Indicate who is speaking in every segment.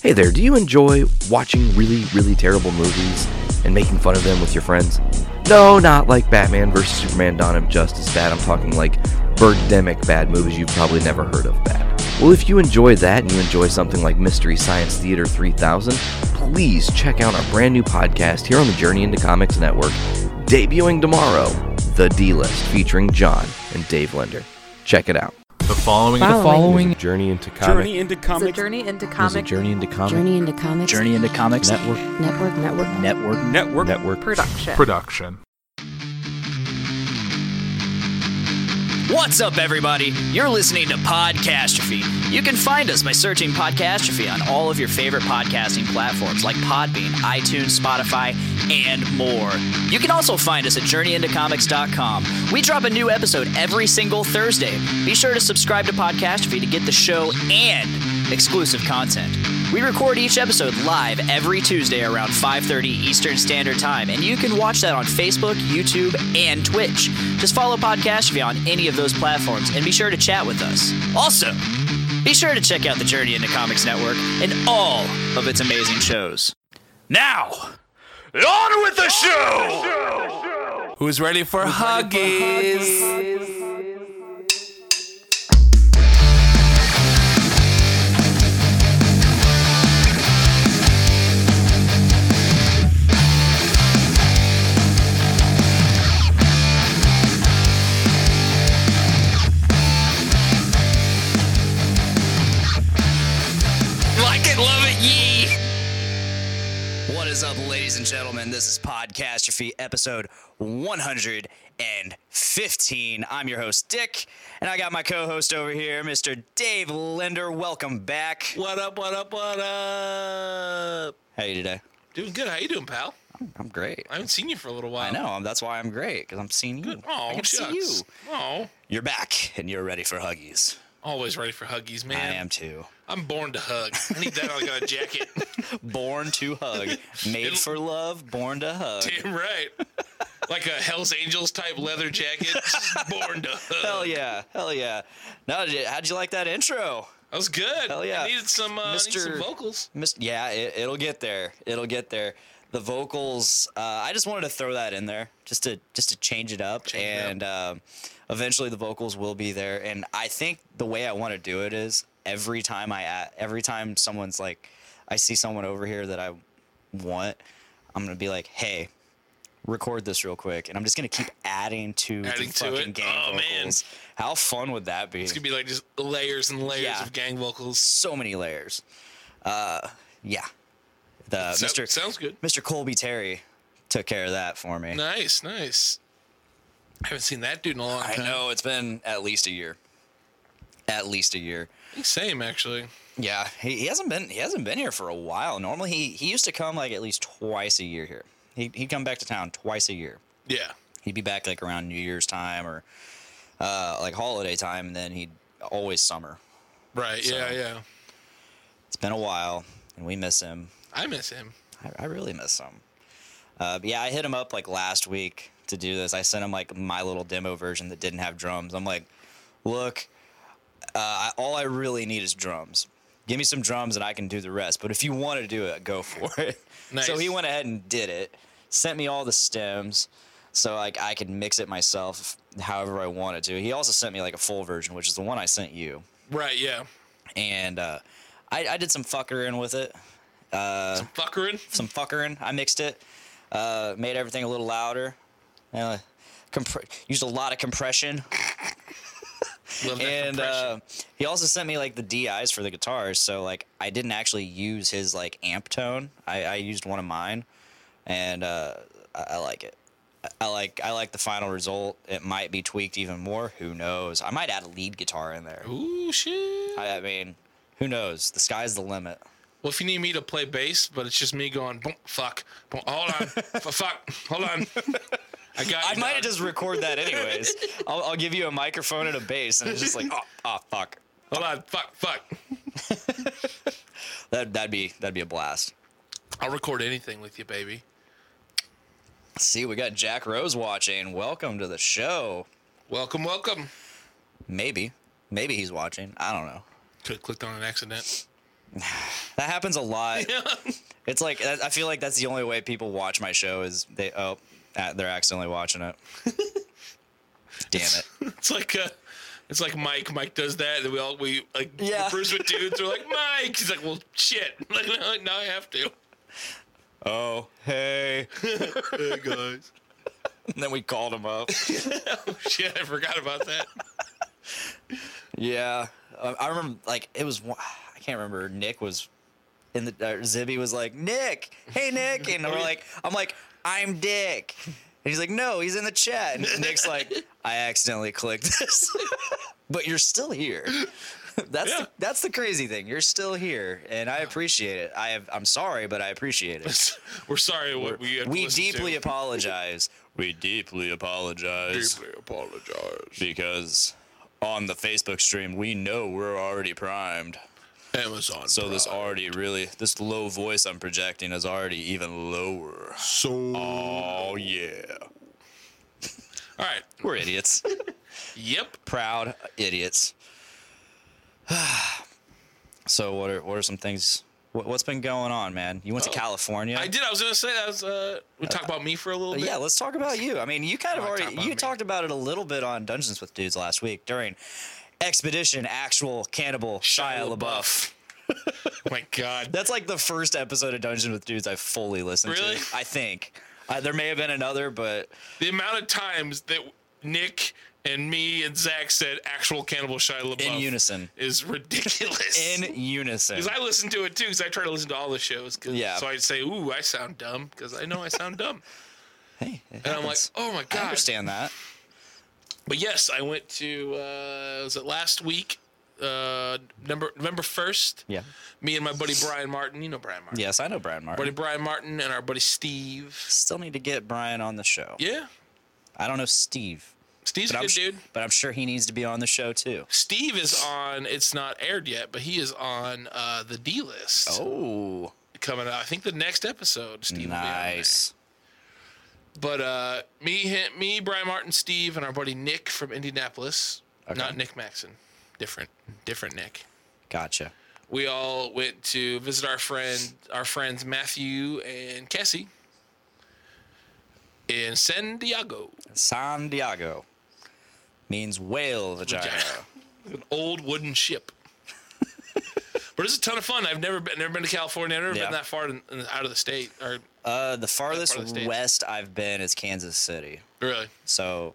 Speaker 1: Hey there, do you enjoy watching really, really terrible movies and making fun of them with your friends? No, not like Batman vs. Superman Dawn of Justice bad. I'm talking like birdemic bad movies you've probably never heard of bad. Well, if you enjoy that and you enjoy something like Mystery Science Theater 3000, please check out our brand new podcast here on the Journey into Comics Network, debuting tomorrow, The D List, featuring John and Dave Linder. Check it out.
Speaker 2: The following,
Speaker 3: Wow.
Speaker 4: The following
Speaker 5: There's a journey into comic.
Speaker 2: journey into
Speaker 3: It's a
Speaker 2: comics
Speaker 3: journey into
Speaker 5: There's a
Speaker 3: comic
Speaker 5: journey into comic.
Speaker 6: Journey into comics.
Speaker 7: Journey into Comics
Speaker 5: Network.
Speaker 6: Network. Network.
Speaker 7: Network.
Speaker 2: network
Speaker 5: Network.
Speaker 3: production.
Speaker 2: production.
Speaker 7: What's up, everybody? You're listening to Podcastrophe. You can find us by searching Podcastrophe on all of your favorite podcasting platforms like Podbean, iTunes, Spotify, and more. You can also find us at JourneyIntoComics.com. We drop a new episode every single Thursday. Be sure to subscribe to Podcastrophe to get the show and exclusive content. We record each episode live every Tuesday around 5:30 Eastern Standard Time, and you can watch that on Facebook, YouTube, and Twitch. Just follow Podcastrophe on any of those platforms and be sure to chat with us. Also, be sure to check out the Journey into Comics Network and all of its amazing shows. Now, on with the show. Who's ready for huggies? Like it, love it, ye! What is up, ladies and gentlemen? This is Podcastrophe episode 115. I'm your host, Dick, and I got my co host over here, Mr. Dave Linder. Welcome back.
Speaker 8: What up? What up? What up?
Speaker 7: How you today?
Speaker 8: Doing good. How you doing, pal?
Speaker 7: I'm great.
Speaker 8: I haven't seen you for a little while.
Speaker 7: I know. um, That's why I'm great, because I'm seeing you.
Speaker 8: Oh,
Speaker 7: I can see you.
Speaker 8: Oh,
Speaker 7: You're back, and you're ready for huggies.
Speaker 8: always ready for huggies, man.
Speaker 7: I am too.
Speaker 8: I'm born to hug. I need that on a jacket.
Speaker 7: Born to hug. Made for love, born to hug.
Speaker 8: Damn right. Like a Hell's Angels type leather jacket. Just born to hug.
Speaker 7: Hell yeah. Hell yeah. Now, did- how'd you like that intro?
Speaker 8: That was good.
Speaker 7: Hell yeah.
Speaker 8: I needed some, uh, I needed
Speaker 7: Mr.
Speaker 8: some vocals.
Speaker 7: Mis- yeah, it, it'll get there. It'll get there. The vocals. Uh, I just wanted to throw that in there, just to just to change it up, and Um, eventually the vocals will be there. And I think the way I want to do it is every time I a- every time someone's like, I see someone over here that I want, I'm gonna be like, hey. Record this real quick, and I'm just gonna keep adding to
Speaker 8: Adding
Speaker 7: the
Speaker 8: to
Speaker 7: fucking
Speaker 8: it?
Speaker 7: game
Speaker 8: Oh, man.
Speaker 7: vocals. How fun would that be?
Speaker 8: It's gonna be like just layers and layers
Speaker 7: Yeah.
Speaker 8: of gang vocals.
Speaker 7: so many layers. Uh, yeah. The
Speaker 8: So-
Speaker 7: Mr.
Speaker 8: sounds good.
Speaker 7: Mr. Colby Terry took care of that for me.
Speaker 8: Nice, nice. I haven't seen that dude in a long
Speaker 7: I
Speaker 8: time.
Speaker 7: know it's been at least a year. At least a year.
Speaker 8: Same actually.
Speaker 7: Yeah, he, he hasn't been he hasn't been here for a while. Normally he he used to come like at least twice a year here. He he'd come back to town twice a year.
Speaker 8: Yeah.
Speaker 7: He'd be back like around New Year's time or uh, like holiday time, and then he'd always summer.
Speaker 8: Right. Yeah. Yeah.
Speaker 7: It's been a while, and we miss him.
Speaker 8: I miss him.
Speaker 7: I, I really miss him. Uh, but yeah, I hit him up like last week to do this. I sent him like my little demo version that didn't have drums. I'm like, look, uh, I, all I really need is drums. Give me some drums and I can do the rest. But if you want to do it, go for it. So
Speaker 8: Nice.
Speaker 7: he went ahead and did it. Sent me all the stems, so like I could mix it myself however I wanted to. He also sent me like a full version, which is the one I sent you.
Speaker 8: Right. Yeah.
Speaker 7: And uh, I, I did some fuckering with it
Speaker 8: Fuckerin.
Speaker 7: some fuckering. I mixed it, uh, made everything a little louder, uh, compr- used a lot of compression,
Speaker 8: Love that
Speaker 7: and
Speaker 8: compression.
Speaker 7: uh, he also sent me like the DI's for the guitars. So like I didn't actually use his like amp tone. I, I used one of mine, and uh, I, I like it. I- I like I like the final result. It might be tweaked even more. Who knows? I might add a lead guitar in there.
Speaker 8: Ooh shit.
Speaker 7: I, I mean, who knows? The sky's the limit.
Speaker 8: Well, if you need me to play bass, but it's just me going, boom, fuck, boom, hold on, f- fuck, hold on. I got.
Speaker 7: I
Speaker 8: you,
Speaker 7: might have
Speaker 8: dog.
Speaker 7: just record that anyways. I'll, I'll give you a microphone and a bass, and it's just like, oh, oh fuck.
Speaker 8: Hold on, fuck, fuck.
Speaker 7: That that'd be that'd be a blast.
Speaker 8: I'll record anything with you, baby.
Speaker 7: See, we got Jack Rose watching. Welcome to the show.
Speaker 8: Welcome, welcome.
Speaker 7: Maybe, maybe he's watching. I don't know.
Speaker 8: Could have clicked on an accident.
Speaker 7: That happens a lot. It's like I I feel like that's the only way people watch my show is they oh ah, they're accidentally watching it. Damn it!
Speaker 8: It's like uh it's like Mike. Mike does that, and we all we like
Speaker 7: Yeah.
Speaker 8: yeah. Bruce with dudes. We're like Mike. He's like, well, shit. Like now, now I have to.
Speaker 7: Oh hey!
Speaker 8: Hey guys.
Speaker 7: And then we called him up.
Speaker 8: shit, I forgot about that.
Speaker 7: Yeah, Uh, I, I remember like it was. one- I can't remember. Nick was in the uh, Zibby was like Nick, hey Nick, and we're like, I'm like, I'm Dick, and he's like, no, he's in the chat, and Nick's like, I accidentally clicked this, but you're still here. That's
Speaker 8: Yeah.
Speaker 7: the, that's the crazy thing. You're still here, and I appreciate it. I have, I'm sorry, but I appreciate it.
Speaker 8: We're sorry. What we had to
Speaker 7: We
Speaker 8: listen
Speaker 7: deeply
Speaker 8: to.
Speaker 7: apologize. We deeply apologize
Speaker 8: deeply apologize.
Speaker 7: because on the Facebook stream we know we're already primed.
Speaker 8: Amazon.
Speaker 7: So this already really this low voice I'm projecting is already even lower.
Speaker 8: So.
Speaker 7: Oh yeah.
Speaker 8: All right.
Speaker 7: We're idiots.
Speaker 8: Yep.
Speaker 7: Proud idiots. so what are what are some things what, what's been going on, man? You went to California?
Speaker 8: Oh,
Speaker 7: Uh,
Speaker 8: I did. I was gonna say that was. Uh, we talk about me for a little bit.
Speaker 7: Yeah, let's talk about you. I mean, you kind of
Speaker 8: Wanna talk
Speaker 7: already
Speaker 8: about
Speaker 7: you
Speaker 8: me?
Speaker 7: talked about it a little bit on Dungeons with Dudes last week during Expedition Actual Cannibal Shia, LaBeouf.
Speaker 8: Oh my God.
Speaker 7: That's like the first episode of Dungeon with Dudes I fully listened
Speaker 8: Really?
Speaker 7: to. I think. Uh, there may have been another, but
Speaker 8: The amount of times that Nick and me and Zach said actual cannibal Shia LaBeouf
Speaker 7: in unison.
Speaker 8: is ridiculous.
Speaker 7: In unison.
Speaker 8: because I listen to it too. Because I try to listen to all the shows. 'cause-
Speaker 7: Yeah.
Speaker 8: So I'd say, "Ooh, I sound dumb," because I know I sound dumb,
Speaker 7: hey, it
Speaker 8: and I'm like,
Speaker 7: happens.
Speaker 8: "Oh my
Speaker 7: I
Speaker 8: god!"
Speaker 7: understand that.
Speaker 8: But yes, I went to uh, was it last week? Uh, number November first.
Speaker 7: Yeah.
Speaker 8: Me and my buddy Brian Martin. You know Brian Martin.
Speaker 7: Yes, I know Brian Martin.
Speaker 8: Buddy Brian Martin and our buddy Steve.
Speaker 7: Still need to get Brian on the show.
Speaker 8: Yeah.
Speaker 7: I don't know Steve,
Speaker 8: Steve's
Speaker 7: but
Speaker 8: a
Speaker 7: I'm
Speaker 8: good
Speaker 7: su-
Speaker 8: dude.
Speaker 7: but I'm sure he needs to be on the show too.
Speaker 8: Steve is on. It's not aired yet, but he is on uh, the D list
Speaker 7: Oh,
Speaker 8: coming out. I think the next episode. Steve will be on there.
Speaker 7: nice.
Speaker 8: But uh, me, him, me, Brian Martin, Steve, and our buddy Nick from Indianapolis.
Speaker 7: Okay.
Speaker 8: Not Nick Maxon. Different, different Nick.
Speaker 7: Gotcha.
Speaker 8: We all went to visit our friend, our friends Matthew and Cassie in San Diego.
Speaker 7: San Diego means whale vagina.
Speaker 8: an old wooden ship. but it's a ton of fun. I've never been, never been to California. I've never
Speaker 7: Yeah.
Speaker 8: been that far in, in- out of the state. Or
Speaker 7: Uh, the farthest
Speaker 8: the States.
Speaker 7: west I've been is Kansas City.
Speaker 8: really,
Speaker 7: So,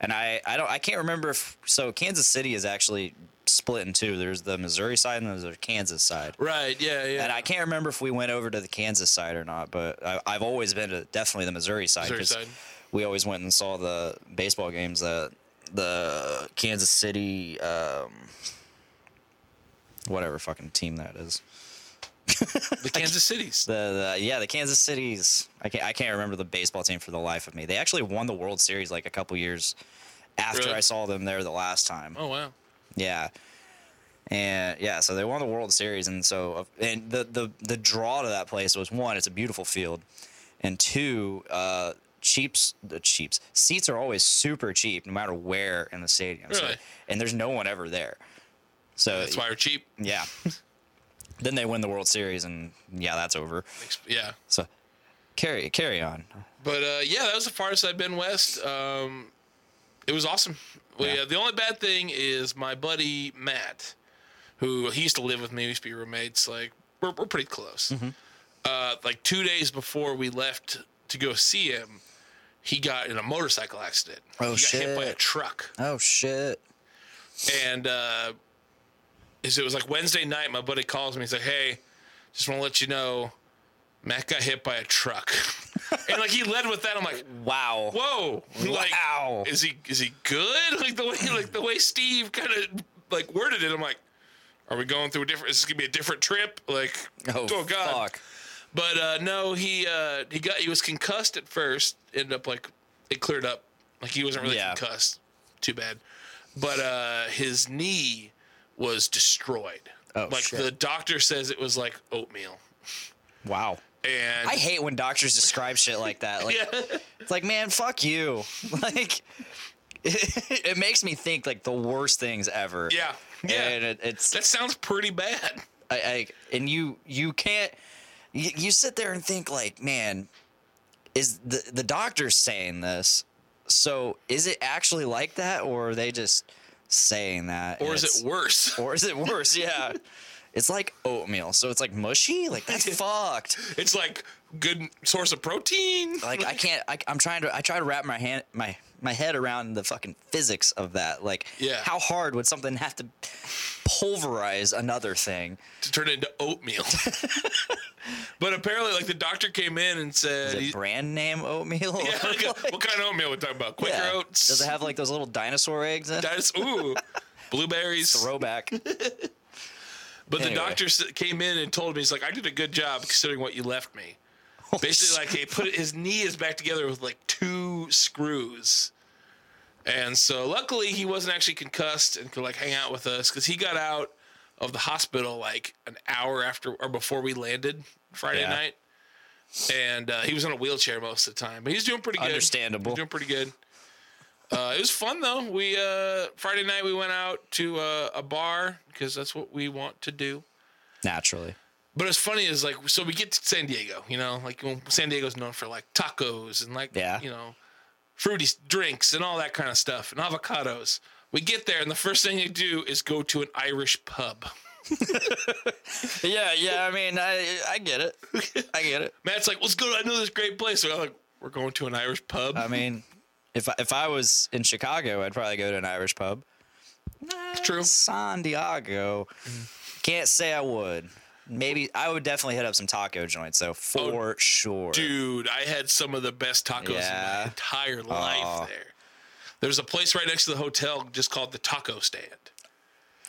Speaker 7: and I I don't I can't remember if so Kansas City is actually split in two. There's the Missouri side and there's the Kansas side.
Speaker 8: right? Yeah, yeah.
Speaker 7: And I can't remember if we went over to the Kansas side or not, but I, I've always been to definitely the Missouri side.
Speaker 8: Missouri
Speaker 7: 'cause
Speaker 8: side.
Speaker 7: We always went and saw the baseball games that the Kansas City, um, whatever fucking team that is.
Speaker 8: the Kansas cities.
Speaker 7: The, the yeah, the Kansas City's. I can't I can't remember the baseball team for the life of me. They actually won the World Series like a couple years after
Speaker 8: Really?
Speaker 7: I saw them there the last time.
Speaker 8: Oh wow.
Speaker 7: Yeah. And yeah, so they won the World Series, and so and the the the draw to that place was one, it's a beautiful field, and two, uh, cheaps the cheaps seats are always super cheap no matter where in the stadium, so,
Speaker 8: Really?
Speaker 7: and there's no one ever there. So
Speaker 8: That's why we're cheap.
Speaker 7: yeah. then they win the World Series, and yeah, that's over.
Speaker 8: Yeah.
Speaker 7: So carry carry on.
Speaker 8: But uh, yeah, that was the farthest I've been west. Um, it was awesome. We,
Speaker 7: Yeah.
Speaker 8: uh, the only bad thing is my buddy Matt, who he used to live with me. We used to be roommates. Like we're, we're pretty close.
Speaker 7: Mm-hmm.
Speaker 8: Uh, like two days before we left to go see him, he got in a motorcycle accident.
Speaker 7: Oh,
Speaker 8: he got hit by a
Speaker 7: shit.
Speaker 8: truck,
Speaker 7: Oh shit!
Speaker 8: and uh, is- it was like Wednesday night. My buddy calls me. He's like, "Hey, just want to let you know, Matt got hit by a truck." and like he led with that. I'm like
Speaker 7: Wow!
Speaker 8: whoa like
Speaker 7: Wow.
Speaker 8: is he is he good like the way like the way steve kind of like worded it i'm like are we going through a different is this gonna be a different trip like
Speaker 7: Oh, fuck!
Speaker 8: but uh no he uh he got he was concussed at first ended up like it cleared up like he wasn't really
Speaker 7: Yeah.
Speaker 8: concussed too bad but uh his knee was destroyed
Speaker 7: Oh,
Speaker 8: like
Speaker 7: shit.
Speaker 8: the doctor says it was like oatmeal
Speaker 7: Wow!
Speaker 8: and
Speaker 7: I hate when doctors describe shit like that. Like, it's like, man, fuck you. Like, it, makes me think like the worst things ever.
Speaker 8: Yeah, yeah.
Speaker 7: And it, it's
Speaker 8: that sounds pretty bad
Speaker 7: I, I and you you can't you, you sit there and think like, man, is the the doctor's saying this? So is it actually like that, or are they just saying that?
Speaker 8: Or
Speaker 7: and
Speaker 8: is
Speaker 7: it's-
Speaker 8: it worse?
Speaker 7: Or is it worse? Yeah. It's like oatmeal, so it's like mushy. Like that's fucked.
Speaker 8: It's like good source of protein.
Speaker 7: Like I can't. I, I'm trying to. I try to wrap my hand, my my head around the fucking physics of that. Like,
Speaker 8: Yeah.
Speaker 7: how hard would something have to pulverize another thing?
Speaker 8: to turn it into oatmeal. but apparently, like the doctor came in and
Speaker 7: Is
Speaker 8: said,
Speaker 7: it
Speaker 8: he-
Speaker 7: brand name oatmeal?
Speaker 8: yeah,
Speaker 7: Or,
Speaker 8: like, uh,
Speaker 7: like-
Speaker 8: "What kind of oatmeal we talking about? Quaker
Speaker 7: yeah.
Speaker 8: oats?
Speaker 7: Does it have like those little dinosaur eggs? In? it?
Speaker 8: Dinos- ooh, blueberries?"
Speaker 7: Throwback.
Speaker 8: But the
Speaker 7: Anyway.
Speaker 8: doctor s- came in and told me, "He's like, I did a good job considering what you left me." Basically, like he put his knee is back together with like two screws, and so luckily he wasn't actually concussed and could like hang out with us because he got out of the hospital like an hour after or before we landed Friday
Speaker 7: Yeah.
Speaker 8: night, and uh, he was in a wheelchair most of the time, but he's doing pretty good.
Speaker 7: Understandable.
Speaker 8: He's doing pretty good. Uh, it was fun though. We uh, Friday night we went out to uh, a bar because that's what we want to do.
Speaker 7: Naturally.
Speaker 8: But it's funny is like so we get to San Diego, you know, like well, San Diego's known for like tacos and like
Speaker 7: Yeah.
Speaker 8: you know, fruity s- drinks and all that kind of stuff and avocados. We get there and the first thing they do is go to an Irish pub.
Speaker 7: Yeah, yeah. I mean, I I get it. I get it.
Speaker 8: Matt's like, let's go. I know this great place. So I'm like, we're going to an Irish pub.
Speaker 7: I mean, if I, if I was in Chicago, I'd probably go to an Irish pub.
Speaker 8: true.
Speaker 7: San Diego. Mm. Can't say I would. Maybe I would definitely hit up some taco joints though, for sure.
Speaker 8: Oh, Dude, I had some of the best tacos in
Speaker 7: Yeah.
Speaker 8: my entire life
Speaker 7: Aw.
Speaker 8: there. There's a place right next to the hotel just called the Taco Stand.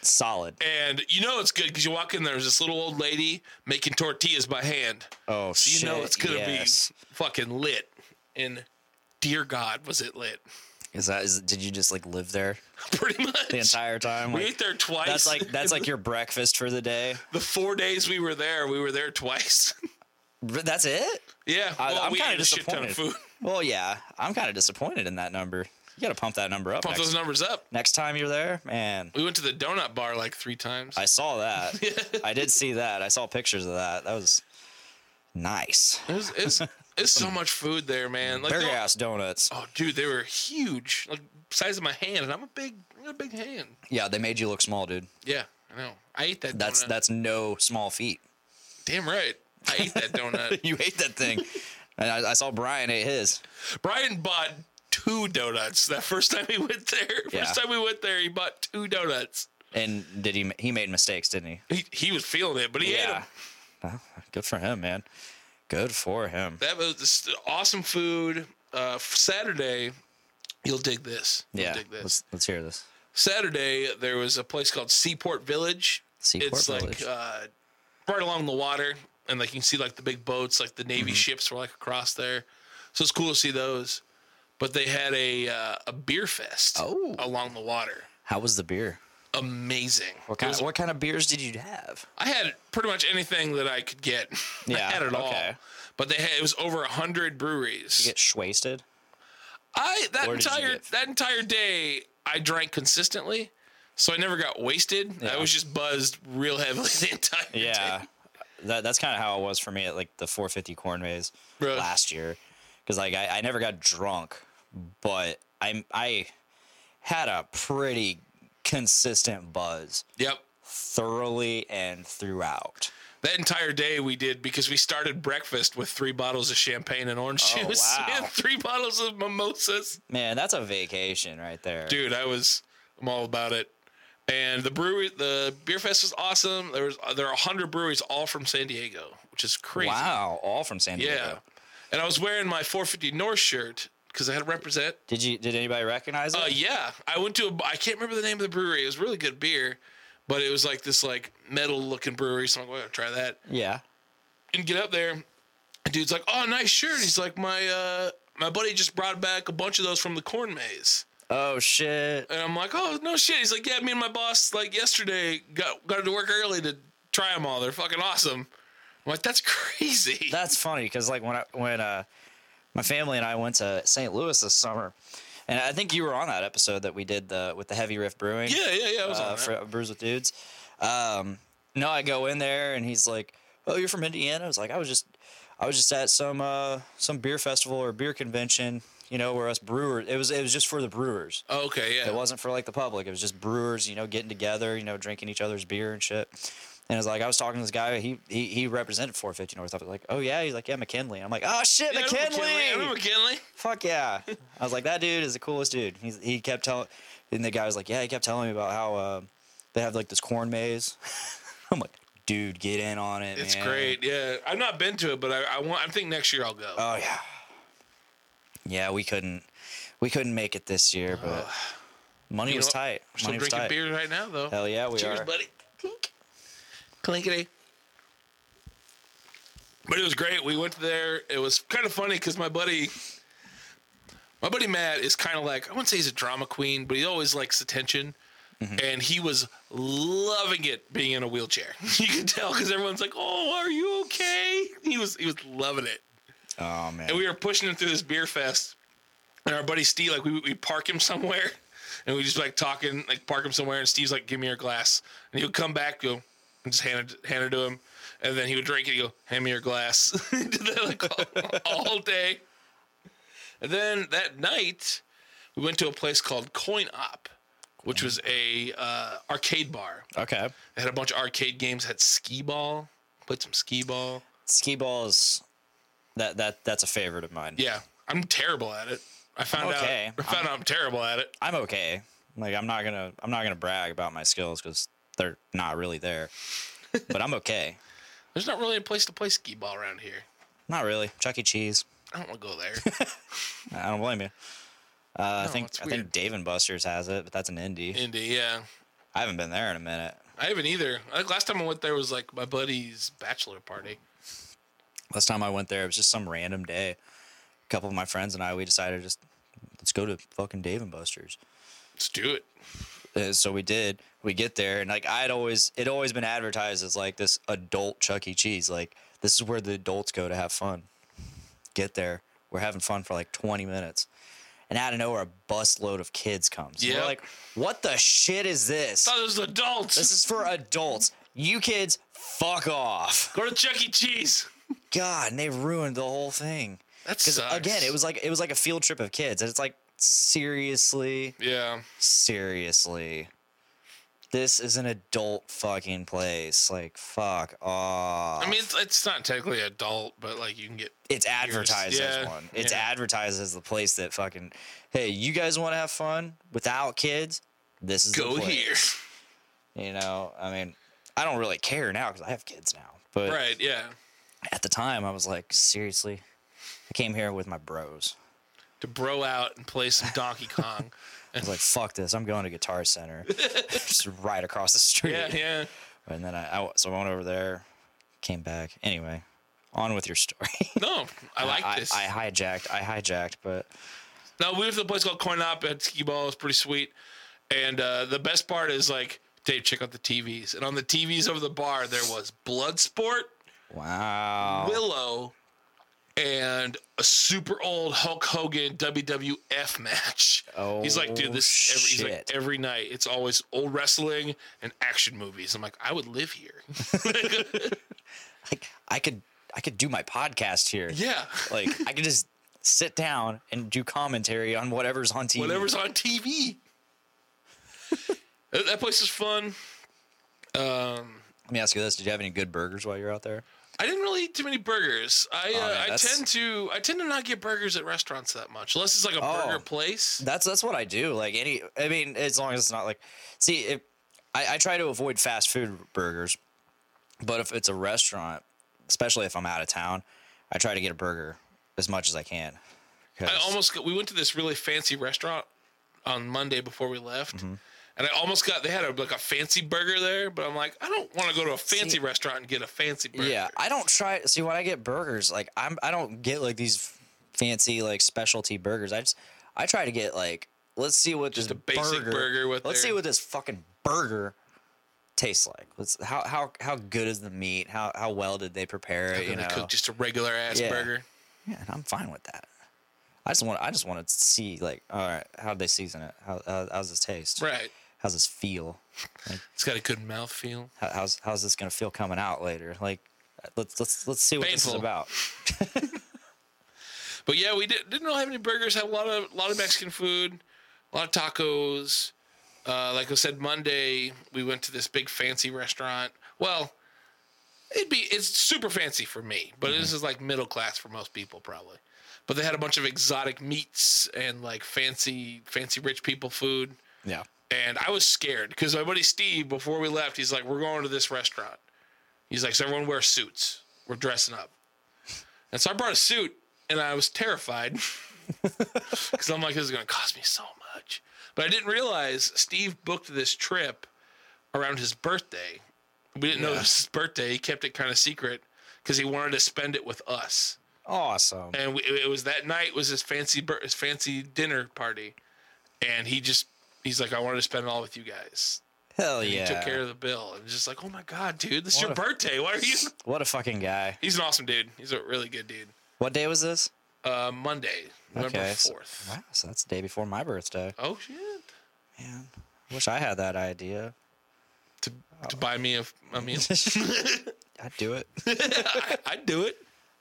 Speaker 7: Solid.
Speaker 8: And you know it's good because you walk in there, there's this little old lady making tortillas by hand.
Speaker 7: Oh,
Speaker 8: So you
Speaker 7: shit,
Speaker 8: know it's gonna
Speaker 7: yes.
Speaker 8: be fucking lit. And dear God, was it lit?
Speaker 7: Is that is did you just like live there
Speaker 8: Pretty much
Speaker 7: the entire time?
Speaker 8: We
Speaker 7: Like,
Speaker 8: ate there twice.
Speaker 7: that's like that's like your breakfast for the day.
Speaker 8: the four days we were there. We were there twice.
Speaker 7: But That's it?
Speaker 8: yeah,
Speaker 7: I,
Speaker 8: well,
Speaker 7: I'm
Speaker 8: we
Speaker 7: kind
Speaker 8: ate
Speaker 7: of
Speaker 8: a shit ton
Speaker 7: disappointed.
Speaker 8: of food.
Speaker 7: Well, yeah, I'm kind of disappointed in that number. You got to pump that number up.
Speaker 8: Pump
Speaker 7: Next,
Speaker 8: those numbers up.
Speaker 7: next time you're there, man.
Speaker 8: We went to the donut bar like three times.
Speaker 7: I saw that. I did see that. I saw pictures of that. That was nice.
Speaker 8: It's, it's, it's so much food there, man. Like,
Speaker 7: Big
Speaker 8: they're-
Speaker 7: ass donuts.
Speaker 8: oh, dude, they were huge, like size of my hand, and I'm a big, I got a big hand.
Speaker 7: Yeah, they made you look small, dude.
Speaker 8: Yeah, I know. I ate that.
Speaker 7: That's
Speaker 8: donut.
Speaker 7: that's no small feat.
Speaker 8: damn right. I ate that donut.
Speaker 7: You ate that thing. And I, I saw Brian ate his.
Speaker 8: Brian bought two donuts that first time we went there. First
Speaker 7: Yeah.
Speaker 8: time we went there, he bought two donuts.
Speaker 7: And did he? He made mistakes, didn't he?
Speaker 8: He, he was feeling it, but he ate them.
Speaker 7: Well, good for him, man. Good for him.
Speaker 8: That was just awesome food. Uh, Saturday, you'll dig this. You'll
Speaker 7: Yeah.
Speaker 8: dig this.
Speaker 7: Let's let's hear this.
Speaker 8: Saturday there was a place called Seaport Village.
Speaker 7: Seaport
Speaker 8: it's
Speaker 7: Village.
Speaker 8: like uh, right along the water, and like you can see like the big boats, like the
Speaker 7: Mm-hmm.
Speaker 8: Navy ships were like across there. So it's cool to see those. But they had a uh, a beer fest
Speaker 7: Oh.
Speaker 8: along the water.
Speaker 7: How was the beer?
Speaker 8: Amazing.
Speaker 7: What kind?
Speaker 8: It was-
Speaker 7: what kind of beers did you have?
Speaker 8: I had pretty much anything that I could get.
Speaker 7: Yeah,
Speaker 8: I had it all.
Speaker 7: okay.
Speaker 8: But they had it was over a hundred breweries.
Speaker 7: Get schwasted.
Speaker 8: I that
Speaker 7: Or did you
Speaker 8: entire
Speaker 7: get-
Speaker 8: that entire day I drank consistently, so I never got wasted. I was just buzzed real heavily the entire
Speaker 7: Yeah,
Speaker 8: day.
Speaker 7: that, that's kind of how it was for me at like the 450 corn maze
Speaker 8: Really?
Speaker 7: last year, because like I, I never got drunk, but I I had a pretty consistent buzz
Speaker 8: Yep.
Speaker 7: thoroughly and throughout.
Speaker 8: That entire day we did because we started breakfast with three bottles of champagne and orange
Speaker 7: Oh,
Speaker 8: juice
Speaker 7: wow.
Speaker 8: and three bottles of mimosas.
Speaker 7: Man, that's a vacation right there.
Speaker 8: Dude, I was I'm all about it. And the brewery, the beer fest was awesome. There was there are hundred breweries all from San Diego, which is crazy.
Speaker 7: Wow, all from San Diego.
Speaker 8: Yeah. And I was wearing my 450 North shirt because I had to represent.
Speaker 7: Did you did anybody recognize it?
Speaker 8: Uh, yeah, I went to a. I can't remember the name of the brewery. It was really good beer, but it was like this like metal looking brewery. So I'm like, well, I'll try that
Speaker 7: yeah.
Speaker 8: and get up there. And dude's like, oh, nice shirt. He's like, my uh, my buddy just brought back a bunch of those from the corn maze.
Speaker 7: Oh shit.
Speaker 8: And I'm like, oh no shit. He's like, yeah, me and my boss like yesterday got got to work early to try them all. They're fucking awesome. I'm like, that's crazy.
Speaker 7: That's funny because like when I when uh my family and I went to St. Louis this summer, and I think you were on that episode that we did the with the Heavy Riff Brewing.
Speaker 8: yeah, yeah, yeah. I was
Speaker 7: uh,
Speaker 8: on that.
Speaker 7: for Brews with Dudes. Um, no, I go in there and he's like, "Oh, you're from Indiana." I was like, "I was just, I was just at some uh, some beer festival or beer convention, you know, where us brewers. It was it was just for the brewers.
Speaker 8: Okay, yeah.
Speaker 7: It wasn't for like the public. It was just brewers, you know, getting together, you know, drinking each other's beer and shit. And it's like I was talking to this guy. He he, he represented 450 North. I was like, "Oh yeah." He's like, "Yeah, McKinley." I'm like, "Oh shit,
Speaker 8: Yeah, I remember
Speaker 7: McKinley!"
Speaker 8: I remember McKinley.
Speaker 7: fuck yeah. I was like, that dude is the coolest dude. He's, he kept telling, and the guy was like, yeah, he kept telling me about how uh, they have like this corn maze. I'm like, dude, get in on it.
Speaker 8: It's
Speaker 7: man."
Speaker 8: great. Yeah, I've not been to it, but I, I want. I think next year I'll go.
Speaker 7: Oh yeah. Yeah, we couldn't, we couldn't make it this year, but money
Speaker 8: You
Speaker 7: was
Speaker 8: know what?
Speaker 7: tight.
Speaker 8: We're still
Speaker 7: money was
Speaker 8: drinking
Speaker 7: tight.
Speaker 8: beer right now, though.
Speaker 7: Hell yeah, we
Speaker 8: Cheers,
Speaker 7: are.
Speaker 8: buddy. Clink. Clinkety. But it was great. We went there. It was kind of funny because my buddy, my buddy Matt is kind of like I wouldn't say he's a drama queen, but he always likes attention.
Speaker 7: Mm-hmm.
Speaker 8: And he was loving it being in a wheelchair. You can tell because everyone's like, "Oh, are you okay?" He was he was loving it
Speaker 7: Oh man.
Speaker 8: and we were pushing him through this beer fest. And our buddy Steve, like, we we park him somewhere, and we just like talking, like park him somewhere. And Steve's like, "Give me your glass," and he would come back, go, and just hand it hand it to him, and then he would drink it. He would go, "Hand me your glass." He Did that like all, all day. And then that night, we went to a place called Coin Op, which was a uh, arcade bar.
Speaker 7: okay.
Speaker 8: It had a bunch of arcade games. Had skee ball. Played some skee ball.
Speaker 7: Ski balls. That that that's a favorite of mine.
Speaker 8: Yeah, I'm terrible at it. I found
Speaker 7: Okay.
Speaker 8: out. I found out I'm terrible at it.
Speaker 7: I'm okay. Like I'm not gonna I'm not gonna brag about my skills because they're not really there. But I'm okay.
Speaker 8: There's not really a place to play skee ball around here.
Speaker 7: Not really. Chuck E. Cheese.
Speaker 8: I don't want to go there.
Speaker 7: I don't blame you. Uh, I
Speaker 8: No,
Speaker 7: think
Speaker 8: it's
Speaker 7: I think
Speaker 8: weird.
Speaker 7: Dave and Buster's has it, but that's an indie.
Speaker 8: Indy, yeah.
Speaker 7: I haven't been there in a minute.
Speaker 8: I haven't either. I think last time I went there was like my buddy's bachelor party.
Speaker 7: Last time I went there, it was just some random day. A couple of my friends and I, we decided just let's go to fucking Dave and Buster's.
Speaker 8: Let's do it.
Speaker 7: Uh, so we did. We get there, and like I'd always, it always been advertised as like this adult Chuck E. Cheese. Like this is where the adults go to have fun. Get there, we're having fun for like 20 minutes, and out of nowhere, a busload of kids comes. Yeah.
Speaker 8: Yep.
Speaker 7: We're like, what the shit is this?
Speaker 8: Oh, there's adults.
Speaker 7: This is for adults. You kids, fuck off.
Speaker 8: go to Chuck E. Cheese.
Speaker 7: God, and they ruined the whole thing.
Speaker 8: That
Speaker 7: Because
Speaker 8: sucks.
Speaker 7: again, it was like it was like a field trip of kids, and it's like seriously,
Speaker 8: Yeah.
Speaker 7: seriously, this is an adult fucking place. Like, fuck off.
Speaker 8: I mean, it's, it's not technically adult, but like you can get.
Speaker 7: it's advertised as
Speaker 8: yeah,
Speaker 7: one. It's
Speaker 8: yeah.
Speaker 7: advertised as the place that fucking. Hey, you guys want to have fun without kids? This is
Speaker 8: Go
Speaker 7: the place.
Speaker 8: here.
Speaker 7: You know, I mean, I don't really care now because I have kids now. But
Speaker 8: Right. Yeah.
Speaker 7: at the time I was like, seriously, I came here with my bros.
Speaker 8: To bro out and play some Donkey Kong.
Speaker 7: I was like, fuck this, I'm going to Guitar Center, just right across the street.
Speaker 8: yeah. Yeah.
Speaker 7: And then I, I- so I went over there, came back. Anyway, on with your story.
Speaker 8: No, I like
Speaker 7: I,
Speaker 8: this.
Speaker 7: I hijacked, I hijacked, but
Speaker 8: No, we went to the place called Coin Op at Ski Ball. It was pretty sweet. And uh, the best part is like, Dave, check out the TVs. And on the TVs over the bar, there was Bloodsport,
Speaker 7: wow,
Speaker 8: Willow, and a super old Hulk Hogan WWF match.
Speaker 7: Oh,
Speaker 8: he's like, dude, this every, he's like
Speaker 7: shit.
Speaker 8: every night. It's always old wrestling and action movies. I'm like, I would live here.
Speaker 7: like I could, I could do my podcast here.
Speaker 8: yeah,
Speaker 7: like I could just sit down and do commentary on whatever's on TV.
Speaker 8: whatever's on TV. that that place is fun. Um,
Speaker 7: Let me ask you this: Did you have any good burgers while you're out there?
Speaker 8: I didn't really eat too many burgers.
Speaker 7: Oh,
Speaker 8: I
Speaker 7: man,
Speaker 8: uh, I
Speaker 7: that's-
Speaker 8: tend to I tend to not get burgers at restaurants that much, unless it's like a
Speaker 7: Oh.
Speaker 8: burger place.
Speaker 7: That's that's what I do. Like any, I mean, as long as it's not like, see, if I, I try to avoid fast food burgers, but if it's a restaurant, especially if I'm out of town, I try to get a burger as much as I can. 'Cause-
Speaker 8: I almost got, we went to this really fancy restaurant on Monday before we left,
Speaker 7: Mm-hmm.
Speaker 8: and I almost got they had a, like a fancy burger there, but I'm like I don't want to go to a fancy
Speaker 7: See-
Speaker 8: restaurant and get a fancy burger.
Speaker 7: yeah, I don't try. See, when I get burgers, like I'm, I don't get like these fancy like specialty burgers. I just, I try to get like, let's see what just
Speaker 8: a basic burger with
Speaker 7: Let's see
Speaker 8: their-
Speaker 7: what this fucking burger tastes like. Let's how how how good is the meat? How how well did they prepare it?
Speaker 8: and
Speaker 7: You know,
Speaker 8: they cook just a regular ass
Speaker 7: Yeah.
Speaker 8: burger.
Speaker 7: yeah, and I'm fine with that. I just want I just want to see like, all right, how would they season it? How, how how's this taste?
Speaker 8: Right.
Speaker 7: how's this feel?
Speaker 8: It's got a good mouth feel.
Speaker 7: How, how's how's this gonna feel coming out later? Like, let's let's let's see what this
Speaker 8: Painful.
Speaker 7: is about.
Speaker 8: But yeah, we did, didn't really have any burgers. Had a lot of lot of Mexican food, a lot of tacos. Uh, like I said, Monday we went to this big fancy restaurant. Well, it'd be it's super fancy for me, but this is like middle class for most people probably. But they had a bunch of exotic meats and like fancy fancy rich people food.
Speaker 7: Yeah.
Speaker 8: And I was scared because my buddy Steve, before we left, he's like, "We're going to this restaurant." He's like, "So everyone wear suits. We're dressing up." And so I brought a suit, and I was terrified because I'm like, "This is going to cost me so much." But I didn't realize Steve booked this trip around his birthday. We didn't know it was his birthday. He kept it kind of secret because he wanted to spend it with us
Speaker 7: Awesome.
Speaker 8: and we, it was that night was his fancy bur- his fancy dinner party, and he just he's like, I wanted to spend it all with you guys.
Speaker 7: Hell
Speaker 8: He
Speaker 7: yeah.
Speaker 8: took care of the bill, and just like, oh my god, dude, this is your
Speaker 7: What a-
Speaker 8: birthday. Why are you?
Speaker 7: What a fucking guy.
Speaker 8: He's an awesome dude. He's a really good dude.
Speaker 7: What day was this?
Speaker 8: Uh, Monday, November
Speaker 7: Okay, so-
Speaker 8: fourth.
Speaker 7: Wow, so that's the day before my birthday.
Speaker 8: Oh shit!
Speaker 7: Man, wish I had that idea.
Speaker 8: To to
Speaker 7: Oh.
Speaker 8: buy me a, a meal,
Speaker 7: I'd do it.
Speaker 8: I, I'd do it.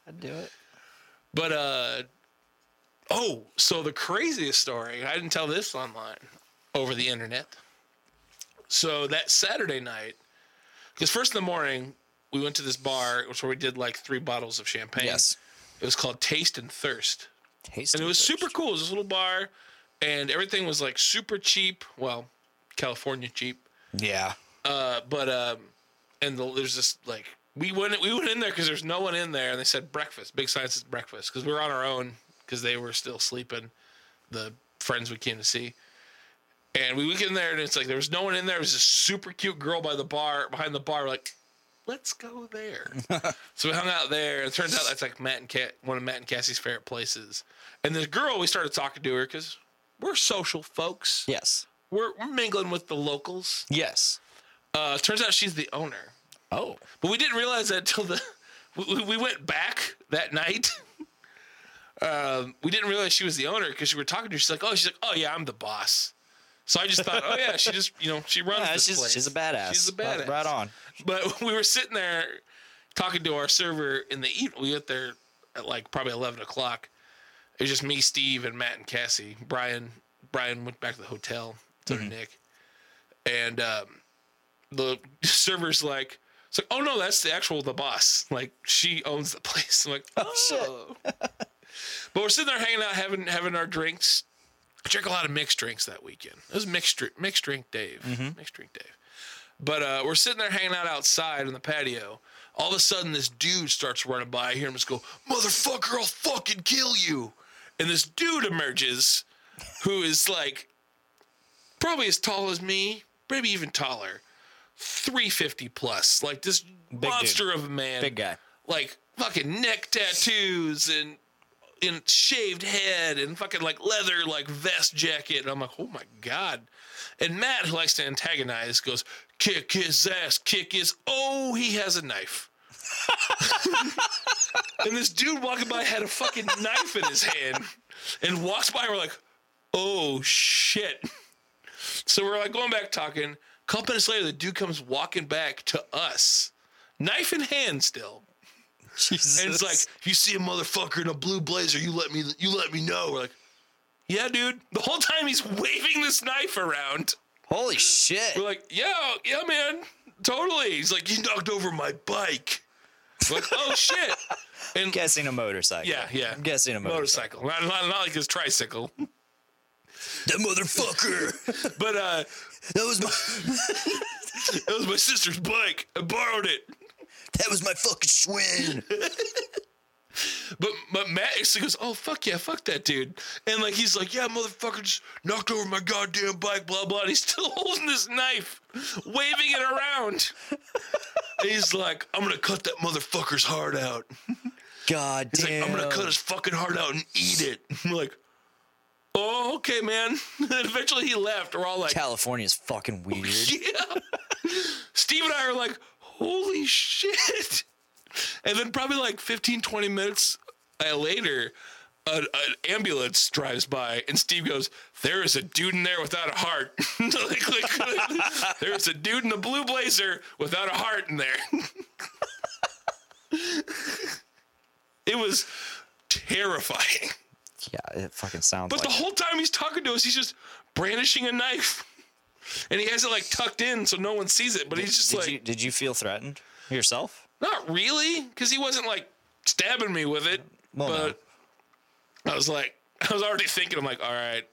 Speaker 7: I'd do it.
Speaker 8: But uh, oh, so the craziest story I didn't tell this online over the internet. So that Saturday night, because first in the morning we went to this bar, which where we did like three bottles of champagne.
Speaker 7: Yes.
Speaker 8: it was called Taste and Thirst,
Speaker 7: Taste.
Speaker 8: and it was super cool. It was this little bar, and everything was like super cheap. Well, California cheap.
Speaker 7: Yeah.
Speaker 8: Uh, but um, and the, there's this like we went we went in there because there's no one in there, and they said breakfast. Big sign says breakfast because we were on our own because they were still sleeping. The friends we came to see, and we went in there, and it's like there was no one in there. It was this super cute girl by the bar behind the bar, like. Let's go there. so we hung out there, and it turns out that's like Matt and Cat, one of Matt and Cassie's favorite places. And this girl, we started talking to her because we're social folks.
Speaker 7: Yes.
Speaker 8: We're, we're mingling with the locals.
Speaker 7: Yes.
Speaker 8: Uh, turns out she's the owner,
Speaker 7: Oh.
Speaker 8: but we didn't realize that until the we- we, we went back that night. um, we didn't realize she was the owner because we were talking to her. She's like, "Oh, she's like, oh yeah, I'm the boss." So I just thought, "Oh yeah, she just you know she runs
Speaker 7: Yeah,
Speaker 8: this
Speaker 7: she's,
Speaker 8: place."
Speaker 7: she's a badass.
Speaker 8: She's a
Speaker 7: Right-
Speaker 8: badass.
Speaker 7: Right on.
Speaker 8: But we were sitting there talking to our server in the evening. We got there at like probably eleven o'clock. It was just me, Steve, and Matt and Cassie. Brian Brian went back to the hotel to
Speaker 7: Mm-hmm.
Speaker 8: Nick, and um, the server's like, "It's like, oh no, that's the actual the boss. Like she owns the place." I'm like, "Oh, shit." but we're sitting there hanging out, having having our drinks. I drank a lot of mixed drinks that weekend. It was mixed dr- mixed drink Dave,
Speaker 7: Mm-hmm.
Speaker 8: mixed drink Dave. But uh, we're sitting there hanging out outside on the patio. All of a sudden, this dude starts running by. I hear him just go, "Motherfucker, I'll fucking kill you!" And this dude emerges, who is like probably as tall as me, maybe even taller, three fifty plus. Like this
Speaker 7: dude.
Speaker 8: monster of a man,
Speaker 7: Big guy.
Speaker 8: like fucking neck tattoos and and shaved head and fucking like leather like vest jacket. And I'm like, oh my god. And Matt, who likes to antagonize, goes, kick his ass, kick his. Oh, he has a knife. and this dude walking by had a fucking knife in his hand and walks by. We're like, oh shit. So we're like going back talking. couple minutes later, the dude comes walking back to us, knife in hand still.
Speaker 7: Jesus.
Speaker 8: And it's like, if you see a motherfucker in a blue blazer, you let me you let me know. We're like, yeah, dude. The whole time he's waving this knife around.
Speaker 7: holy shit.
Speaker 8: We're like, yeah, yeah, man, totally. He's like, you knocked over my bike. We're like, oh shit. And
Speaker 7: guessing a motorcycle.
Speaker 8: yeah, yeah.
Speaker 7: I'm guessing a motorcycle.
Speaker 8: motorcycle. Not, not, not like his tricycle.
Speaker 7: That motherfucker.
Speaker 8: But uh,
Speaker 7: that was my.
Speaker 8: it was my sister's bike. I borrowed it.
Speaker 7: That was my fucking swing.
Speaker 8: But but Matt actually goes, oh fuck yeah, fuck that dude, and like he's like, yeah, motherfucker, just knocked over my goddamn bike, blah blah. And he's still holding this knife, waving it around. And he's like, I'm gonna cut that motherfucker's heart out.
Speaker 7: God
Speaker 8: He's
Speaker 7: damn.
Speaker 8: like, I'm gonna cut his fucking heart out and eat it. I'm like, oh okay, man. And eventually he left. We're all like,
Speaker 7: California's fucking
Speaker 8: Oh,
Speaker 7: weird.
Speaker 8: yeah. Steve and I are like, holy shit. And then probably like 15, 20 minutes uh, later, an, an ambulance drives by, and Steve goes, "There is a dude in there without a heart. Like, like, there is a dude in a blue blazer without a heart in there." it was terrifying.
Speaker 7: Yeah, it fucking sounds
Speaker 8: But
Speaker 7: like
Speaker 8: the whole time he's talking to us, he's just brandishing a knife. And he has it like tucked in so no one sees it, but he's just
Speaker 7: did
Speaker 8: like
Speaker 7: you did you feel threatened yourself?
Speaker 8: not really, because he wasn't like stabbing me with it.
Speaker 7: Well, no.
Speaker 8: but I was like, I was already thinking, I'm like, all right,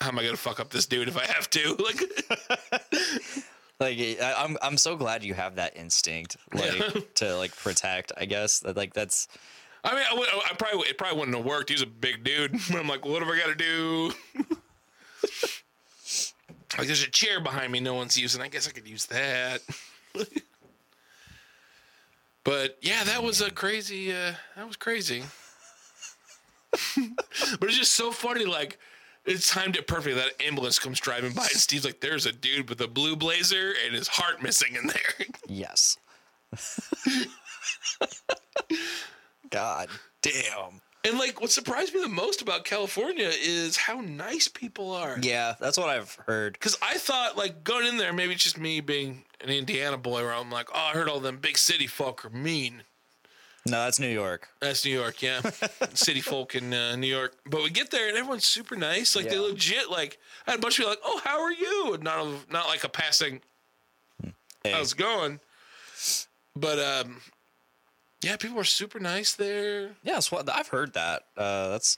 Speaker 8: how am I gonna fuck up this dude if I have to? Like,
Speaker 7: Like I, I'm I'm so glad you have that instinct like
Speaker 8: Yeah.
Speaker 7: to like protect, I guess. That like that's
Speaker 8: I mean, I, would- I probably it probably wouldn't have worked. He's a big dude. I'm like, what have I got to do? like, there's a chair behind me. No one's using. I guess I could use that. but yeah, that was a crazy. Uh, that was crazy. but it's just so funny. Like, it's timed it perfectly. That ambulance comes driving by, and Steve's like, "There's a dude with a blue blazer and his heart missing in there."
Speaker 7: yes. God damn.
Speaker 8: And like, what surprised me the most about California is how nice people are.
Speaker 7: Yeah, that's what I've heard.
Speaker 8: Because I thought, like, going in there, maybe it's just me being an Indiana boy, where I'm like, oh, I heard all them big city folk are mean.
Speaker 7: No, that's New York.
Speaker 8: That's New York, yeah. city folk in uh, New York. But we get there and everyone's super nice. Like, they
Speaker 7: Yeah.
Speaker 8: legit, like, I had a bunch of people like, oh, how are you? And not, a- not like a passing,
Speaker 7: Hmm. Hey,
Speaker 8: how's it going? But, um, yeah, people are super nice there.
Speaker 7: yeah, that's what I've heard that. Uh, that's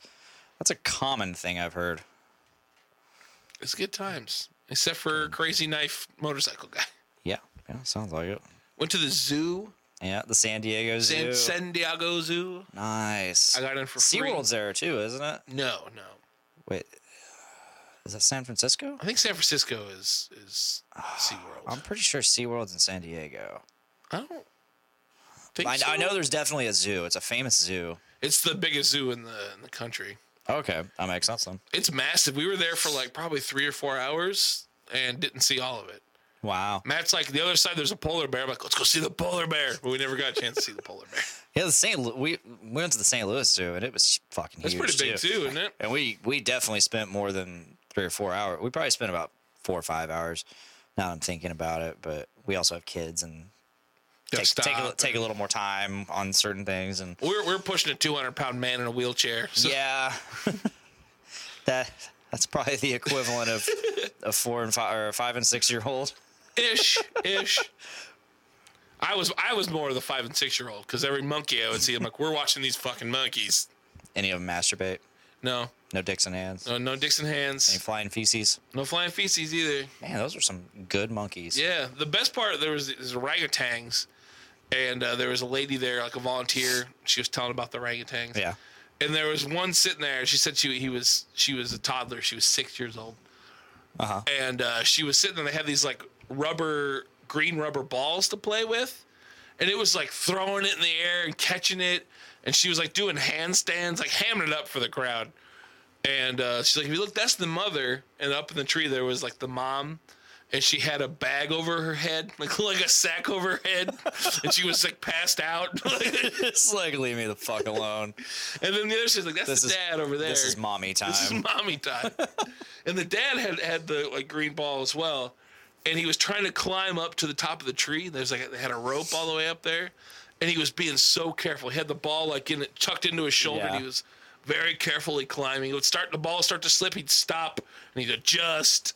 Speaker 7: that's a common thing I've heard.
Speaker 8: It's good times, except for crazy knife motorcycle guy.
Speaker 7: Yeah, yeah, sounds like it.
Speaker 8: Went to the zoo,
Speaker 7: Yeah, the San Diego Zoo.
Speaker 8: San, San Diego Zoo.
Speaker 7: nice.
Speaker 8: I got in for free.
Speaker 7: SeaWorld's there too, isn't it?
Speaker 8: No, no.
Speaker 7: Wait, is that San Francisco?
Speaker 8: I think San Francisco is is SeaWorld.
Speaker 7: I'm pretty sure SeaWorld's in San Diego.
Speaker 8: I don't think
Speaker 7: I,
Speaker 8: so.
Speaker 7: I know there's definitely a zoo. It's a famous zoo.
Speaker 8: it's the biggest zoo in the in the country.
Speaker 7: Okay, that makes sense then.
Speaker 8: It's massive. We were there for like probably three or four hours and didn't see all of it.
Speaker 7: Wow.
Speaker 8: Matt's like the other side. There's a polar bear. I'm like, let's go see the polar bear. But we never got a chance to see the polar bear.
Speaker 7: Yeah, the St. Lu- we we went to the St. Louis Zoo and it was fucking
Speaker 8: That's
Speaker 7: huge
Speaker 8: pretty big
Speaker 7: too.
Speaker 8: too, isn't it?
Speaker 7: And we we definitely spent more than three or four hours. We probably spent about four or five hours. Now that I'm thinking about it, but we also have kids and
Speaker 8: Gotta
Speaker 7: take, take, a,
Speaker 8: stop.
Speaker 7: take a little more time on certain things and
Speaker 8: We're we're pushing a 200 pound man in a wheelchair. So
Speaker 7: yeah that that's probably the equivalent of a four and five or a five and six year old
Speaker 8: ish ish. I was I was more of the five and six year old because every monkey I would see, I'm like, we're watching these fucking monkeys.
Speaker 7: any of them masturbate
Speaker 8: No,
Speaker 7: no dicks in hands
Speaker 8: no, no dicks in hands.
Speaker 7: any flying feces
Speaker 8: No flying feces either.
Speaker 7: man those are some good monkeys
Speaker 8: Yeah, the best part there was is orangutans, and uh, there was a lady there, like a volunteer. She was telling about the orangutans.
Speaker 7: yeah
Speaker 8: And there was one sitting there. She said she he was she was a toddler. She was six years old. Uh-huh. And uh, she was sitting there. They had these like rubber green rubber balls to play with, and it was like throwing it in the air and catching it. And she was like doing handstands, like hamming it up for the crowd. And uh, she's like, if you look, that's the mother. And up in the tree there was like the mom. And she had a bag over her head, like like a sack over her head, and she was like passed out.
Speaker 7: it's like leave me the fuck alone
Speaker 8: and then the other she's like, "That's
Speaker 7: This
Speaker 8: the
Speaker 7: is-
Speaker 8: dad over there."
Speaker 7: this is mommy time
Speaker 8: This is mommy time. and the dad had had the like green ball as well, and he was trying to climb up to the top of the tree. There's like they had a rope all the way up there, and he was being so careful. He had the ball like in it tucked into his shoulder. And
Speaker 7: Yeah.
Speaker 8: he was very carefully climbing. He would start the ball would start to slip. He'd stop and he'd adjust.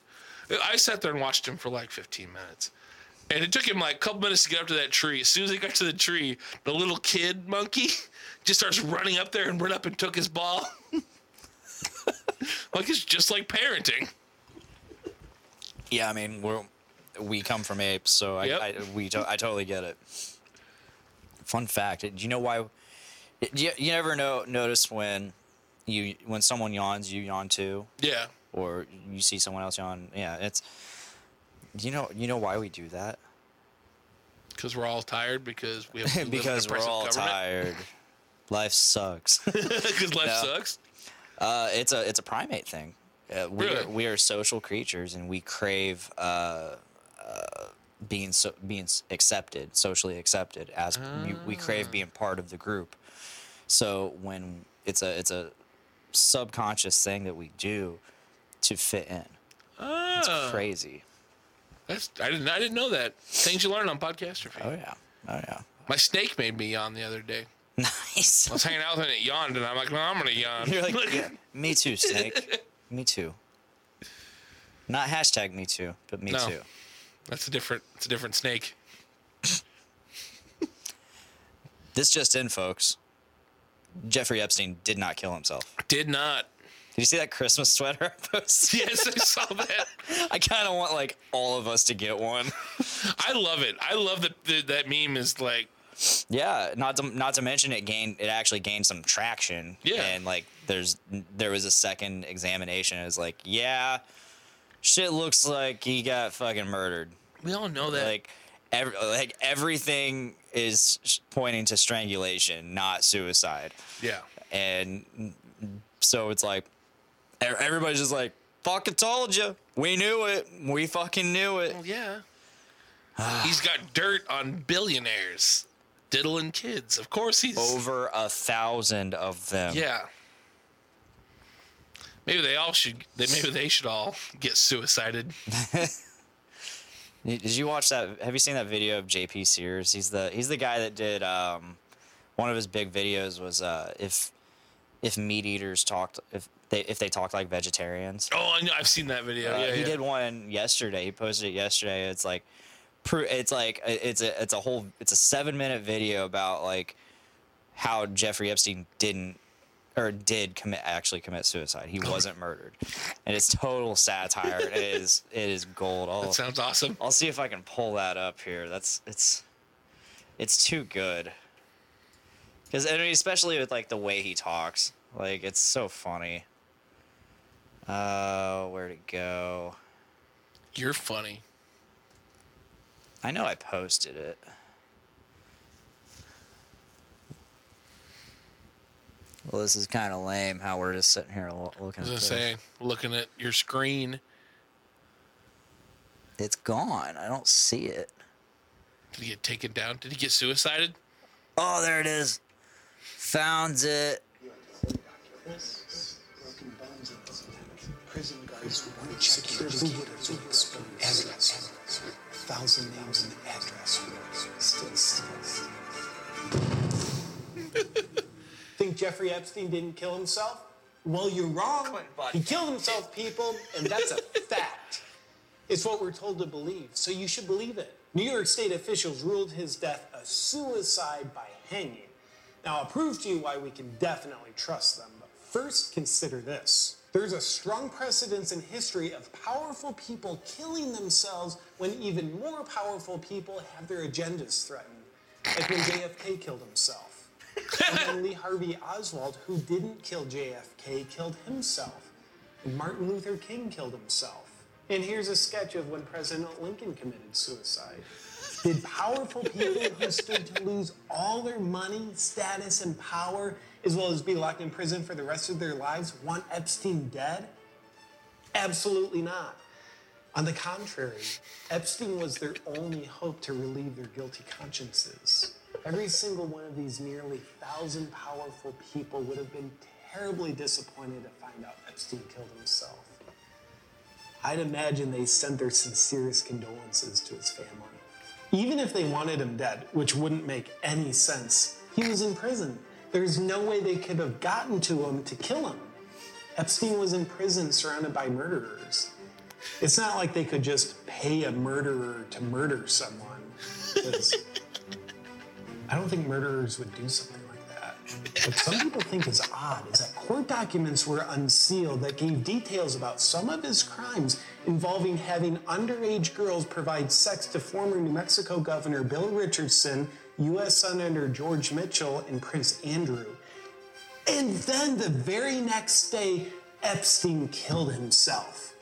Speaker 8: I sat there and watched him for like 15 minutes. And it took him like a couple minutes to get up to that tree. As soon as he got to the tree, the little kid monkey just starts running up there and ran up and took his ball. like it's just like parenting.
Speaker 7: yeah i mean we're we come from apes so i,
Speaker 8: Yep.
Speaker 7: I we to, i totally get it fun fact do you know why do you, you never know notice when you when someone yawns you yawn too
Speaker 8: Yeah.
Speaker 7: or you see someone else yawn yeah it's you know you know why we do that
Speaker 8: Because we're all tired because we have to live in a
Speaker 7: because we're
Speaker 8: depressive
Speaker 7: all
Speaker 8: government.
Speaker 7: tired life sucks
Speaker 8: Because life
Speaker 7: No.
Speaker 8: sucks.
Speaker 7: Uh, it's a it's a primate thing. Uh, we
Speaker 8: Really?
Speaker 7: are, we are social creatures, and we crave uh, uh, being so, being s- accepted, socially accepted.
Speaker 8: Ah.
Speaker 7: As we, we crave being part of the group. So when it's a it's a subconscious thing that we do to fit in.
Speaker 8: Oh,
Speaker 7: Crazy.
Speaker 8: that's I didn't I didn't know that. Things you learn on podcast
Speaker 7: Oh yeah. Oh yeah.
Speaker 8: My snake made me yawn the other day.
Speaker 7: Nice.
Speaker 8: I was hanging out with it and it yawned, and I'm like, well, I'm gonna yawn.
Speaker 7: You're like, yeah, me too, snake. Me too. Not hashtag me too, but me
Speaker 8: No.
Speaker 7: too.
Speaker 8: that's a different, it's a different snake.
Speaker 7: This just in, folks. Jeffrey Epstein did not kill himself.
Speaker 8: Did not.
Speaker 7: Did you see that Christmas sweater I posted?
Speaker 8: Yes, I saw that.
Speaker 7: I kind of want like all of us to get one.
Speaker 8: I love it. I love that that, that meme is like,
Speaker 7: Yeah, not to not to mention it gained it actually gained some traction.
Speaker 8: Yeah.
Speaker 7: and like there's there was a second examination. It was like, yeah, shit looks like he got fucking murdered.
Speaker 8: we all know that.
Speaker 7: Like, every, like everything is sh- pointing to strangulation, not suicide.
Speaker 8: yeah.
Speaker 7: And so it's like e- everybody's just like, fucking told you, we knew it, we fucking knew it.
Speaker 8: Well, yeah. he's got dirt on billionaires, diddling kids. Of course he's.
Speaker 7: Over a thousand of them.
Speaker 8: Yeah. Maybe they all should. They maybe they should all get suicided.
Speaker 7: Did you watch that? Have you seen that video of JP Sears? He's the he's the guy that did um, one of his big videos was uh, if if meat eaters talked if they if they talked like vegetarians.
Speaker 8: Oh, I know. I've seen that video.
Speaker 7: Uh,
Speaker 8: yeah,
Speaker 7: he
Speaker 8: yeah.
Speaker 7: did one yesterday. He posted it yesterday. It's like, pro- it's like uh, it's a it's a whole it's a seven minute video about like how Jeffrey Epstein didn't or did commit actually commit suicide. He wasn't murdered, and it's total satire. it is it is gold. All
Speaker 8: That sounds awesome.
Speaker 7: I'll see if I can pull that up here. That's it's it's too good. Cause I mean, especially with like the way he talks, like it's so funny. Uh, where'd it go?
Speaker 8: You're funny.
Speaker 7: I know I posted it. Well, this is kind of lame how we're just sitting here lo- looking
Speaker 8: I
Speaker 7: at
Speaker 8: was gonna
Speaker 7: this.
Speaker 8: say, looking at your screen,
Speaker 7: It's gone. I don't see it.
Speaker 8: did he get taken down? Did he get suicided?
Speaker 7: Oh, there it is. Found it.
Speaker 3: Prison guards want to check your food evidence. Thousand names and address. Still, still.
Speaker 9: Think Jeffrey Epstein didn't kill himself? Well, you're wrong. He killed himself, people, and that's a fact. It's what we're told to believe, so you should believe it. New York State officials ruled his death a suicide by hanging. Now, I'll prove to you why we can definitely trust them, but first consider this. There's a strong precedence in history of powerful people killing themselves when even more powerful people have their agendas threatened, like when JFK killed himself. And then Lee Harvey Oswald, who didn't kill JFK, killed himself. And Martin Luther King killed himself. And here's a sketch of when President Lincoln committed suicide. Did powerful people who stood to lose all their money, status, and power, as well as be locked in prison for the rest of their lives, want Epstein dead? Absolutely not. On the contrary, Epstein was their only hope to relieve their guilty consciences. Every single one of these nearly thousand powerful people would have been terribly disappointed to find out Epstein killed himself. I'd imagine they sent their sincerest condolences to his family. Even if they wanted him dead, which wouldn't make any sense, he was in prison. There's no way they could have gotten to him to kill him. Epstein was in prison surrounded by murderers. It's not like they could just pay a murderer to murder someone. 'cause I don't think murderers would do something like that. What some people think is odd is that court documents were unsealed that gave details about some of his crimes involving having underage girls provide sex to former New Mexico Governor Bill Richardson, U.S. Senator George Mitchell, and Prince Andrew. And then the very next day, Epstein killed himself.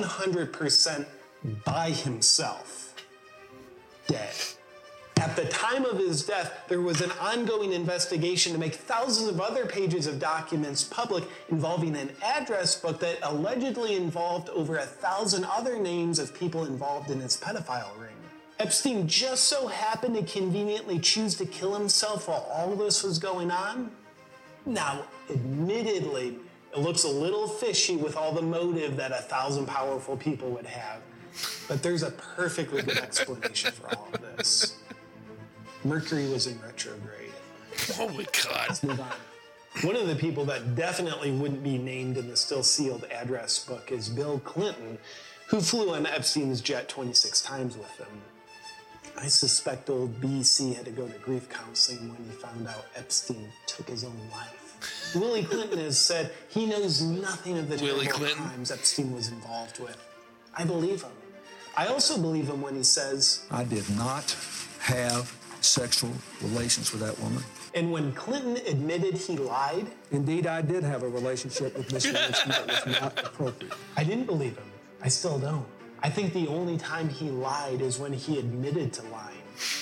Speaker 9: 100% by himself. Dead. At the time of his death, there was an ongoing investigation to make thousands of other pages of documents public involving an address book that allegedly involved over a thousand other names of people involved in his pedophile ring. Epstein just so happened to conveniently choose to kill himself while all this was going on, Now, admittedly, it looks a little fishy with all the motive that a thousand powerful people would have, but there's a perfectly good explanation for all of this. Mercury was in retrograde.
Speaker 8: Oh my god.
Speaker 9: Move on. One of the people that definitely wouldn't be named in the still sealed address book is Bill Clinton, who flew on Epstein's jet 26 times with them. I suspect old BC had to go to grief counseling when he found out Epstein took his own life. Willie Clinton has said he knows nothing of the
Speaker 8: Willie
Speaker 9: terrible
Speaker 8: Clinton.
Speaker 9: crimes Epstein was involved with. I believe him. I also believe him when he says
Speaker 5: I did not have sexual relations with that woman.
Speaker 9: And when Clinton admitted he lied,
Speaker 5: Indeed, I did have a relationship with Miss Lewinsky that was not appropriate.
Speaker 9: I didn't believe him. I still don't. I think the only time he lied is when he admitted to lying.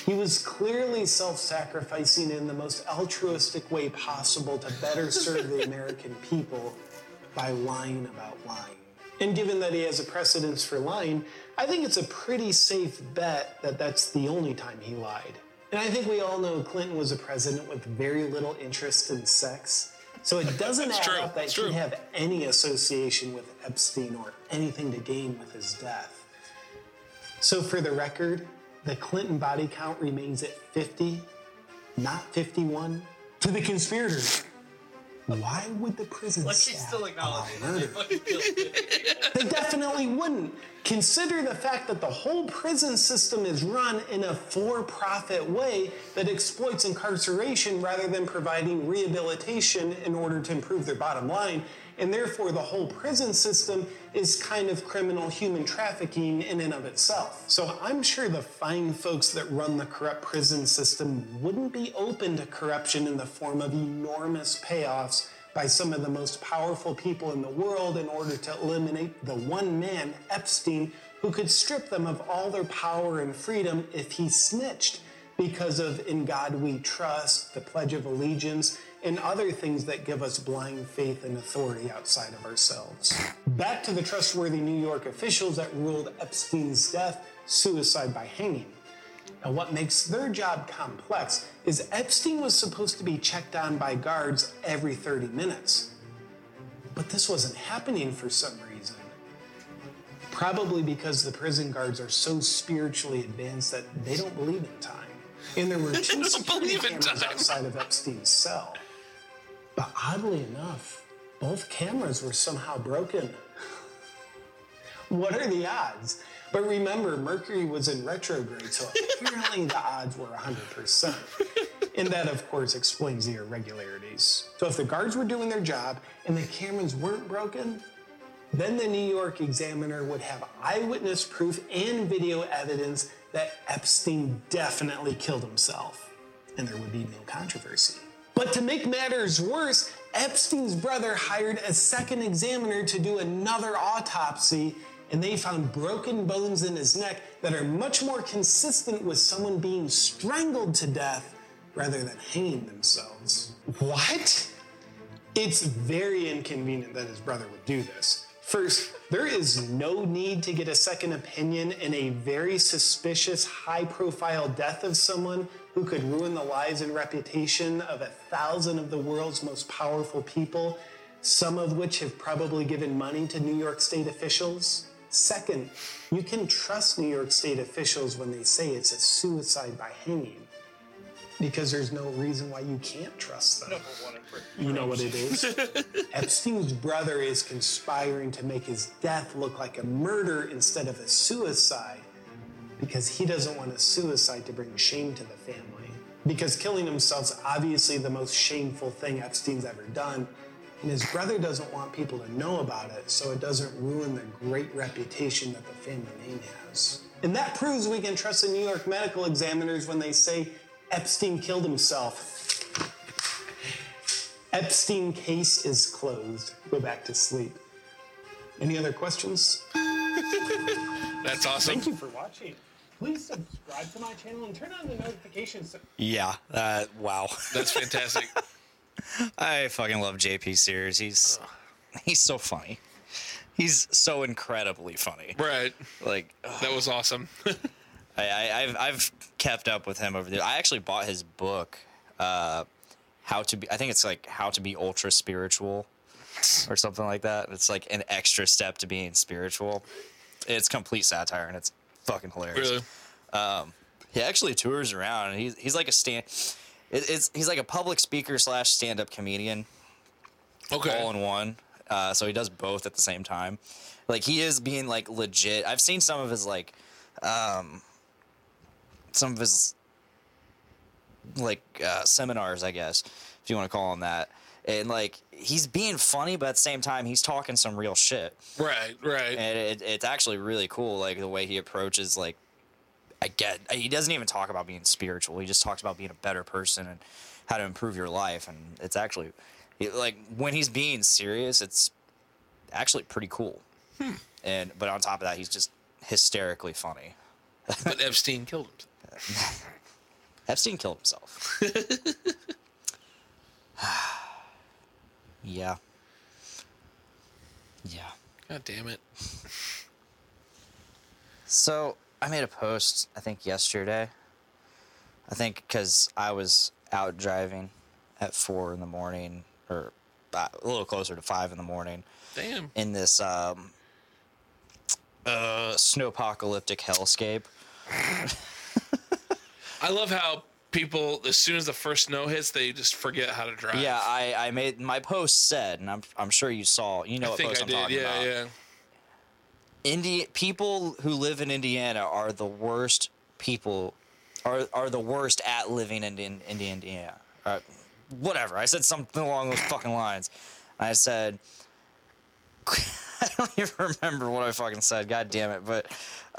Speaker 9: He was clearly self sacrificing in the most altruistic way possible to better serve the American people by lying about lying. And given that he has a precedence for lying, I think it's a pretty safe bet that that's the only time he lied. And I think we all know Clinton was a president with very little interest in sex. So it doesn't add
Speaker 8: true.
Speaker 9: up that
Speaker 8: It's
Speaker 9: he
Speaker 8: true.
Speaker 9: have any association with Epstein or anything to gain with his death. So, for the record, the Clinton body count remains at 50, not 51. To the conspirators, why would the prison
Speaker 6: Like
Speaker 9: staff
Speaker 6: she's still acknowledging
Speaker 9: allow
Speaker 6: that they
Speaker 9: murder?
Speaker 6: fucking killed people.
Speaker 9: They definitely wouldn't. Consider the fact that the whole prison system is run in a for profit way that exploits incarceration rather than providing rehabilitation in order to improve their bottom line. And therefore, the whole prison system is kind of criminal human trafficking in and of itself. So I'm sure the fine folks that run the corrupt prison system wouldn't be open to corruption in the form of enormous payoffs by some of the most powerful people in the world in order to eliminate the one man, Epstein, who could strip them of all their power and freedom if he snitched because of In God We Trust, the Pledge of Allegiance, and other things that give us blind faith and authority outside of ourselves. Back to the trustworthy New York officials that ruled Epstein's death suicide by hanging. Now, what makes their job complex is Epstein was supposed to be checked on by guards every 30 minutes. But this wasn't happening for some reason. Probably because the prison guards are so spiritually advanced that they don't believe in time. And there were two security
Speaker 8: believe in
Speaker 9: cameras
Speaker 8: time.
Speaker 9: outside of Epstein's cell. But oddly enough, both cameras were somehow broken. What are the odds? But remember, Mercury was in retrograde, so apparently the odds were 100%. And that, of course, explains the irregularities. So if the guards were doing their job and the cameras weren't broken, then the New York Examiner would have eyewitness proof and video evidence that Epstein definitely killed himself, and there would be no controversy. But to make matters worse, Epstein's brother hired a second examiner to do another autopsy, and they found broken bones in his neck that are much more consistent with someone being strangled to death rather than hanging themselves. What? It's very inconvenient that his brother would do this. First, there is no need to get a second opinion in a very suspicious, high profile death of someone who could ruin the lives and reputation of a thousand of the world's most powerful people, some of which have probably given money to New York state officials. Second, you can trust New York state officials when they say it's a suicide by hanging because there's no reason why you can't trust them. You know what it is? Epstein's brother is conspiring to make his death look like a murder instead of a suicide because he doesn't want a suicide to bring shame to the family. Because killing himself's obviously the most shameful thing Epstein's ever done, and his brother doesn't want people to know about it so it doesn't ruin the great reputation that the family name has. And that proves we can trust the New York medical examiners when they say Epstein killed himself. Epstein case is closed. Go back to sleep. Any other questions?
Speaker 8: That's awesome.
Speaker 9: Thank you for
Speaker 6: Watching. Please subscribe to my channel and turn on the notifications. So-
Speaker 7: Yeah. Uh, wow.
Speaker 8: That's fantastic.
Speaker 7: I fucking love JP Sears. He's he's so funny. He's so incredibly funny.
Speaker 8: right.
Speaker 7: Like ugh,
Speaker 8: That was awesome.
Speaker 7: I, I, I've I've kept up with him over the. I actually bought his book, uh, how to be. I think it's like how to be ultra spiritual, or something like that. It's like an extra step to being spiritual. It's complete satire and it's fucking hilarious.
Speaker 8: Really?
Speaker 7: Um, he actually tours around. And he's he's like a stand. It, it's he's like a public speaker slash stand up comedian
Speaker 8: Okay.
Speaker 7: all in one. Uh, so he does both at the same time. Like he is being like legit. I've seen some of his like, um, some of his like uh, seminars, I guess, if you want to call him that. And like he's being funny, but at the same time he's talking some real shit.
Speaker 8: right, right.
Speaker 7: And it, it's actually really cool, like the way he approaches like. I get. He doesn't even talk about being spiritual. He just talks about being a better person and how to improve your life. And it's actually, it- like, when he's being serious, it's actually pretty cool. And but on top of that, he's just hysterically funny.
Speaker 8: but Epstein killed him.
Speaker 7: Epstein killed himself. yeah. Yeah.
Speaker 8: God damn it.
Speaker 7: So I made a post, I think yesterday. I think because I was out driving at four in the morning, or uh, a little closer to five in the morning,
Speaker 8: Damn.
Speaker 7: in this um, uh, snowpocalyptic hellscape.
Speaker 8: I love how people, as soon as the first snow hits, they just forget how to drive.
Speaker 7: Yeah, I, I made my post said, and I'm I'm sure you saw, you know
Speaker 8: I
Speaker 7: what
Speaker 8: think
Speaker 7: post
Speaker 8: I
Speaker 7: am talking
Speaker 8: did. Yeah,
Speaker 7: about.
Speaker 8: yeah.
Speaker 7: Indi- people who live in Indiana are the worst people are are the worst at living in in, in Indiana. Uh, whatever. I said something along those fucking lines. I said I don't even remember what I fucking said. God damn it! But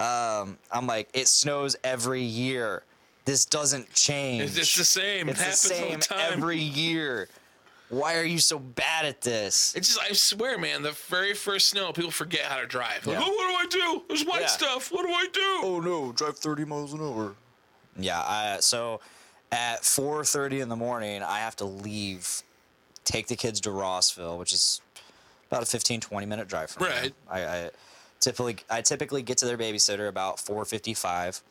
Speaker 7: um, I'm like, it snows every year. This doesn't change.
Speaker 8: It's, it's the same.
Speaker 7: It's
Speaker 8: it
Speaker 7: the
Speaker 8: happens all
Speaker 7: same
Speaker 8: the time.
Speaker 7: every year. Why are you so bad at this?
Speaker 8: It's just, I swear, man, the very first snow, people forget how to drive. Like,
Speaker 7: Yeah.
Speaker 8: oh, what do I do? There's white
Speaker 7: Yeah. Oh.
Speaker 8: stuff. What do I do?
Speaker 7: no, drive 30 miles an hour. Yeah, I, so at 4:30 in the morning, I have to leave, take the kids to Rossville, which is about a 15 20 minute drive from here.
Speaker 8: Right.
Speaker 7: I, I typically I typically get to their babysitter about 4:55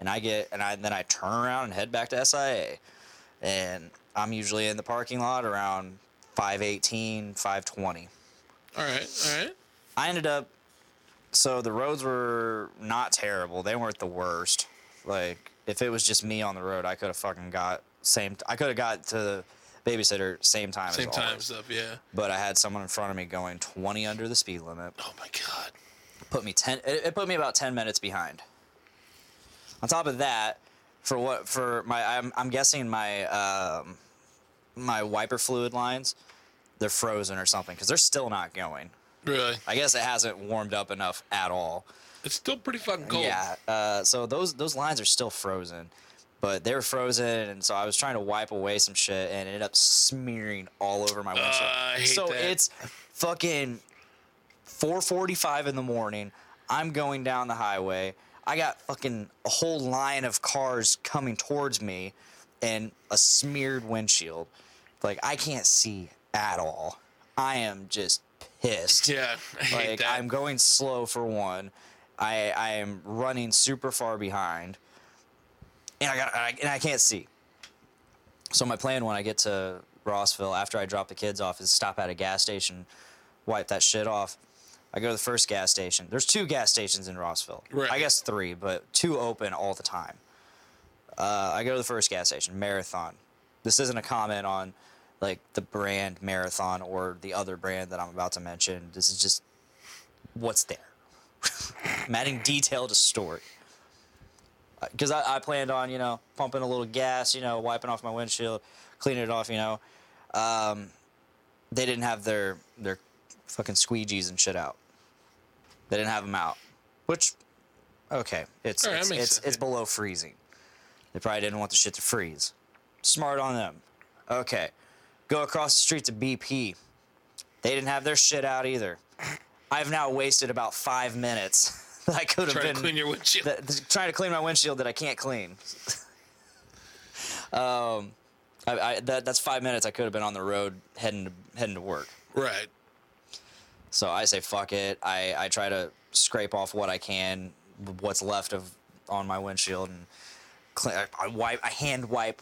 Speaker 7: and I get and I then I turn around and head back to SIA. And I'm usually in the parking lot around 5:18, 5:20.
Speaker 8: All right, all right.
Speaker 7: I ended up so the roads were not terrible. They weren't the worst. Like if it was just me on the road, I could have fucking got same I could have got to the babysitter same time
Speaker 8: Same
Speaker 7: as
Speaker 8: time
Speaker 7: always.
Speaker 8: stuff, yeah.
Speaker 7: But I had someone in front of me going 20 under the speed limit.
Speaker 8: Oh, my God.
Speaker 7: Put me 10 it, it put me about 10 minutes behind. On top of that, for what for my I'm I'm guessing my um my wiper fluid lines they're frozen or something cuz they're still not going.
Speaker 8: Really?
Speaker 7: I guess it hasn't warmed up enough at all.
Speaker 8: It's still pretty fucking cold.
Speaker 7: Yeah. Uh, so those those lines are still frozen, but they were frozen, and so I was trying to wipe away some shit, and it ended up smearing all over my windshield.
Speaker 8: Ah, I hate
Speaker 7: so
Speaker 8: that.
Speaker 7: it's fucking 4:45 in the morning. I'm going down the highway. I got fucking a whole line of cars coming towards me, and a smeared windshield. Like I can't see at all. I am just pissed.
Speaker 8: Yeah, I hate
Speaker 7: Like
Speaker 8: that.
Speaker 7: I'm going slow for one. I I am running super far behind, and I got I, and I can't see. So my plan when I get to Rossville after I drop the kids off is stop at a gas station, wipe that shit off. I go to the first gas station. There's two gas stations in Rossville.
Speaker 8: Right.
Speaker 7: I guess three, but two open all the time. Uh, I go to the first gas station, Marathon. This isn't a comment on like the brand Marathon or the other brand that I'm about to mention. This is just what's there. I'm adding detail to story. Because I, I planned on, you know, pumping a little gas, you know, wiping off my windshield, cleaning it off, you know. Um, they didn't have their their fucking squeegees and shit out. They didn't have them out, which, okay, it's
Speaker 8: Alright, that
Speaker 7: it's
Speaker 8: makes
Speaker 7: it's,
Speaker 8: sense,
Speaker 7: it's
Speaker 8: yeah.
Speaker 7: below freezing. They probably didn't want the shit to freeze. Smart on them. Okay, go across the street to BP. They didn't have their shit out either. I've now wasted about five minutes that I could have
Speaker 8: Try
Speaker 7: been
Speaker 8: to clean your windshield.
Speaker 7: that, th- trying to clean my windshield that I can't clean. um, I, I, that, that's five minutes I could have been on the road heading to, heading to work.
Speaker 8: right.
Speaker 7: So I say fuck it. I, I try to scrape off what I can, what's left of on my windshield, and clean, I, I wipe. I hand wipe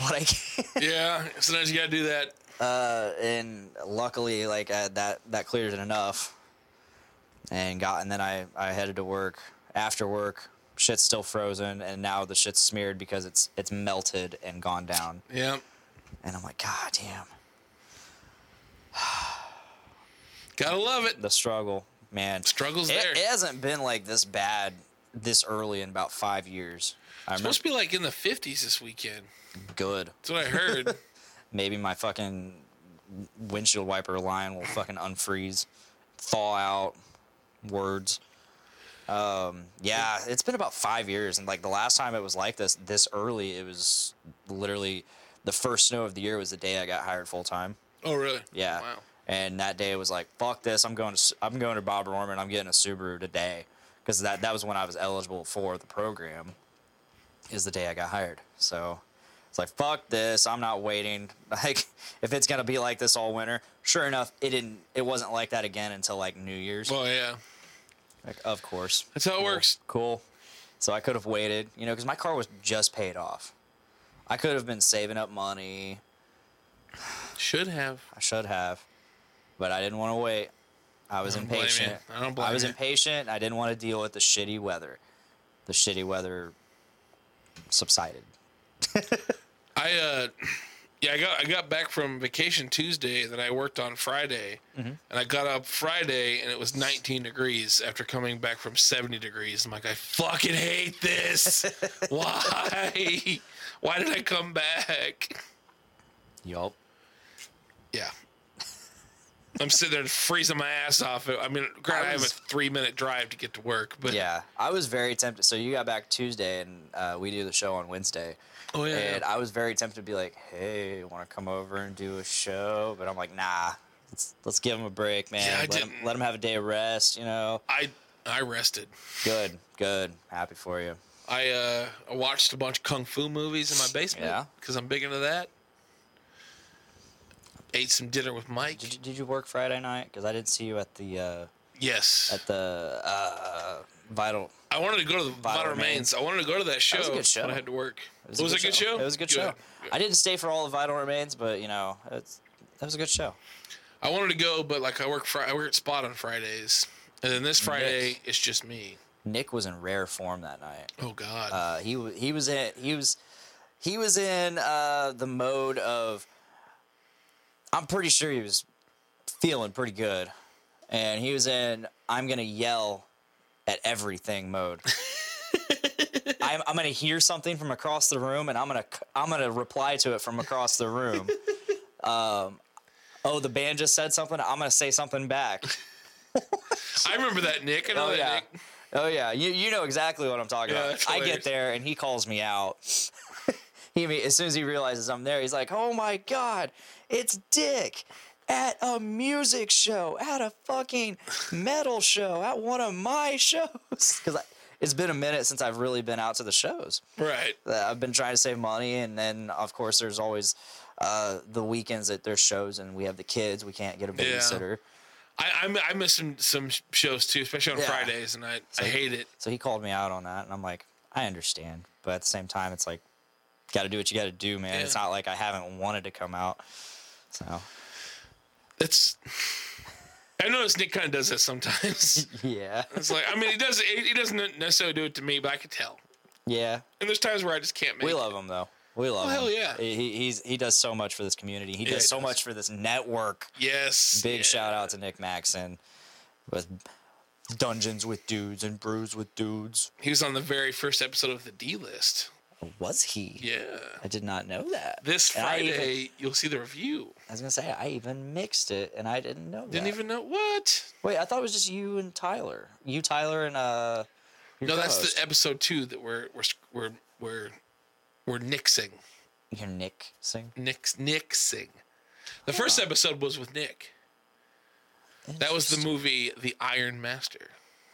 Speaker 7: what I can.
Speaker 8: Yeah, sometimes you gotta do that.
Speaker 7: Uh, and luckily, like I, that that cleared it enough, and got and then I I headed to work. After work, shit's still frozen, and now the shit's smeared because it's it's melted and gone down.
Speaker 8: Yeah,
Speaker 7: And I'm like, God damn,
Speaker 8: gotta love it.
Speaker 7: the struggle, man.
Speaker 8: Struggle's
Speaker 7: it,
Speaker 8: there.
Speaker 7: It hasn't been like this bad this early in about five years. I remember
Speaker 8: It's supposed to be like in the 50s this weekend.
Speaker 7: good.
Speaker 8: That's what I heard.
Speaker 7: maybe my fucking windshield wiper line will fucking unfreeze, thaw out words. Um, yeah, it's been about five years, and like the last time it was like this this early, it was literally the first snow of the year was the day I got hired full time.
Speaker 8: oh, really?
Speaker 7: Yeah,
Speaker 8: Wow.
Speaker 7: and that day was like fuck this. I'm going to S- I'm going to Bob Orman. I'm getting a Subaru today because that that was when I was eligible for the program. Is the day I got hired. So it's like fuck this. I'm not waiting. Like if it's gonna be like this all winter. Sure enough, it didn't. It wasn't like that again until like New Year's.
Speaker 8: Well, yeah.
Speaker 7: Like, of course.
Speaker 8: That's how it
Speaker 7: Cool.
Speaker 8: works.
Speaker 7: Cool. So I could have waited, you know, because my car was just paid off. I could have been saving up money.
Speaker 8: Should have.
Speaker 7: I should have, but I didn't want to wait. I was
Speaker 8: don't blame you.
Speaker 7: impatient.
Speaker 8: I don't blame
Speaker 7: was
Speaker 8: you.
Speaker 7: impatient. I didn't want to deal with the shitty weather. The shitty weather subsided.
Speaker 8: I uh yeah, I got I got back from vacation Tuesday that I worked on Friday.
Speaker 7: Mm-hmm.
Speaker 8: And I got up Friday and it was 19 degrees after coming back from 70 degrees. I'm like I fucking hate this. Why? Why did I come back?
Speaker 7: Yup.
Speaker 8: Yeah. I'm sitting there freezing my ass off. I mean, granted, I, have
Speaker 7: was-
Speaker 8: a three minute drive to get to work, but
Speaker 7: Yeah, I was very tempted. So you got back Tuesday, and uh, we do the show on Wednesday.
Speaker 8: Oh, yeah,
Speaker 7: And
Speaker 8: yeah.
Speaker 7: I was very tempted to be like, "Hey, want to come over and do a show?" But I'm like, "Nah, let's let's give him a break, man.
Speaker 8: Yeah, I
Speaker 7: let him
Speaker 8: didn't-
Speaker 7: let him have a day of rest. You know,
Speaker 8: I I rested.
Speaker 7: good, good, happy for you.
Speaker 8: I uh I watched a bunch of kung fu movies in my
Speaker 7: Yeah.
Speaker 8: basement because I'm big into that. Ate some dinner with Mike.
Speaker 7: Did you, did you work Friday night? Because I didn't see you at the uh,
Speaker 8: yes,
Speaker 7: at the uh, vital.
Speaker 8: I wanted to go to the Vital,
Speaker 7: Vital
Speaker 8: Remains.
Speaker 7: Remains.
Speaker 8: I wanted to go to that show.
Speaker 7: was a good show.
Speaker 8: But I had to work. It was, a good show.
Speaker 7: It was a good, show.
Speaker 8: Good.
Speaker 7: I didn't stay for all the vital remains, but you know, it's, that was a good show.
Speaker 8: I wanted to go, but like I work Friday, I work at Spot on Fridays, and then this Friday it's just me.
Speaker 7: Nick was in rare form that night.
Speaker 8: Oh God.
Speaker 7: Uh, he wa- he was in he was he was in uh, the mode of. I'm pretty sure he was feeling pretty good, and he was in I'm gonna yell at everything mode. I'm, I'm gonna hear something from across the room, and I'm gonna c- I'm gonna reply to it from across the room. Um, oh, the band just said something. I'm gonna say something back.
Speaker 8: I remember that Nick. I know
Speaker 7: Oh
Speaker 8: that
Speaker 7: yeah.
Speaker 8: Nick.
Speaker 7: Oh yeah. You you know exactly what I'm talking
Speaker 8: Yeah,
Speaker 7: about.
Speaker 8: that's
Speaker 7: I
Speaker 8: hilarious.
Speaker 7: get there and he calls me out. he imme- as soon as he realizes I'm there, he's like, "Oh my god, it's Dick." At a music show, at a fucking metal show, at one of my shows. Because it's been a minute since I've really been out to the shows.
Speaker 8: Right.
Speaker 7: Uh, I've been trying to save money, and then of course there's always uh, the weekends that there's shows, and we have the kids. We can't get a babysitter.
Speaker 8: I I, mi- I miss some some shows too, especially on
Speaker 7: Yeah.
Speaker 8: Fridays, and I, I hate it.
Speaker 7: So he called me out on that, and I'm like, I understand, but at the same time, it's like, got to do what you got to do, man. It's
Speaker 8: Yeah.
Speaker 7: not like I haven't wanted to come out. So
Speaker 8: That's. I notice Nick kind of does that sometimes.
Speaker 7: yeah,
Speaker 8: It's like I mean, he does. He, he doesn't necessarily do it to me, but I can tell.
Speaker 7: yeah,
Speaker 8: And there's times where I just can't make.
Speaker 7: we love him though. We love
Speaker 8: Oh, hell
Speaker 7: him.
Speaker 8: yeah.
Speaker 7: He- He he's he does so much for this community. He does
Speaker 8: he
Speaker 7: so
Speaker 8: does.
Speaker 7: much for this network.
Speaker 8: it. Yes.
Speaker 7: Big
Speaker 8: yeah.
Speaker 7: shout out to Nick Maxon with Dungeons with Dudes and Brews with Dudes.
Speaker 8: He was on the very first episode of the D List.
Speaker 7: Was he?
Speaker 8: Yeah.
Speaker 7: I did not know that.
Speaker 8: This
Speaker 7: And I even-
Speaker 8: Friday, you'll see the review.
Speaker 7: I, was gonna say I even mixed it, and I didn't know.
Speaker 8: Didn't
Speaker 7: that.
Speaker 8: even know what.
Speaker 7: Wait, I thought it was just you and Tyler. You, Tyler, and uh. your
Speaker 8: No, that's
Speaker 7: co-host.
Speaker 8: the episode two that we're we're we're we're we're nixing.
Speaker 7: Your Nick sing.
Speaker 8: Nix nixing. The first episode was with Nick. That was the movie The Iron Master.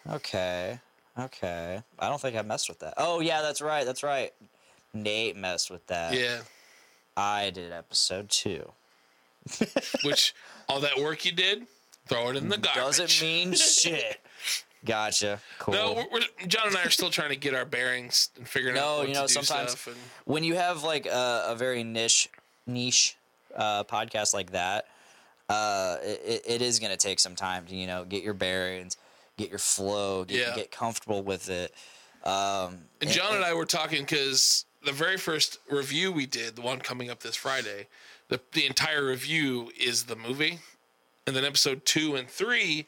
Speaker 7: Okay, okay. I don't think I messed with that. Oh yeah, that's right. That's right. Nate messed with that.
Speaker 8: Yeah.
Speaker 7: I did episode two.
Speaker 8: Which all that work you did, throw it in the garbage.
Speaker 7: Doesn't mean shit. Gotcha. Cool.
Speaker 8: No, we're, we're, John and I are still trying to get our bearings and figuring out.
Speaker 7: No,
Speaker 8: what
Speaker 7: you
Speaker 8: to
Speaker 7: know,
Speaker 8: do
Speaker 7: sometimes
Speaker 8: stuff and-
Speaker 7: when you have like a, a very niche niche uh, podcast like that, uh, it, it is going to take some time to you know get your bearings, get your flow, get,
Speaker 8: Yeah.
Speaker 7: get comfortable with it. Um,
Speaker 8: And John and I were talking because the very first review we did, the one coming up this Friday, the, the entire review is the movie. And then episode two and three,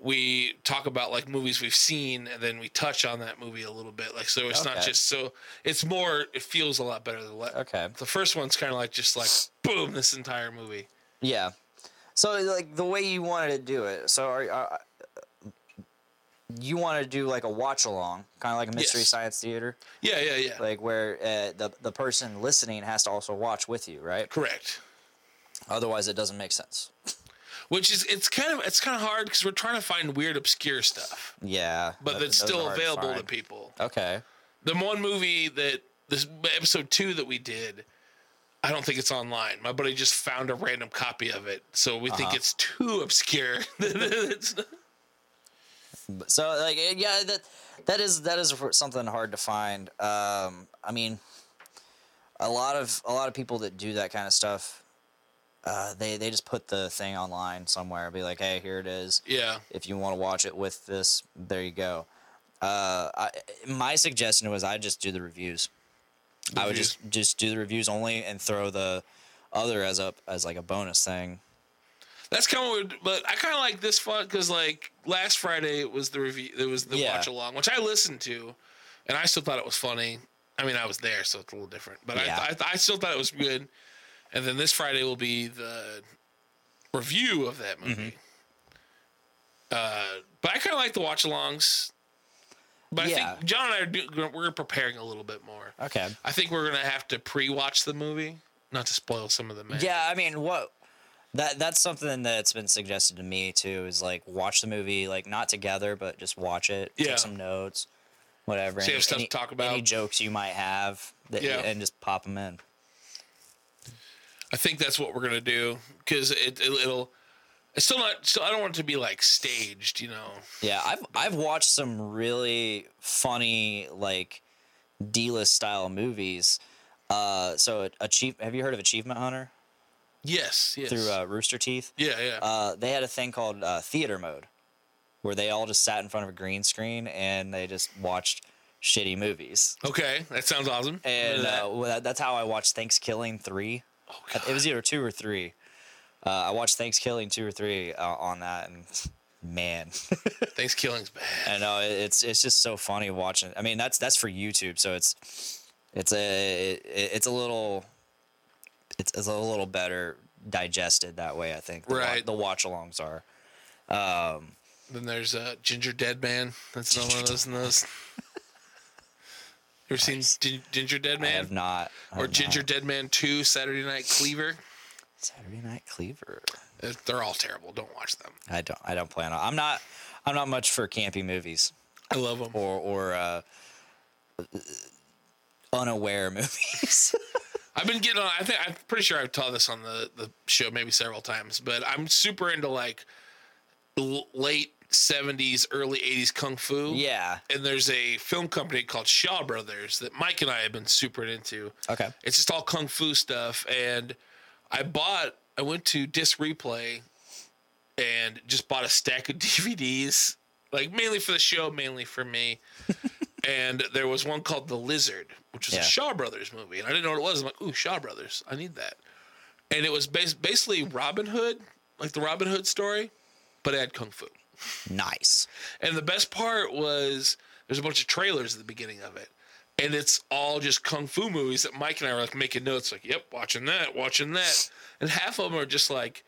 Speaker 8: we talk about like movies we've seen and then we touch on that movie a little bit. Like, so it's not
Speaker 7: Okay.
Speaker 8: just so, it's more, it feels a lot better than the le-
Speaker 7: Okay.
Speaker 8: The first one's kind of like just like, boom, this entire movie.
Speaker 7: Yeah. So like the way you wanted to do it. So are, are you want to do like a watch along, kind of like a mystery
Speaker 8: Yes.
Speaker 7: science theater,
Speaker 8: Yeah, yeah, yeah.
Speaker 7: like where uh, the the person listening has to also watch with you, right?
Speaker 8: Correct.
Speaker 7: Otherwise, it doesn't make sense.
Speaker 8: Which is, it's kind of, it's kind of hard because we're trying to find weird, obscure stuff,
Speaker 7: Yeah.
Speaker 8: but
Speaker 7: th-
Speaker 8: that's
Speaker 7: those are
Speaker 8: still
Speaker 7: hard
Speaker 8: available to
Speaker 7: find.
Speaker 8: people.
Speaker 7: Okay.
Speaker 8: the one movie that this episode two that we did i don't think it's online my buddy just found a random copy of it so we
Speaker 7: Uh-huh.
Speaker 8: think it's too obscure It's-
Speaker 7: But- So like eh, yeah, that that is that is for- something hard to find. Um, I mean, a lot of a lot of people that do that kind of stuff, uh, they they just put the thing online somewhere, be like, hey, here it is.
Speaker 8: yeah
Speaker 7: If you want to watch it with this, there you go. Uh, I, my suggestion was I just do the reviews. I would
Speaker 8: Reviews.
Speaker 7: just just do the reviews only and throw the other as up as like a bonus thing.
Speaker 8: that's kind of weird but i kind of like this fun because like last friday it was the review it was the
Speaker 7: Yeah.
Speaker 8: watch along which i listened to and i still thought it was funny i mean i was there so it's a little different but
Speaker 7: Yeah.
Speaker 8: I, I, I still thought it was good and then this friday will be the review of
Speaker 7: Mm-hmm.
Speaker 8: that movie uh, but i kind of like the watch alongs but i
Speaker 7: Yeah.
Speaker 8: think john and i are do, we're preparing a little bit more
Speaker 7: Okay.
Speaker 8: i think we're gonna have to pre-watch the movie not to spoil some of the magic.
Speaker 7: Yeah, I mean, what that that's something that's been suggested to me too is like watch the movie like not together, but just watch it,
Speaker 8: Yeah.
Speaker 7: take some notes, whatever.
Speaker 8: So you have stuff to talk about.
Speaker 7: any jokes you might have, that,
Speaker 8: Yeah.
Speaker 7: and just pop them in.
Speaker 8: I think that's what we're gonna do because it, it it'll it's still not still I don't want it to be like staged, you know.
Speaker 7: Yeah, I've I've watched some really funny like D-list style movies. Uh, so achieve. Have you heard of Achievement Hunter
Speaker 8: Yes, yes.
Speaker 7: through uh, Rooster Teeth?
Speaker 8: yeah, yeah.
Speaker 7: uh, they had a thing called uh, theater mode where they all just sat in front of a green screen and they just watched shitty movies
Speaker 8: okay, that sounds awesome.
Speaker 7: and
Speaker 8: Remember that? Oh,
Speaker 7: uh, well, that, that's how i watched thanksgiving 3 it was either 2 or 3 uh, i watched thanksgiving 2 or 3 uh, on that and man
Speaker 8: thanks killing's bad.
Speaker 7: i know it- it's it's just so funny watching i mean that's that's for youtube so it's it's a it, it's a little it's, it's a little better digested that way i think the, wa-
Speaker 8: Right.
Speaker 7: the watch alongs are
Speaker 8: Then there's uh, Ginger Dead Man. That's another one of those. And those. You ever seen Gin- Ginger Dead
Speaker 7: I
Speaker 8: Man?
Speaker 7: have not. I
Speaker 8: Or
Speaker 7: have
Speaker 8: Ginger
Speaker 7: not.
Speaker 8: Dead Man Two, Saturday Night Cleaver.
Speaker 7: Saturday Night Cleaver.
Speaker 8: Uh, They're all terrible. Don't watch them.
Speaker 7: I don't. I don't plan on. I'm not. I'm not much for campy movies
Speaker 8: I love them.
Speaker 7: or or uh, unaware movies.
Speaker 8: I've been getting on. I think I'm pretty sure I've taught this on the the show maybe several times, but I'm super into like l- late '70s, early '80s kung fu.
Speaker 7: yeah.
Speaker 8: And there's a film company called Shaw Brothers that Mike and I have been super into.
Speaker 7: Okay.
Speaker 8: It's just all kung fu stuff, and I bought. I went to Disc Replay and just bought a stack of DVDs, like mainly for the show, mainly for me. and there was one called The Lizard, which was
Speaker 7: Yeah.
Speaker 8: a Shaw Brothers movie, and I didn't know what it was. I'm like, ooh, Shaw Brothers, I need that. And it was bas- basically Robin Hood, like the Robin Hood story, but it had kung fu.
Speaker 7: Nice.
Speaker 8: And the best part was there's a bunch of trailers at the beginning of it. And it's all just kung fu movies that Mike and I were like making notes, like, yep, watching that, watching that. And half of them are just like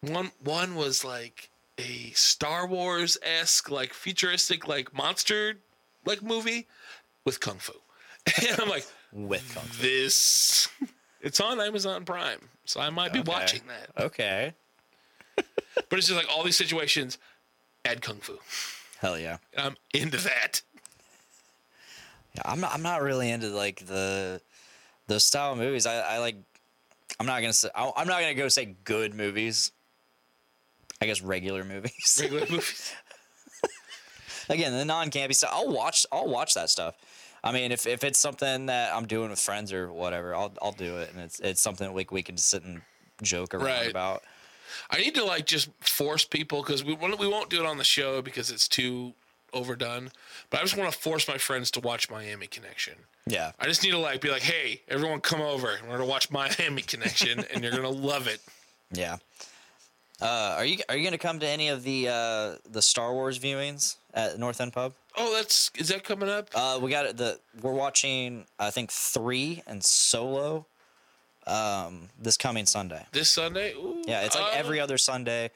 Speaker 8: one one was like a Star Wars esque, like futuristic, like monster like movie with kung fu. And I'm like,
Speaker 7: With kung fu.
Speaker 8: this it's on Amazon Prime. So I might be watching that.
Speaker 7: Okay.
Speaker 8: But it's just like all these situations add kung fu.
Speaker 7: Hell yeah.
Speaker 8: And I'm into that.
Speaker 7: Yeah, I'm not. I'm not really into like the those style of movies. I, I like. I'm not gonna say. I, I'm not gonna go say good movies. I guess regular movies.
Speaker 8: regular movies.
Speaker 7: again the non-campy stuff. I'll watch. I'll watch that stuff. I mean, if, if it's something that I'm doing with friends or whatever, I'll I'll do it, and it's it's something like we can just sit and joke around
Speaker 8: Right.
Speaker 7: about.
Speaker 8: I need to like just force people because we won't- we won't do it on the show because it's too overdone. But I just want to force my friends to watch Miami Connection.
Speaker 7: Yeah,
Speaker 8: I just need to like be like, hey, everyone, come over. We're gonna watch Miami Connection, and you're gonna love it.
Speaker 7: yeah. Uh, are you are you gonna come to any of the uh, the Star Wars viewings at North End Pub?
Speaker 8: Oh, that's is that coming up?
Speaker 7: Uh, we got the we're watching I think three and Solo, um, this coming Sunday.
Speaker 8: This Sunday? Ooh,
Speaker 7: Yeah, it's like
Speaker 8: uh,
Speaker 7: every other Sunday,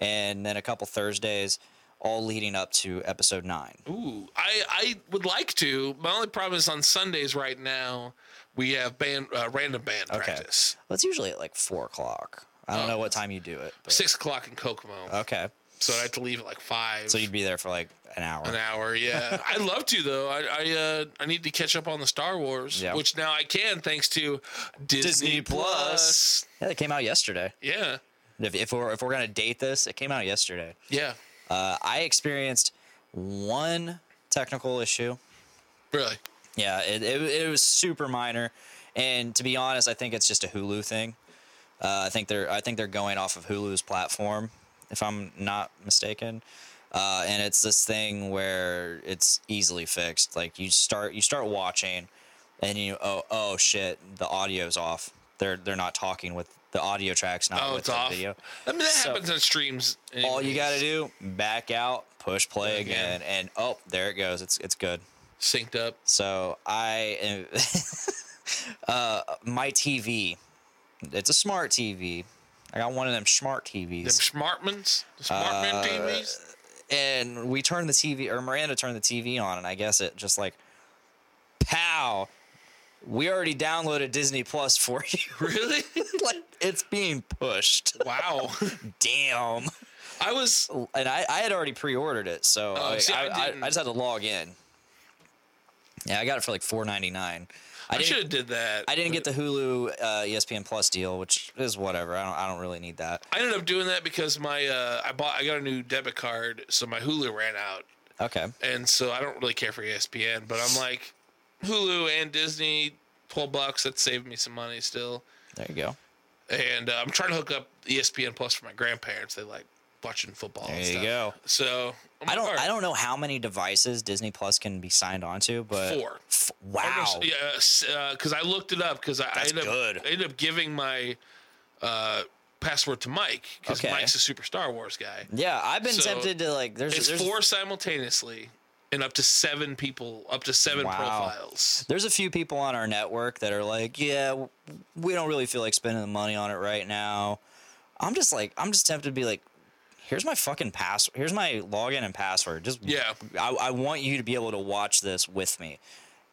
Speaker 7: and then a couple Thursdays, all leading up to episode nine.
Speaker 8: um, Ooh, I I would like to. My only problem is on Sundays right now we have band uh, random band practice
Speaker 7: Well, it's usually at like four o'clock. I don't know what time you do it. But,
Speaker 8: six o'clock in Kokomo,
Speaker 7: Okay,
Speaker 8: so I have to leave at like five.
Speaker 7: so you'd be there for like an hour.
Speaker 8: an hour. Yeah, I'd love to though. I I, uh, I need to catch up on the Star Wars,
Speaker 7: Yeah.
Speaker 8: which now I can thanks to Disney,
Speaker 7: Disney Plus.
Speaker 8: Plus.
Speaker 7: Yeah, that came out yesterday.
Speaker 8: Yeah,
Speaker 7: If, if we're if we're gonna date this, it came out yesterday.
Speaker 8: yeah,
Speaker 7: Uh, I experienced one technical issue.
Speaker 8: really.
Speaker 7: Yeah, it, it, it was super minor, and to be honest, I think it's just a Hulu thing. Uh, I think they're I think they're going off of Hulu's platform, if I'm not mistaken. Uh, and it's this thing where it's easily fixed. Like you start you start watching, and you oh oh shit, the audio's off. They're they're not talking with the audio tracks, not
Speaker 8: Oh,
Speaker 7: with
Speaker 8: it's
Speaker 7: the
Speaker 8: off.
Speaker 7: video.
Speaker 8: I mean, that
Speaker 7: So-
Speaker 8: happens on streams.
Speaker 7: All you
Speaker 8: anyways.
Speaker 7: gotta do, back out, push play
Speaker 8: again.
Speaker 7: again, and oh, there it goes. It's it's good.
Speaker 8: synced up.
Speaker 7: So I, am- uh, my TV, it's a smart TV. I got one of them smart
Speaker 8: Them
Speaker 7: TVs,
Speaker 8: Smartmans, the Smartman
Speaker 7: Uh,
Speaker 8: TVs.
Speaker 7: and we turned the TV, or Miranda turned the TV on, and I guess it just like, pow, we already downloaded Disney Plus for you.
Speaker 8: Really?
Speaker 7: like it's being pushed.
Speaker 8: wow.
Speaker 7: Damn.
Speaker 8: I was
Speaker 7: And I, I had already pre-ordered it, so
Speaker 8: Oh,
Speaker 7: like,
Speaker 8: see, I
Speaker 7: I, I, I,
Speaker 8: didn't.
Speaker 7: just had to log in. Yeah, I got it for like four ninety nine.
Speaker 8: I, should have did that.
Speaker 7: I didn't
Speaker 8: but
Speaker 7: get the Hulu uh, ESPN Plus deal, which is whatever. I don't. I don't really need that.
Speaker 8: I ended up doing that because my uh, I bought I got a new debit card, so my Hulu ran out,
Speaker 7: Okay.
Speaker 8: and so I don't really care for E ESPN. But I'm like, Hulu and Disney, twelve bucks. That saved me some money still.
Speaker 7: There you go.
Speaker 8: And uh, I'm trying to hook up ESPN Plus for my grandparents. They like watching football.
Speaker 7: There
Speaker 8: and
Speaker 7: you
Speaker 8: stuff.
Speaker 7: go.
Speaker 8: So I'm
Speaker 7: I
Speaker 8: like,
Speaker 7: don't.
Speaker 8: all right.
Speaker 7: I don't know how many devices Disney Plus can be signed onto, but
Speaker 8: Four.
Speaker 7: F-
Speaker 8: I'm
Speaker 7: wow.
Speaker 8: gonna s- Yeah, s- uh 'cause because I looked it up because I, I
Speaker 7: That's
Speaker 8: ended up
Speaker 7: good.
Speaker 8: I ended up giving my uh, password to Mike because
Speaker 7: Okay.
Speaker 8: Mike's a super Star Wars guy.
Speaker 7: Yeah, I've been
Speaker 8: So,
Speaker 7: tempted to like. There's
Speaker 8: It's
Speaker 7: there's
Speaker 8: four simultaneously and up to seven people, up to seven
Speaker 7: Wow.
Speaker 8: profiles.
Speaker 7: There's a few people on our network that are like, yeah, w- we don't really feel like spending the money on it right now. I'm just like, I'm just tempted to be like, here's my fucking password. Here's my login and password. Just
Speaker 8: Yeah.
Speaker 7: I, I want you to be able to watch this with me.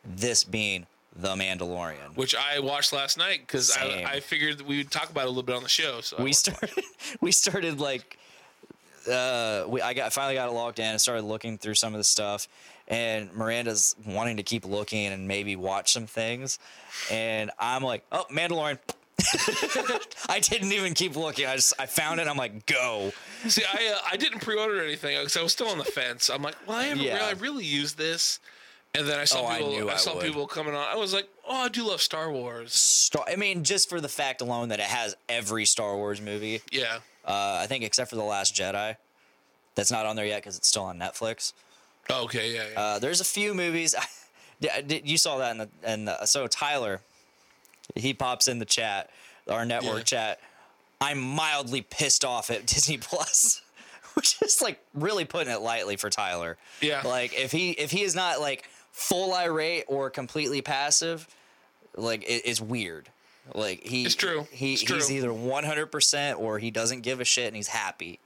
Speaker 7: This being The Mandalorian.
Speaker 8: Which I watched last night because I,
Speaker 7: Same.
Speaker 8: I figured that we would talk about it a little bit on the show. So I
Speaker 7: we
Speaker 8: watched-
Speaker 7: started we started like uh we I got finally got it logged in and started looking through some of the stuff and Miranda's wanting to keep looking and maybe watch some things and I'm like oh Mandalorian I didn't even keep looking I just I found it and I'm like go
Speaker 8: See, I uh, I didn't pre-order anything because I was still on the fence. I'm like, well, I haven't
Speaker 7: Yeah.
Speaker 8: really, I really used this. And then I saw
Speaker 7: Oh, I
Speaker 8: people,
Speaker 7: knew
Speaker 8: I,
Speaker 7: I
Speaker 8: saw
Speaker 7: would.
Speaker 8: people coming on. I was like, oh, I do love Star Wars.
Speaker 7: Star I mean just for the fact alone that it has every Star Wars movie
Speaker 8: Yeah.
Speaker 7: uh I think except for the last Jedi that's not on there yet cuz it's still on Netflix
Speaker 8: Okay. Yeah. yeah.
Speaker 7: Uh, there's a few movies. Yeah, did- you saw that in the and the, so Tyler, he pops in the chat, our network
Speaker 8: Yeah.
Speaker 7: chat. I'm mildly pissed off at Disney Plus, which is like really putting it lightly for Tyler.
Speaker 8: Yeah.
Speaker 7: Like if he if he is not like full irate or completely passive, like it, it's weird. Like he
Speaker 8: It's true.
Speaker 7: He
Speaker 8: It's
Speaker 7: he's
Speaker 8: true.
Speaker 7: either 100% or he doesn't give a shit and he's happy.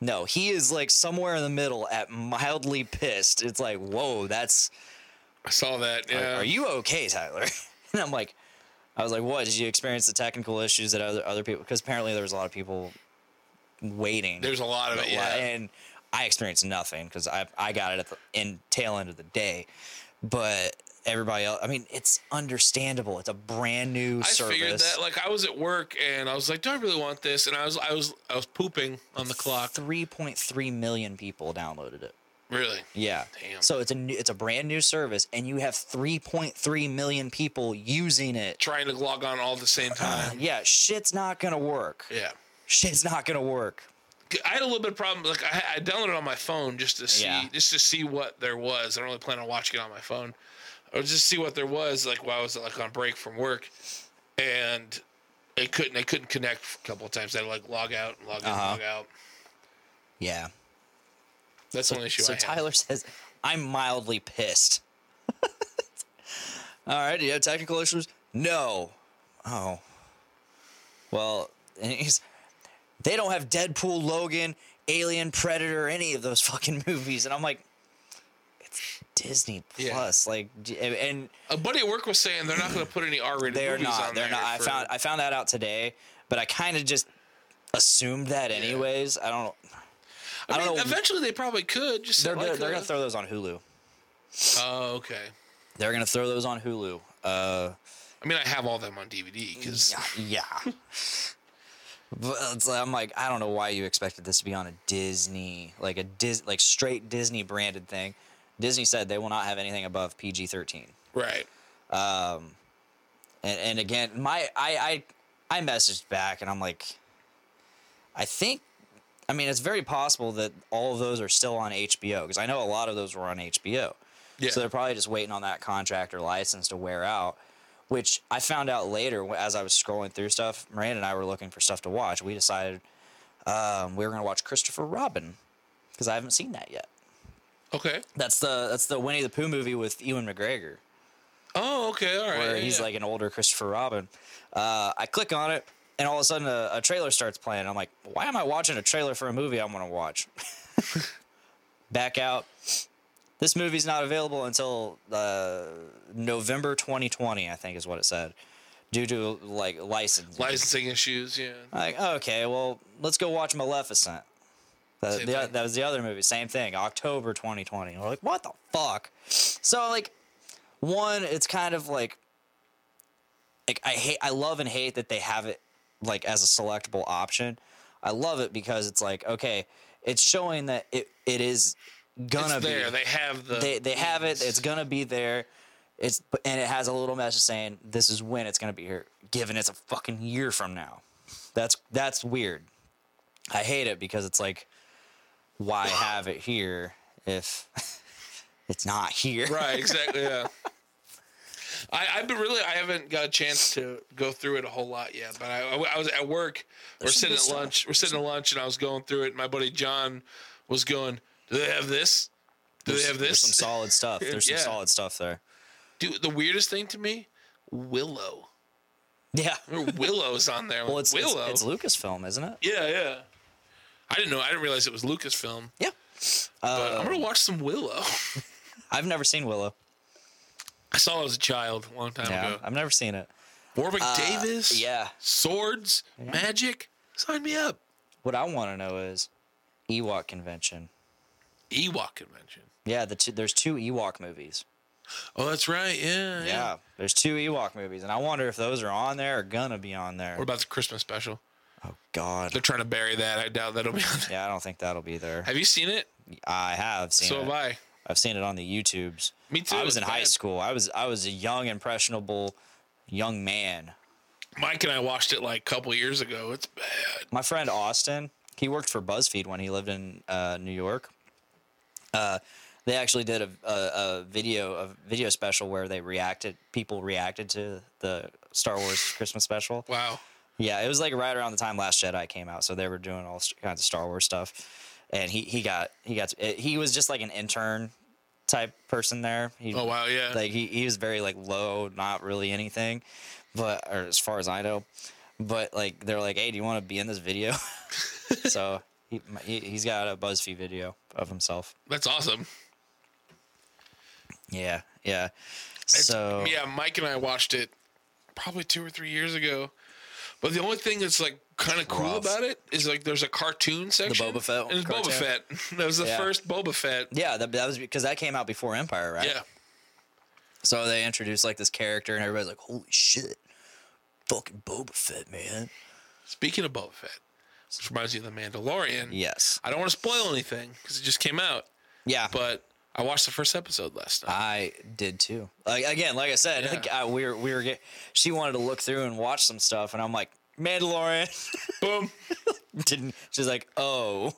Speaker 7: No, he is like somewhere in the middle at mildly pissed. It's like, whoa, that's.
Speaker 8: I saw that.
Speaker 7: Are,
Speaker 8: Yeah.
Speaker 7: are you okay, Tyler? And I'm like, I was like, what? Did you experience the technical issues that other other people? Because apparently there was a lot of people waiting.
Speaker 8: There's a lot of it. Yeah.
Speaker 7: and I experienced nothing because I I got it at the in tail end of the day, but everybody else. I mean, it's understandable. It's a brand new
Speaker 8: I
Speaker 7: service.
Speaker 8: figured that. Like, I was at work and I was like, do I really want this? And I was, I was, I was pooping on the clock.
Speaker 7: 3.3 million people downloaded it.
Speaker 8: Really?
Speaker 7: Yeah.
Speaker 8: Damn.
Speaker 7: So it's a new, it's a brand new service, and you have 3.3 million people using it.
Speaker 8: Trying to log on all at the same time.
Speaker 7: Yeah, shit's not gonna work.
Speaker 8: Yeah.
Speaker 7: Shit's not gonna work.
Speaker 8: I had a little bit of problem. Like I, I downloaded it on my phone just to see,
Speaker 7: Yeah.
Speaker 8: just to see what there was. I don't really plan on watching it on my phone, or just see what there was. Like while I was like on break from work, and it couldn't. I couldn't connect a couple of times. I had to like log out, log in,
Speaker 7: Uh-huh.
Speaker 8: log out.
Speaker 7: Yeah.
Speaker 8: That's the only issue
Speaker 7: So
Speaker 8: I had.
Speaker 7: Tyler says, I'm mildly pissed. All right, do you have technical issues? No. Oh. Well, and he's, they don't have Deadpool, Logan, Alien, Predator, any of those fucking movies. And I'm like, it's Disney
Speaker 8: Yeah.
Speaker 7: Plus. Like, d- and- and
Speaker 8: a buddy at work was saying they're not going to put any R-rated
Speaker 7: they are
Speaker 8: movies
Speaker 7: not.
Speaker 8: on
Speaker 7: They're
Speaker 8: there.
Speaker 7: not. I
Speaker 8: for-
Speaker 7: found I found that out today, but I kind of just assumed that anyways. I don't. I,
Speaker 8: I, mean,
Speaker 7: don't know.
Speaker 8: eventually they probably could. Just
Speaker 7: they're
Speaker 8: like
Speaker 7: they're, they're
Speaker 8: a-
Speaker 7: gonna throw those on Hulu.
Speaker 8: Oh, okay.
Speaker 7: They're gonna throw those on Hulu. Uh,
Speaker 8: I mean, I have all them on DVD because
Speaker 7: yeah. but it's like- I'm like, I don't know why you expected this to be on a Disney, like a Dis, like straight Disney branded thing. Disney said they will not have anything above PG-13.
Speaker 8: right.
Speaker 7: And, and again, my I, I I messaged back and I'm like, I think, I mean, it's very possible that all of those are still on HBO because I know a lot of those were on HBO.
Speaker 8: Yeah.
Speaker 7: So they're probably just waiting on that contract or license to wear out, which I found out later wh- as I was scrolling through stuff. Miranda and I were looking for stuff to watch. We decided um, we were going to watch Christopher Robin because I haven't seen that yet.
Speaker 8: Okay.
Speaker 7: That's the that's the Winnie the Pooh movie with Ewan McGregor
Speaker 8: Oh, okay. All right.
Speaker 7: where
Speaker 8: yeah,
Speaker 7: he's
Speaker 8: yeah.
Speaker 7: like an older Christopher Robin. Uh, I click on it, and all of a sudden a, a trailer starts playing. I'm like, why am I watching a trailer for a movie I'm gonna watch? Back out. This movie's not available until uh, November 2020, I think is what it said, due to like license.
Speaker 8: licensing issues. Yeah.
Speaker 7: Like, okay, well, let's go watch Maleficent. That,
Speaker 8: Same
Speaker 7: the,
Speaker 8: thing.
Speaker 7: that was the other movie. Same thing. October 2020. And we're like, what the fuck? So like, one, it's kind of like, like I hate, I love and hate that they have it like as a selectable option. I love it because it's like, okay, it's showing that it it is gonna
Speaker 8: It's there.
Speaker 7: be
Speaker 8: They have the.
Speaker 7: they they have it. It's gonna be there. It's and it has a little message saying this is when it's gonna be here, given it's a fucking year from now. That's that's weird. I hate it because it's like, why have it here if it's not here?
Speaker 8: Right. Exactly. Yeah. I, I've been really. I haven't got a chance to go through it a whole lot yet. But I, I, was at work.
Speaker 7: some
Speaker 8: we're
Speaker 7: good
Speaker 8: sitting
Speaker 7: stuff.
Speaker 8: at lunch. We're sitting at lunch, and I was going through it. And my buddy John was going, "Do they have this? Do they have
Speaker 7: There's
Speaker 8: this?"
Speaker 7: some solid stuff. There's some
Speaker 8: Yeah.
Speaker 7: solid stuff there.
Speaker 8: Dude, the weirdest thing to me, Willow.
Speaker 7: Yeah.
Speaker 8: Willow's on there.
Speaker 7: Well, it's it's,
Speaker 8: Willow.
Speaker 7: it's Lucasfilm, isn't it?
Speaker 8: yeah, yeah. I didn't know. I didn't realize it was Lucasfilm.
Speaker 7: Yeah.
Speaker 8: But I'm
Speaker 7: Uh,
Speaker 8: gonna watch some Willow.
Speaker 7: I've never seen Willow.
Speaker 8: I saw it as a child a long time
Speaker 7: Yeah,
Speaker 8: ago.
Speaker 7: I've never seen it.
Speaker 8: Warwick Davis.
Speaker 7: Uh, yeah.
Speaker 8: Swords, magic. Sign me up.
Speaker 7: What I want to know is Ewok convention.
Speaker 8: Ewok convention.
Speaker 7: Yeah, the two, there's two Ewok movies.
Speaker 8: Oh, that's right. Yeah.
Speaker 7: Yeah, there's two Ewok movies, and I wonder if those are on there or gonna be on there.
Speaker 8: What about the Christmas special?
Speaker 7: God,
Speaker 8: They're trying to bury that. I doubt that'll be on there.
Speaker 7: yeah, I don't think that'll be there.
Speaker 8: Have you seen it?
Speaker 7: I have seen
Speaker 8: so
Speaker 7: it.
Speaker 8: have I.
Speaker 7: I've seen it on the YouTubes.
Speaker 8: Me too,
Speaker 7: I was
Speaker 8: it's
Speaker 7: in high
Speaker 8: bad.
Speaker 7: school. I was I was a young impressionable young man.
Speaker 8: Mike and I watched it like a couple years ago. It's bad.
Speaker 7: My friend Austin, he worked for BuzzFeed when he lived in uh, New York. Uh, they actually did a, a, a video a video special where they reacted people reacted to the Star Wars Christmas special.
Speaker 8: Wow.
Speaker 7: Yeah, it was like right around the time Last Jedi came out, so they were doing all st- kinds of Star Wars stuff, and he he got he got it, he was just like an intern type person there. He,
Speaker 8: Oh wow. Yeah.
Speaker 7: Like he, he was very like low, not really anything, but or as far as I know, but like they're like, hey, do you want to be in this video? so he, my- he he's got a BuzzFeed video of himself.
Speaker 8: that's awesome.
Speaker 7: Yeah, yeah. So
Speaker 8: Yeah, Mike and I watched it probably two or three years ago. But the only thing that's like kind of cool
Speaker 7: rough.
Speaker 8: about it is like there's a cartoon section.
Speaker 7: Boba Fett
Speaker 8: And it's Boba
Speaker 7: cartoon.
Speaker 8: Fett. That was the
Speaker 7: Yeah.
Speaker 8: first Boba Fett.
Speaker 7: yeah, that, that was because that came out before Empire, right?
Speaker 8: Yeah.
Speaker 7: So they introduced like this character, and everybody's like, "Holy shit, fucking Boba Fett, man!"
Speaker 8: Speaking of Boba Fett, which reminds me of The Mandalorian.
Speaker 7: Yes.
Speaker 8: I don't want to spoil anything because it just came out.
Speaker 7: Yeah.
Speaker 8: But I watched the first episode last night.
Speaker 7: I did too. Like again, like I said, like, I, we were we were get, she wanted to look through and watch some stuff, and I'm like Mandalorian.
Speaker 8: Boom.
Speaker 7: Didn't she's like oh,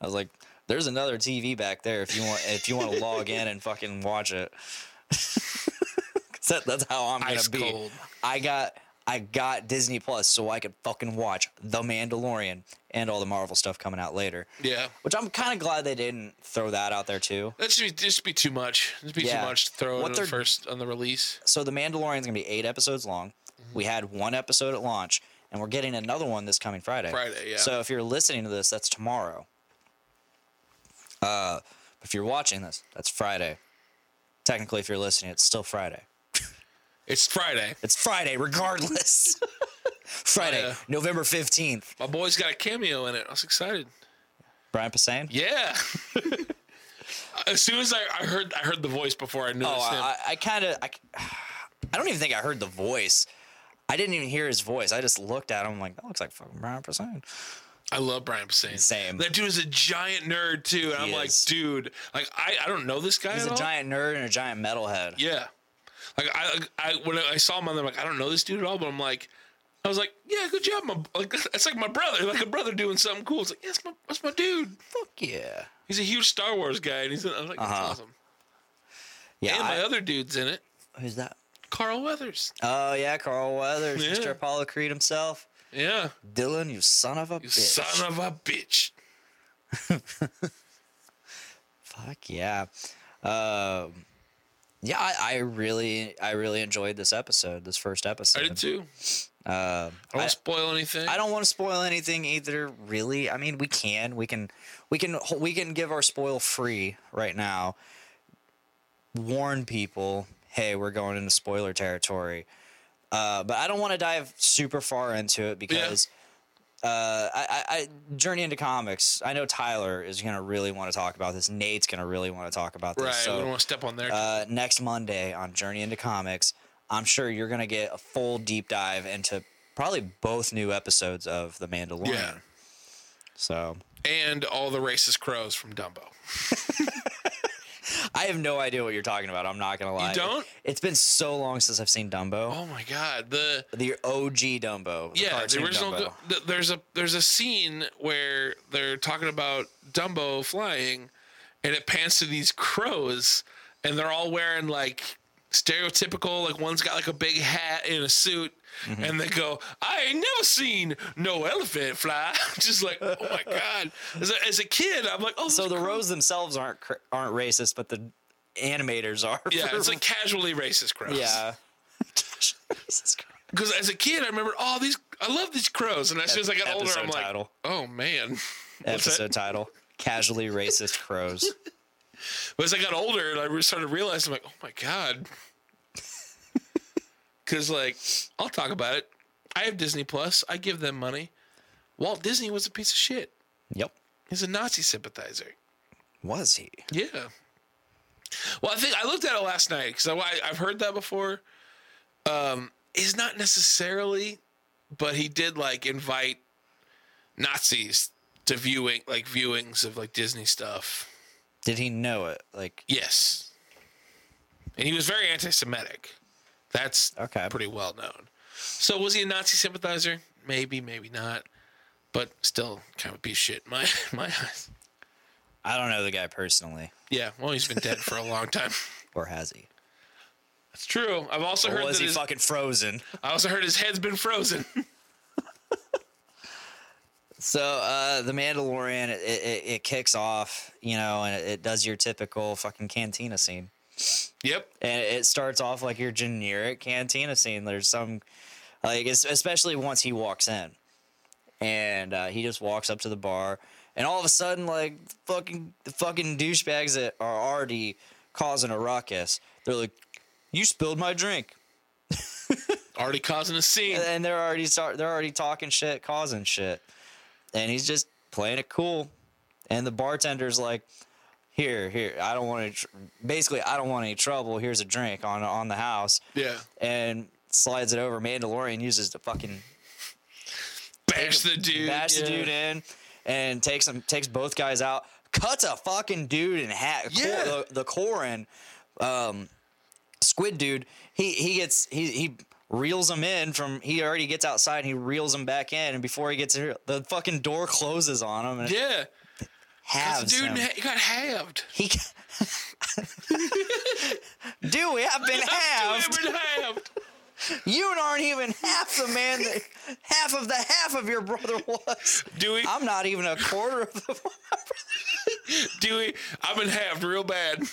Speaker 7: I was like there's another TV back there if you want if you want to log in and fucking watch it. 'Cause that, that's how I'm gonna
Speaker 8: Ice
Speaker 7: be.
Speaker 8: cold.
Speaker 7: I got I got Disney Plus so I could fucking watch The Mandalorian and all the Marvel stuff coming out later.
Speaker 8: Yeah.
Speaker 7: Which I'm kind of glad they didn't throw that out there too.
Speaker 8: That should be just be too much. Just be
Speaker 7: Yeah.
Speaker 8: too much to throw
Speaker 7: What
Speaker 8: on the
Speaker 7: they're-
Speaker 8: first on the release.
Speaker 7: So The Mandalorian's gonna be eight episodes long.
Speaker 8: Mm-hmm.
Speaker 7: We had one episode at launch, and we're getting another one this coming Friday.
Speaker 8: Friday, yeah.
Speaker 7: So if you're listening to this, that's tomorrow. Uh, if you're watching this, that's Friday. Technically, if you're listening, it's still Friday.
Speaker 8: It's Friday.
Speaker 7: It's Friday, regardless. Friday,
Speaker 8: Oh, yeah.
Speaker 7: November fifteenth.
Speaker 8: My boy's got a cameo in it. I was excited.
Speaker 7: Brian Posehn.
Speaker 8: Yeah. as soon as I, I heard I heard the voice before I knew
Speaker 7: Oh,
Speaker 8: it was him.
Speaker 7: I, I kind of, I, I don't even think I heard the voice. I didn't even hear his voice. I just looked at him like that looks like fucking Brian Posehn.
Speaker 8: I love Brian Posehn.
Speaker 7: Same.
Speaker 8: That dude is a giant nerd too, and I'm like,
Speaker 7: is.
Speaker 8: dude, like I, I don't know this guy.
Speaker 7: He's
Speaker 8: at
Speaker 7: a
Speaker 8: all.
Speaker 7: giant nerd and a giant metalhead.
Speaker 8: Yeah. Like I, I when I saw him on there, I'm like I don't know this dude at all, but I'm like, I was like, yeah, good job, my like that's like my brother, like a brother doing something cool. It's like yeah, that's my that's my dude.
Speaker 7: Fuck yeah.
Speaker 8: He's a huge Star Wars guy, and he's I was like that's
Speaker 7: Uh-huh.
Speaker 8: awesome.
Speaker 7: Yeah.
Speaker 8: and my
Speaker 7: I-
Speaker 8: other dude's in it,
Speaker 7: who's that?
Speaker 8: Carl Weathers.
Speaker 7: Oh yeah, Carl Weathers,
Speaker 8: Yeah.
Speaker 7: Mr. Apollo Creed himself.
Speaker 8: Yeah,
Speaker 7: Dylan, you son of a
Speaker 8: you
Speaker 7: bitch.
Speaker 8: son of a bitch.
Speaker 7: Fuck yeah. Um, yeah, I, I really, I really enjoyed this episode, this first episode.
Speaker 8: I did too. I don't
Speaker 7: Uh, I-
Speaker 8: spoil anything.
Speaker 7: I don't want to spoil anything either, really. I mean, we can, we can, we can, we can give our spoil free right now. Warn people, hey, we're going into spoiler territory. Uh, but I don't want to dive super far into it because uh, I, I, I journey into comics. I know Tyler is gonna really want to talk about this. Nate's gonna really want to talk about this.
Speaker 8: right,
Speaker 7: so
Speaker 8: we don't want to step on their
Speaker 7: uh, next Monday on Journey into Comics, I'm sure you're going to get a full deep dive into probably both new episodes of The Mandalorian.
Speaker 8: Yeah.
Speaker 7: So
Speaker 8: and all the racist crows from Dumbo.
Speaker 7: I have no idea what you're talking about. I'm not going to lie.
Speaker 8: don't?
Speaker 7: It's been so long since I've seen Dumbo.
Speaker 8: Oh my god, the
Speaker 7: The OG Dumbo. The
Speaker 8: yeah, the
Speaker 7: cartoon
Speaker 8: original.
Speaker 7: Dumbo.
Speaker 8: go- th- There's a there's a scene where they're talking about Dumbo flying, and it pans to these crows, and they're all wearing like stereotypical. Like one's got like a big hat and a suit,
Speaker 7: Mm-hmm.
Speaker 8: and they go, "I ain't never seen no elephant fly." Just like, oh my god. As a, as a kid, I'm like, oh,
Speaker 7: so
Speaker 8: those
Speaker 7: the
Speaker 8: crows-
Speaker 7: Rose themselves aren't cr- aren't racist, but the animators are.
Speaker 8: Yeah,
Speaker 7: for-
Speaker 8: it's like casually racist crows.
Speaker 7: yeah. Jesus Christ.
Speaker 8: because as a kid, I remember all these. I love these crows, and as soon as I got older,
Speaker 7: Episode
Speaker 8: I'm like,
Speaker 7: title.
Speaker 8: oh man. What's that?
Speaker 7: Episode title: Casually Racist Crows.
Speaker 8: But as I got older, and I re- started realizing, I'm like, oh my god, because like I'll talk about it. I have Disney Plus. I give them money. Walt Disney was a piece of shit.
Speaker 7: yep.
Speaker 8: He's a Nazi sympathizer.
Speaker 7: Was he?
Speaker 8: Yeah. Well, I think I looked at it last night because I, I- I've heard that before. Um, he's not necessarily, but he did like invite Nazis to viewing like viewings of like Disney stuff.
Speaker 7: Did he know it? Like,
Speaker 8: Yes. And he was very anti Semitic. That's
Speaker 7: Okay.
Speaker 8: pretty well known. So was he a Nazi sympathizer? Maybe, maybe not. But still kind of a piece of shit in my in my eyes.
Speaker 7: I don't know the guy personally,
Speaker 8: Yeah, well he's been dead for a long time.
Speaker 7: or has he?
Speaker 8: That's true. I've also
Speaker 7: Or
Speaker 8: heard that
Speaker 7: was he
Speaker 8: his,
Speaker 7: fucking frozen?
Speaker 8: I also heard his head's been frozen.
Speaker 7: So, uh, the Mandalorian, it, it, it kicks off, you know, and it, it does your typical fucking cantina scene.
Speaker 8: yep.
Speaker 7: and it starts off like your generic cantina scene. There's some, like es- especially once he walks in, and uh, he just walks up to the bar, and all of a sudden, like fucking the fucking douchebags that are already causing a ruckus, they're like, "You spilled my drink,"
Speaker 8: Already causing a scene.
Speaker 7: and they're already start they're already talking shit, causing shit, and he's just playing it cool, and the bartender's like. Here, here. I don't want to. Tr- basically, I don't want any trouble. Here's a drink on on the house
Speaker 8: Yeah.
Speaker 7: and slides it over. Mandalorian uses to fucking
Speaker 8: Bash the dude.
Speaker 7: bash the
Speaker 8: yeah.
Speaker 7: dude in and takes him takes both guys out. cuts a fucking dude in half. Cor-
Speaker 8: Yeah.
Speaker 7: the, the Corin, um, Squid dude, he he gets he he reels him in from he already gets outside and he reels him back in and before he gets here the fucking door closes on him and it
Speaker 8: Yeah, 'Cause the
Speaker 7: halves
Speaker 8: dude
Speaker 7: him.
Speaker 8: ha- got halved.
Speaker 7: He Dude, we have been halved.
Speaker 8: Dude, we're halved.
Speaker 7: You aren't even half the man that half of the half of your brother was.
Speaker 8: Dewey,
Speaker 7: I'm not even a quarter of the
Speaker 8: Dewey, I've been halved real bad. I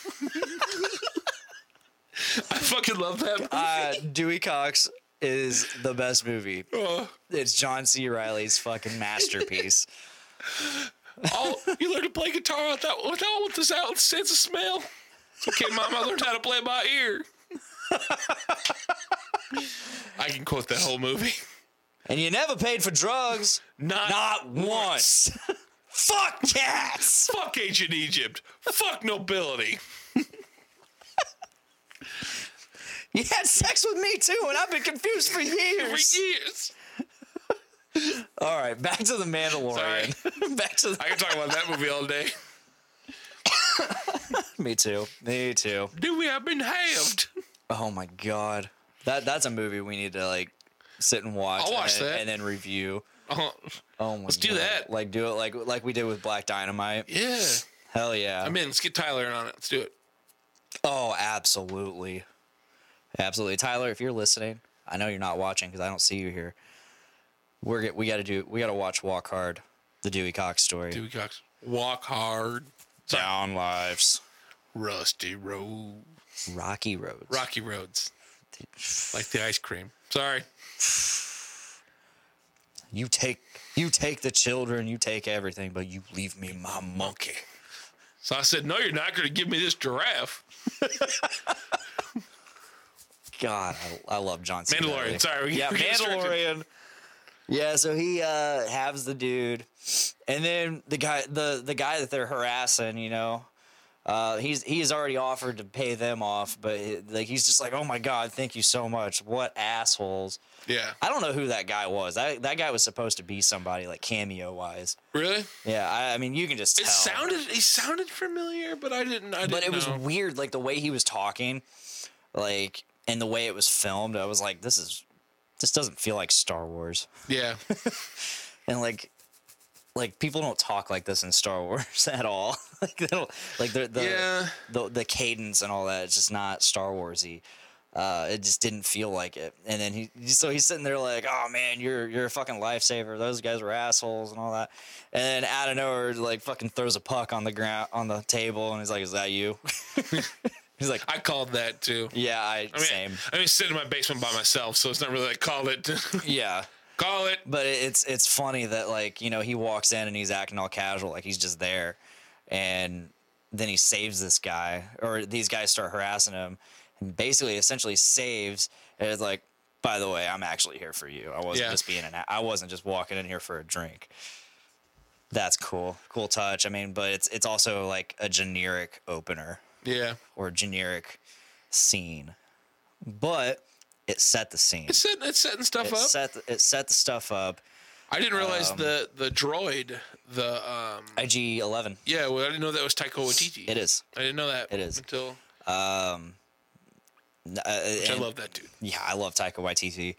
Speaker 8: fucking love that.
Speaker 7: uh, Dewey Cox is the best movie.
Speaker 8: Oh.
Speaker 7: It's John C. Riley's fucking masterpiece.
Speaker 8: Oh, you learned to play guitar without without with this out sense of smell. It's okay, mom. I learned how to play by ear. I can quote that whole movie.
Speaker 7: and you never paid for drugs.
Speaker 8: Not,
Speaker 7: Not once. Fuck cats.
Speaker 8: fuck ancient Egypt. Fuck nobility.
Speaker 7: You had sex with me too, and I've been confused for
Speaker 8: For
Speaker 7: years.
Speaker 8: years.
Speaker 7: All right, back to the Mandalorian. back to the,
Speaker 8: I can talk about that movie all day.
Speaker 7: me too. Me too.
Speaker 8: Dewey, I've been halved.
Speaker 7: Oh my god, that that's a movie we need to like sit and watch.
Speaker 8: I'll watch
Speaker 7: and, then-
Speaker 8: that.
Speaker 7: and then review.
Speaker 8: Oh,
Speaker 7: Oh my
Speaker 8: Let's do that.
Speaker 7: Like do it like like we did with Black Dynamite.
Speaker 8: yeah.
Speaker 7: Hell yeah.
Speaker 8: I'm in. Let's get Tyler in on it. Let's do it.
Speaker 7: Oh, absolutely. Absolutely. Tyler, if you're listening, I know you're not watching because I don't see you here. We're get, we got to do we got to watch Walk Hard, the Dewey Cox story.
Speaker 8: Dewey Cox. Walk hard.
Speaker 7: Down lives.
Speaker 8: Rusty road.
Speaker 7: Rocky roads.
Speaker 8: Rocky roads. Like the ice cream. Sorry.
Speaker 7: You take you take the children, you take everything, but you leave me my monkey.
Speaker 8: So I said, No, you're not going to give me this giraffe.
Speaker 7: God, I, I love John C.
Speaker 8: Mandalorian.
Speaker 7: Reilly.
Speaker 8: Sorry. we-
Speaker 7: Yeah,
Speaker 8: we get distracted.
Speaker 7: Mandalorian. Yeah, so he uh halves the dude. And then the guy the the guy that they're harassing, you know, uh he's he's already offered to pay them off, but he- like he's just like, "Oh my god, thank you so much. What assholes."
Speaker 8: Yeah.
Speaker 7: I don't know who that guy was. That that guy was supposed to be somebody like cameo wise.
Speaker 8: Really?
Speaker 7: Yeah, I, I mean, you can just
Speaker 8: It
Speaker 7: tell.
Speaker 8: sounded it sounded familiar, but I didn't. I didn't
Speaker 7: but it was
Speaker 8: know.
Speaker 7: weird like the way he was talking like and the way it was filmed i was like this is this doesn't feel like star wars
Speaker 8: yeah.
Speaker 7: and like like people don't talk like this in star wars at all like they don't like the the,
Speaker 8: Yeah.
Speaker 7: the the cadence and all that it's just not star warsy uh, it just didn't feel like it, and then he so he's sitting there like, "Oh man, you're you're a fucking lifesaver. Those guys were assholes and all that." And then out of nowhere, like fucking throws a puck on the ground on the table, and he's like, "Is that you?" he's like,
Speaker 8: I called that too.
Speaker 7: Yeah, I,
Speaker 8: I mean,
Speaker 7: same.
Speaker 8: I mean, sitting in my basement by myself, so it's not really like call it,
Speaker 7: Yeah.
Speaker 8: call it.
Speaker 7: But it- it's it's funny that like, you know, he walks in and he's acting all casual, like he's just there. And then he saves this guy or these guys start harassing him and basically essentially saves and it's like, by the way, I'm actually here for you. I wasn't
Speaker 8: Yeah.
Speaker 7: just being an a- I wasn't just walking in here for a drink. That's cool. Cool touch. I mean, but it's it's also like a generic opener.
Speaker 8: Yeah.
Speaker 7: or generic scene, but it set the scene.
Speaker 8: It's setting, it's setting stuff
Speaker 7: It
Speaker 8: up.
Speaker 7: set um the, it set the stuff up.
Speaker 8: I didn't realize the the droid, the um,
Speaker 7: IG eleven.
Speaker 8: yeah. Well, I didn't know that was Taika Waititi.
Speaker 7: It is.
Speaker 8: I didn't know that.
Speaker 7: It is. Um,
Speaker 8: until
Speaker 7: Uh,
Speaker 8: which I
Speaker 7: and-
Speaker 8: love that dude.
Speaker 7: Yeah, I love Taika Waititi.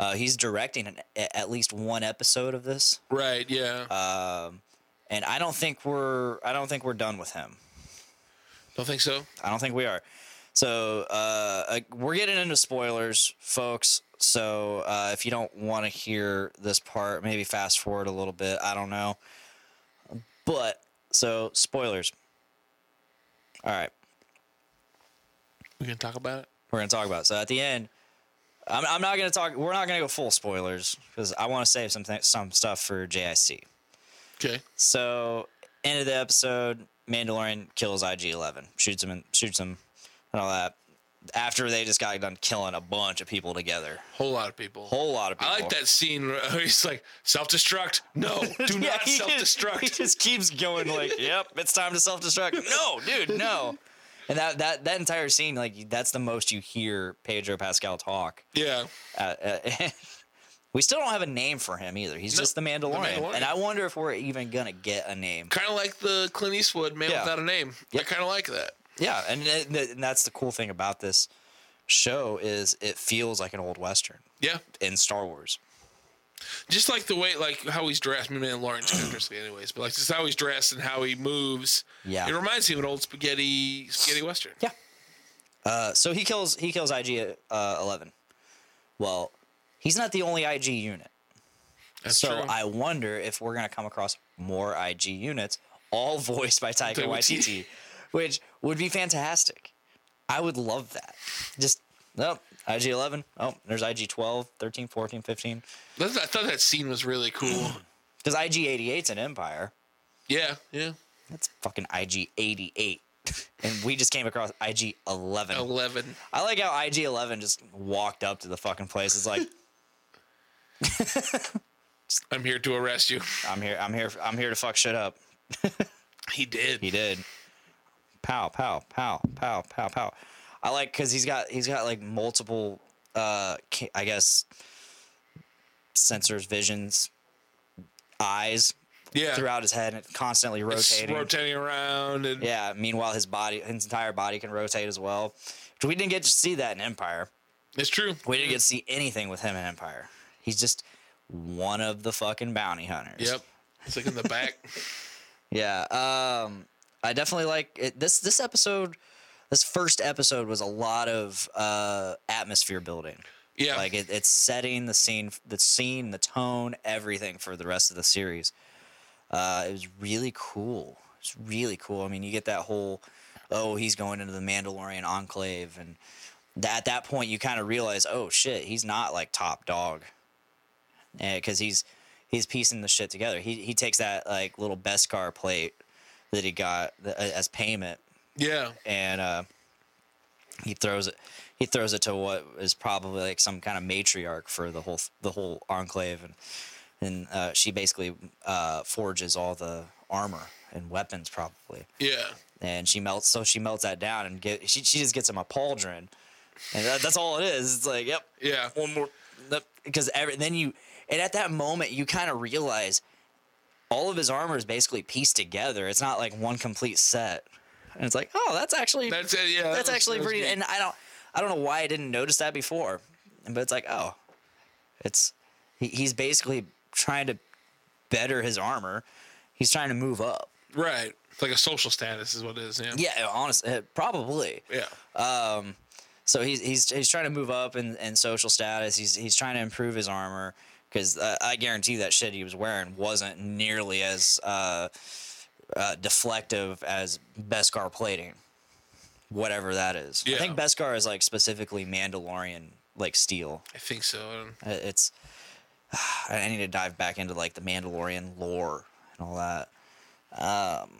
Speaker 7: Uh, he's directing an, a- at least one episode of this,
Speaker 8: Right. Yeah.
Speaker 7: Uh, and I don't think we're I don't think we're done with him.
Speaker 8: Don't think so.
Speaker 7: I don't think we are. So uh, uh, we're getting into spoilers, folks. So uh, if you don't want to hear this part, maybe fast forward a little bit. I don't know. But so spoilers. All right,
Speaker 8: We gonna talk about it.
Speaker 7: we're gonna talk about it. so at the end. I'm, I'm not gonna talk. We're not gonna go full spoilers because I want to save some th- some stuff for JIC.
Speaker 8: Okay.
Speaker 7: So end of the episode, Mandalorian kills IG Eleven, shoots him, and shoots him, and all that. After they just got done killing a bunch of people together,
Speaker 8: Whole lot of people.
Speaker 7: whole lot of people.
Speaker 8: I like that scene where he's like, self destruct. No, do
Speaker 7: Yeah,
Speaker 8: not
Speaker 7: he
Speaker 8: self
Speaker 7: just- He
Speaker 8: destruct.
Speaker 7: just keeps going like, "Yep, it's time to self destruct." No, dude, no. And that that that entire scene, like, that's the most you hear Pedro Pascal talk.
Speaker 8: Yeah.
Speaker 7: Uh, uh, We still don't have a name for him either. He's
Speaker 8: No,
Speaker 7: just the Mandalorian.
Speaker 8: Mandalorian.
Speaker 7: and I wonder if we're even gonna get a name.
Speaker 8: Kind of like the Clint Eastwood man
Speaker 7: Yeah.
Speaker 8: without a name. I
Speaker 7: Yep.
Speaker 8: kind of like that.
Speaker 7: Yeah, and, th- th- and that's the cool thing about this show is it feels like an old western
Speaker 8: Yeah,
Speaker 7: in Star Wars.
Speaker 8: just like the way, like how he's dressed. I mean, Mandalorian's characteristically, anyways, but like just how he's dressed and how he moves.
Speaker 7: Yeah.
Speaker 8: it reminds me of an old spaghetti spaghetti western.
Speaker 7: Yeah. Uh, so he kills he kills IG uh, eleven. Well, he's not the only IG unit.
Speaker 8: That's
Speaker 7: so
Speaker 8: true.
Speaker 7: I wonder if we're gonna come across more IG units, all voiced by Taika
Speaker 8: Waititi.
Speaker 7: Waititi, which would be fantastic. I would love that. Just nope. IG 11. Oh, there's IG 12, 13, 14, 15.
Speaker 8: That's- I thought that scene was really cool.
Speaker 7: Because IG 88's an empire.
Speaker 8: yeah, yeah.
Speaker 7: That's fucking IG 88. and we just came across IG 11.
Speaker 8: Eleven.
Speaker 7: I like how IG Eleven just walked up to the fucking place. It's like
Speaker 8: I'm here to arrest you.
Speaker 7: I'm here, I'm here, I'm here to fuck shit up.
Speaker 8: He did.
Speaker 7: He did. Pow, pow, pow, pow, pow, pow. I like because he's got he's got like multiple, uh, ca- I guess, sensors, visions, eyes
Speaker 8: yeah.
Speaker 7: throughout his head, and it's constantly
Speaker 8: It's
Speaker 7: rotating.
Speaker 8: rotating around and
Speaker 7: yeah. Meanwhile, his body, his entire body, can rotate as well. Which we didn't get to see that in Empire.
Speaker 8: it's true.
Speaker 7: We didn't get to
Speaker 8: Mm.
Speaker 7: see anything with him in Empire. He's just one of the fucking bounty hunters.
Speaker 8: Yep. It's like in the back.
Speaker 7: Yeah. Um, I definitely like it. This this episode, this first episode was a lot of uh, atmosphere building.
Speaker 8: Yeah.
Speaker 7: Like it, it's setting the scene, the scene, the tone, everything for the rest of the series. Uh, it was really cool. It's really cool. I mean, you get that whole, oh, he's going into the Mandalorian enclave, and tha- at that point, you kind of realize, oh shit, he's not like top dog, because he's he's piecing the shit together. He he takes that like little Beskar plate that he got th- a- as payment
Speaker 8: yeah.
Speaker 7: and uh, he throws it. He throws it to what is probably like some kind of matriarch for the whole the whole enclave, and and uh, she basically uh, forges all the armor and weapons probably,
Speaker 8: Yeah.
Speaker 7: and she melts. So she melts that down and get she she just gets him a pauldron, and that, that's all it is. It's like yep,
Speaker 8: Yeah.
Speaker 7: one more because every then you and at that moment you kind of realize all of his armor is basically pieced together. It's not like one complete set. And it's like, oh, that's actually
Speaker 8: That's it. Yeah. that
Speaker 7: that's
Speaker 8: was-
Speaker 7: actually
Speaker 8: that was
Speaker 7: pretty.
Speaker 8: neat.
Speaker 7: And I don't, I don't know why I didn't notice that before, but it's like, oh, it's he, he's basically trying to better his armor. He's trying to move up.
Speaker 8: right. It's like a social status is what it is. Yeah.
Speaker 7: Yeah, honestly, probably.
Speaker 8: Yeah.
Speaker 7: Um, so he's he's he's trying to move up in, in social status. He's he's trying to improve his armor because uh, I guarantee that shit he was wearing wasn't nearly as uh, uh, deflective as Beskar plating, whatever that is. I think
Speaker 8: Yeah.
Speaker 7: Beskar is like specifically Mandalorian like steel.
Speaker 8: I think so. Um, I don't-
Speaker 7: Uh, It's I need to dive back into like the Mandalorian lore and all that. Um,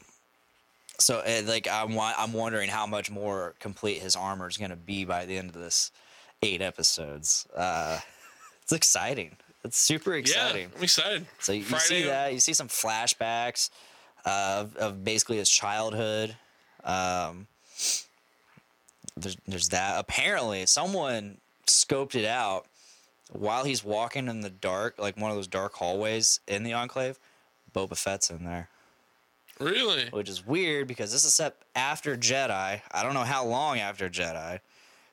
Speaker 7: so uh, like I'm wa- I'm wondering how much more complete his armor is going to be by the end of this eight episodes. Uh, it's exciting. It's super
Speaker 8: Yeah.
Speaker 7: exciting.
Speaker 8: I'm excited.
Speaker 7: So you, you see that you see some flashbacks uh, of, of basically his childhood. Um, there's, there's that. Apparently, someone scoped it out while he's walking in the dark, like one of those dark hallways in the enclave. Boba Fett's in there,
Speaker 8: Really?
Speaker 7: which is weird because this is set after Jedi. I don't know how long after Jedi.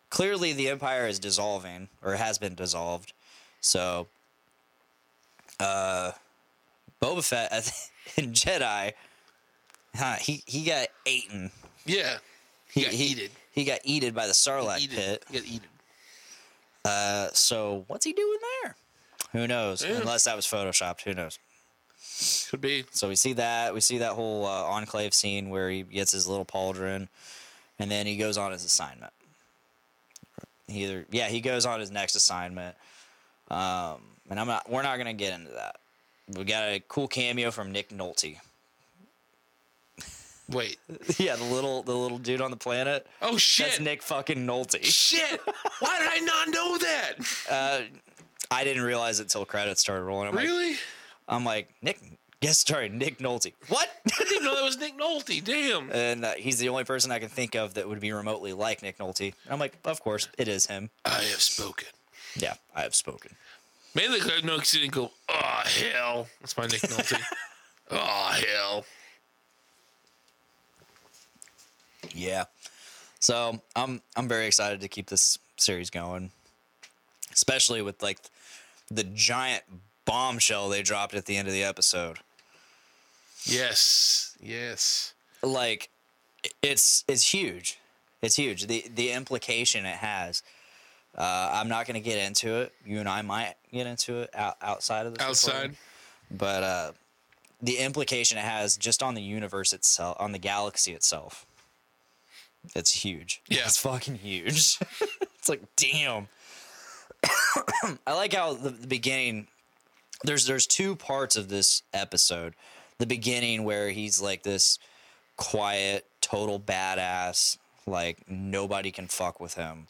Speaker 7: Clearly, the Empire is dissolving or has been dissolved. So uh, Boba Fett I think, in Jedi, huh, he he got eaten.
Speaker 8: Yeah. He, got heated.
Speaker 7: He got eaten by the Sarlacc
Speaker 8: Eated.
Speaker 7: pit.
Speaker 8: He got heated.
Speaker 7: Uh, so what's he doing there? Who knows?
Speaker 8: Yeah.
Speaker 7: Unless that was photoshopped. Who knows?
Speaker 8: Could be.
Speaker 7: So we see that we see that whole uh, enclave scene where he gets his little pauldron, and then he goes on his assignment. He either yeah he goes on his next assignment, um, and I'm not we're not gonna get into that. We got a cool cameo from Nick Nolte.
Speaker 8: Wait.
Speaker 7: yeah, the little the little dude on the planet.
Speaker 8: Oh
Speaker 7: That's
Speaker 8: shit.
Speaker 7: Nick fucking Nolte.
Speaker 8: Shit. Why did I not know that?
Speaker 7: I didn't realize it till credits started rolling. I'm like,
Speaker 8: Really?
Speaker 7: I'm like Nick. Guest starring Nick Nolte. What?
Speaker 8: I didn't know that was Nick Nolte. Damn.
Speaker 7: and uh, he's the only person I can think of that would be remotely like Nick Nolte. And I'm like, of course, it is him.
Speaker 8: I have spoken.
Speaker 7: Yeah, I have spoken.
Speaker 8: Mainly because I know 'cause he didn't go, oh, hell. That's my Nick Nolte. oh, hell.
Speaker 7: Yeah. So I'm I'm very excited to keep this series going, especially with like the giant bombshell they dropped at the end of the episode.
Speaker 8: Yes. Yes.
Speaker 7: Like it's it's huge. It's huge. The the implication it has. Uh, I'm not gonna get into it. You and I might get into it out, outside of this.
Speaker 8: Outside.
Speaker 7: recording. but uh, the implication it has just on the universe itself, on the galaxy itself, it's huge.
Speaker 8: Yeah.
Speaker 7: it's fucking huge. it's like damn. I like how the, the beginning. There's there's two parts of this episode. The beginning where he's like this quiet, total badass, like nobody can fuck with him.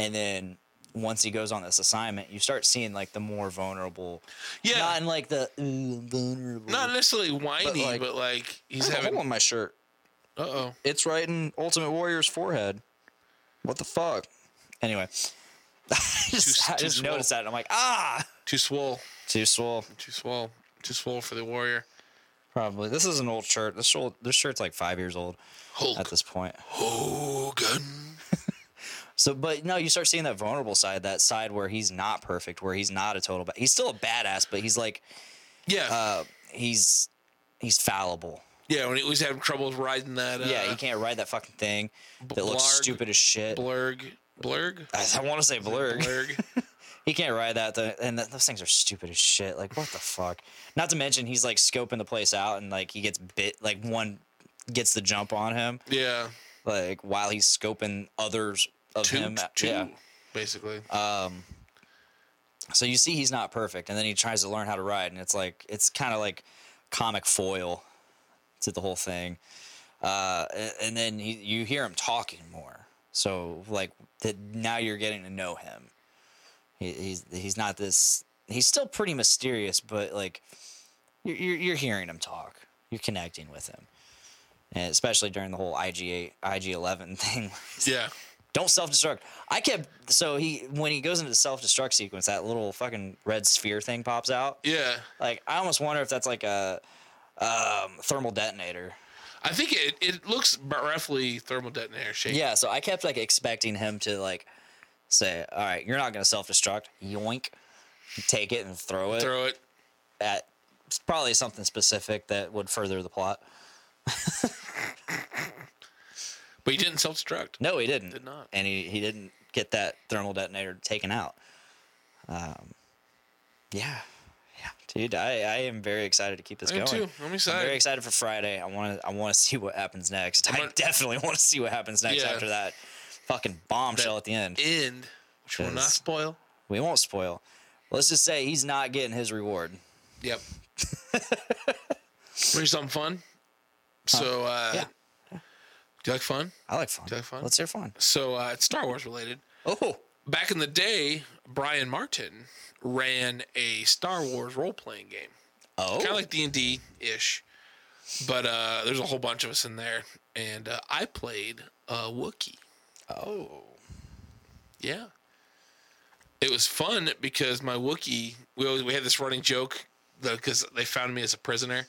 Speaker 7: And then once he goes on this assignment, you start seeing like the more vulnerable
Speaker 8: Yeah.
Speaker 7: not in like the "Ooh, I'm vulnerable.
Speaker 8: Not necessarily whiny,
Speaker 7: like-
Speaker 8: but like, he's
Speaker 7: There's a hole
Speaker 8: having.
Speaker 7: on my shirt.
Speaker 8: Uh oh.
Speaker 7: It's right in Ultimate Warrior's forehead. What the fuck? Anyway, I just,
Speaker 8: Too-
Speaker 7: I
Speaker 8: too
Speaker 7: just
Speaker 8: swole.
Speaker 7: noticed that. And I'm like, ah,
Speaker 8: Too swole.
Speaker 7: too swole.
Speaker 8: Too swole. Too swole for the warrior.
Speaker 7: Probably. This is an old shirt. This shirt, this shirt's like five years old
Speaker 8: Hulk
Speaker 7: at this point.
Speaker 8: Hogan.
Speaker 7: So, but no, you start seeing that vulnerable side, that side where he's not perfect, where he's not a total. Ba- he's still a badass, but he's like,
Speaker 8: Yeah.
Speaker 7: uh, he's he's fallible.
Speaker 8: yeah. When he was having trouble riding that. Uh,
Speaker 7: yeah, he can't ride that fucking thing that looks
Speaker 8: Blarg-
Speaker 7: stupid as shit.
Speaker 8: Blurg. Blurg.
Speaker 7: I, want to say blurg.
Speaker 8: Blurg.
Speaker 7: He can't ride that, th- and th- those things are stupid as shit. Like, what the fuck? Not to mention, he's like scoping the place out, and like he gets bit. Like one gets the jump on him,
Speaker 8: Yeah.
Speaker 7: like while he's scoping others of
Speaker 8: Two.
Speaker 7: him. uh,
Speaker 8: Two.
Speaker 7: Yeah. Uh,
Speaker 8: Basically.
Speaker 7: So you see, he's not perfect, and then he tries to learn how to ride, and it's like it's kind of like comic foil to the whole thing. Uh, a- and then he, you hear him talking more, so like that now you're getting to know him. He, he's he's not this. He's still pretty mysterious, but like you're you're, you're hearing him talk. You're connecting with him, and especially during the whole IG IG eleven thing.
Speaker 8: yeah.
Speaker 7: Don't self destruct. I kept so he when he goes into the self destruct sequence, that little fucking red sphere thing pops out.
Speaker 8: Yeah.
Speaker 7: Like I almost wonder if that's like a um, thermal detonator.
Speaker 8: I think it, it looks roughly thermal detonator shape.
Speaker 7: Yeah, so I kept like expecting him to like say, "All right, you're not gonna self destruct." Yoink, take it and throw it
Speaker 8: Throw it.
Speaker 7: at it's probably something specific that would further the plot.
Speaker 8: But he didn't self destruct.
Speaker 7: No, he didn't.
Speaker 8: Did not.
Speaker 7: And he, he didn't get that thermal detonator taken out. Um, yeah. Yeah. Dude, I, I am very excited to keep this
Speaker 8: I am
Speaker 7: going.
Speaker 8: too. I'm excited.
Speaker 7: very excited for Friday. I want to I want to see what happens next. I
Speaker 8: gonna-
Speaker 7: definitely want to see what happens next
Speaker 8: Yeah.
Speaker 7: after that fucking bombshell at the end.
Speaker 8: End, which will not
Speaker 7: Yes.
Speaker 8: spoil.
Speaker 7: we won't spoil. Let's just say he's not getting his reward.
Speaker 8: Yep. Ready for something fun? So, uh,
Speaker 7: Yeah.
Speaker 8: do you like fun?
Speaker 7: I like fun.
Speaker 8: Do you like fun?
Speaker 7: Let's hear fun.
Speaker 8: So, uh, it's Star Wars related.
Speaker 7: Oh,
Speaker 8: Back in the day, Brian Martin ran a Star Wars role playing game,
Speaker 7: oh,
Speaker 8: kind of like D and D ish, but uh, there's a whole bunch of us in there, and uh, I played a Wookiee.
Speaker 7: oh,
Speaker 8: Yeah. It was fun because my Wookiee, we always, we had this running joke because they found me as a prisoner,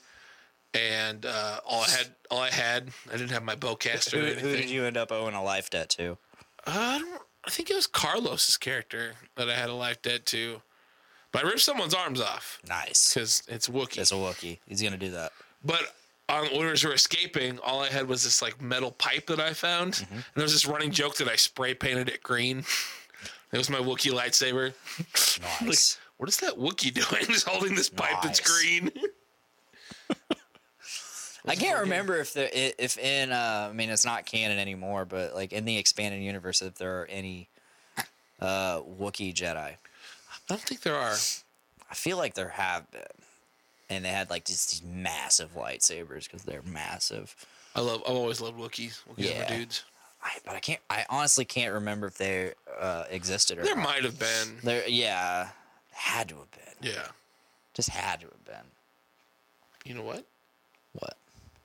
Speaker 8: and uh, all I had, all I had, I didn't have my bowcaster.
Speaker 7: who,
Speaker 8: or
Speaker 7: who
Speaker 8: anything.
Speaker 7: did you end up owing a life debt to?
Speaker 8: I don't. I think it was Carlos's character that I had a life debt to, but I ripped someone's arms off
Speaker 7: Nice.
Speaker 8: because it's Wookiee.
Speaker 7: It's a Wookiee. He's gonna do that.
Speaker 8: But on when we were escaping, all I had was this like metal pipe that I found,
Speaker 7: Mm-hmm.
Speaker 8: and there was this running joke that I spray painted it green. it was my Wookiee lightsaber. Like,
Speaker 7: Nice.
Speaker 8: what is that Wookiee doing? Just holding this pipe that's
Speaker 7: Nice.
Speaker 8: green.
Speaker 7: I can't remember if there i- if in uh, I mean it's not canon anymore, but like in the expanded universe, if there are any uh, Wookiee Jedi,
Speaker 8: I don't think there are.
Speaker 7: I feel like there have been, and they had like just these massive lightsabers because they're massive.
Speaker 8: I love. I've always loved Wookiees. Wookiees
Speaker 7: Yeah.
Speaker 8: are dudes.
Speaker 7: I, but I can't. I honestly can't remember if they uh, existed or
Speaker 8: There
Speaker 7: not.
Speaker 8: might have been.
Speaker 7: There, yeah, had to have been.
Speaker 8: Yeah.
Speaker 7: Just had to have been.
Speaker 8: You know what?
Speaker 7: What?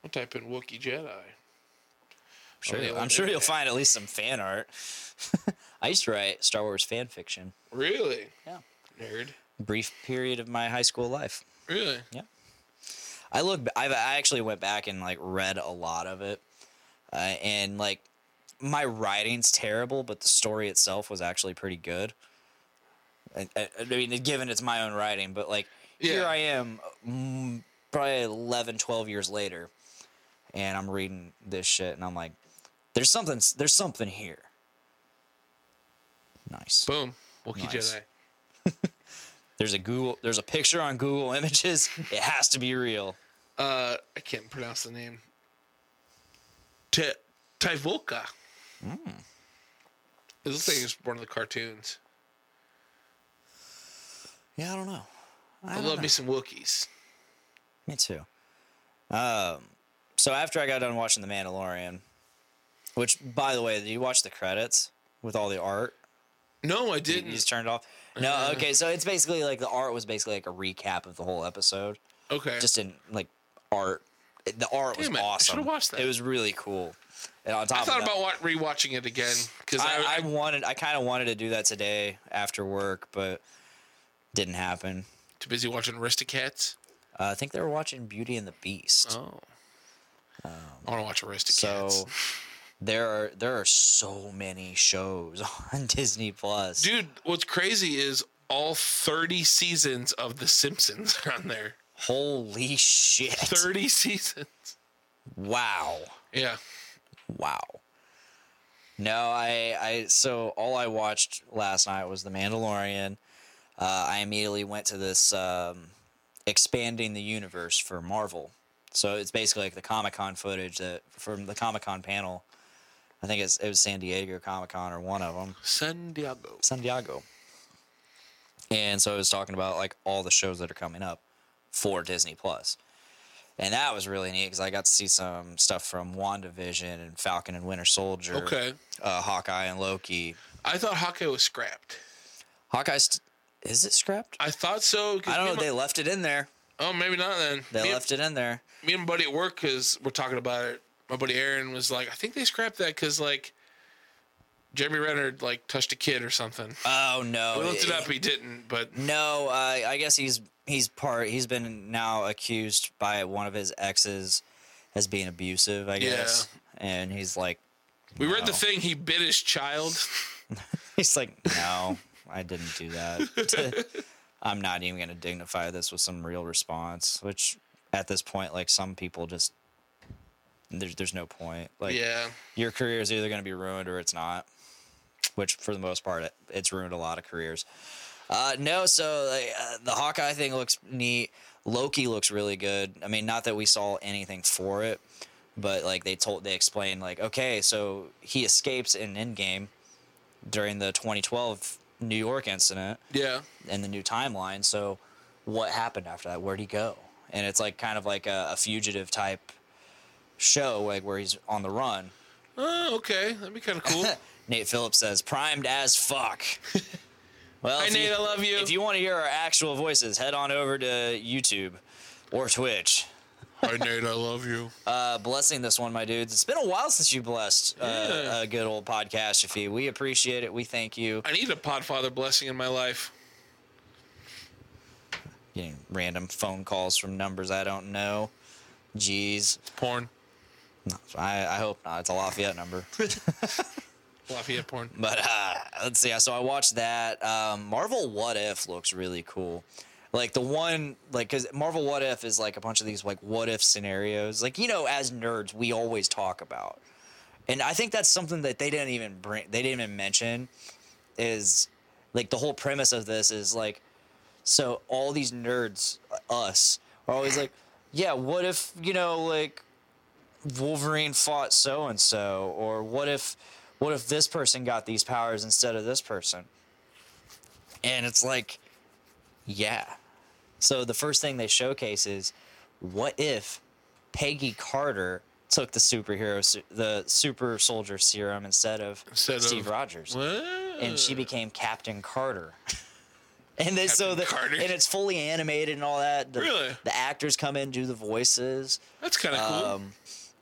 Speaker 8: I'll type in Wookiee Jedi.
Speaker 7: Sure,
Speaker 8: Oh, yeah,
Speaker 7: you'll-
Speaker 8: well,
Speaker 7: I'm sure
Speaker 8: yeah.
Speaker 7: you'll find at least some fan art. I used to write Star Wars fan fiction.
Speaker 8: Really?
Speaker 7: Yeah.
Speaker 8: Nerd.
Speaker 7: brief period of my high school life.
Speaker 8: Really?
Speaker 7: I look. b- I've, I actually went back and like read a lot of it, uh, and like my writing's terrible, but the story itself was actually pretty good. I, I, I mean, given it's my own writing, but like here
Speaker 8: Yeah.
Speaker 7: I am, mm, probably 11, 12 years later, and I'm reading this shit, and I'm like, there's something. s- There's something here. Nice.
Speaker 8: Boom. Wookiee
Speaker 7: Nice.
Speaker 8: Jedi.
Speaker 7: There's a Google. There's a picture on Google Images. It has to be real.
Speaker 8: Uh, I can't pronounce the name. Te- Taivoka.
Speaker 7: Hmm.
Speaker 8: This thing is one of the cartoons.
Speaker 7: Yeah, I don't know.
Speaker 8: I, love me some Wookiees.
Speaker 7: Me too. Um, so after I got done watching The Mandalorian, which by the way, did you watch the credits with all the art?
Speaker 8: No, I
Speaker 7: You- You
Speaker 8: didn't.
Speaker 7: just turned it off. No, okay. So it's basically like the art was basically like a recap of the whole episode,
Speaker 8: okay.
Speaker 7: just in like art. The art was
Speaker 8: Damn it, I
Speaker 7: awesome.
Speaker 8: should've watched that.
Speaker 7: It was really cool. And on top
Speaker 8: I thought
Speaker 7: of that,
Speaker 8: about wa- rewatching it again because
Speaker 7: I,
Speaker 8: I,
Speaker 7: I wanted, I kind of wanted to do that today after work, but didn't happen.
Speaker 8: too busy watching Aristocats.
Speaker 7: Uh, I think they were watching Beauty and the Beast.
Speaker 8: Oh. I want to watch Aristocats.
Speaker 7: So there are there are so many shows on Disney Plus.
Speaker 8: Dude, what's crazy is all 30 seasons of The Simpsons are on there.
Speaker 7: Holy shit.
Speaker 8: 30 seasons.
Speaker 7: Wow.
Speaker 8: Yeah.
Speaker 7: Wow. No, I I so all I watched last night was The Mandalorian. Uh, I immediately went to this um, expanding the universe for Marvel. So it's basically like the Comic Con footage that from the Comic Con panel. I think it's, it was San Diego Comic Con or one of them.
Speaker 8: San Diego.
Speaker 7: San Diego. And so it was talking about like all the shows that are coming up for Disney Plus. And that was really neat because I got to see some stuff from WandaVision and Falcon and Winter Soldier.
Speaker 8: Okay.
Speaker 7: Uh, Hawkeye and Loki.
Speaker 8: I thought Hawkeye was scrapped.
Speaker 7: Hawkeye, st- is it scrapped?
Speaker 8: I thought so. 'cause
Speaker 7: I don't
Speaker 8: me
Speaker 7: know.
Speaker 8: and
Speaker 7: They
Speaker 8: my-
Speaker 7: left it in there.
Speaker 8: oh, maybe not then.
Speaker 7: They
Speaker 8: me,
Speaker 7: left it in there.
Speaker 8: me and my buddy at work because we're talking about it. My buddy Aaron was like, I think they scrapped that because like Jeremy Renner like touched a kid or something.
Speaker 7: Oh, no.
Speaker 8: We looked it
Speaker 7: Yeah.
Speaker 8: up. He didn't, but
Speaker 7: No, uh, I guess he's he's part. He's been now accused by one of his exes as being abusive. I
Speaker 8: Yeah.
Speaker 7: guess, and he's like,
Speaker 8: we read
Speaker 7: No.
Speaker 8: the thing. He bit his child.
Speaker 7: He's like, no, I didn't do that. I'm not even going to dignify this with some real response, which at this point, like some people just, there's, there's no point. Like,
Speaker 8: yeah.
Speaker 7: your career is either going to be ruined or it's not, which for the most part, it, it's ruined a lot of careers. Uh, no, so like, uh, the Hawkeye thing looks neat. Loki looks really good. I mean, not that we saw anything for it, but like they told, they explained, like, okay, so he escapes in Endgame during the 2012 New York incident
Speaker 8: Yeah.
Speaker 7: and the new timeline. So, what happened after that? Where'd he go? And it's like kind of like a, a fugitive type show, like where he's on the run.
Speaker 8: Oh, okay. That'd be kind of cool.
Speaker 7: Nate Phillips says, primed as fuck. well,
Speaker 8: Hi,
Speaker 7: if
Speaker 8: Nate, I love you.
Speaker 7: If you want to hear our actual voices, head on over to YouTube or Twitch.
Speaker 8: Hi, Nate. I love you.
Speaker 7: Uh, blessing this one, my dudes. It's been a while since you blessed uh,
Speaker 8: Yeah.
Speaker 7: a good old podcast, Shafi. We appreciate it. We thank you.
Speaker 8: I need a Podfather blessing in my life.
Speaker 7: Getting random phone calls from numbers I don't know. Jeez.
Speaker 8: Porn.
Speaker 7: I, I hope not. It's a Lafayette number.
Speaker 8: Lafayette porn.
Speaker 7: But uh, let's see. So I watched that. Um, Marvel What If looks really cool. Like the one, like, because Marvel What If is like a bunch of these, like, what if scenarios. Like, you know, as nerds, we always talk about. And I think that's something that they didn't even bring, they didn't even mention is like the whole premise of this is like, so all these nerds, uh, us, are always like, yeah, what if, you know, like, Wolverine fought so and so, or what if, what if this person got these powers instead of this person? And it's like, yeah. So the first thing they showcase is, what if Peggy Carter took the superhero, se- the super soldier serum instead of
Speaker 8: Instead of-
Speaker 7: Steve Rogers, and she became Captain Carter. And then so
Speaker 8: Captain
Speaker 7: the
Speaker 8: Carter.
Speaker 7: and it's fully animated and all that. The,
Speaker 8: Really?
Speaker 7: the actors come in, do the voices.
Speaker 8: That's kind of cool.
Speaker 7: Um,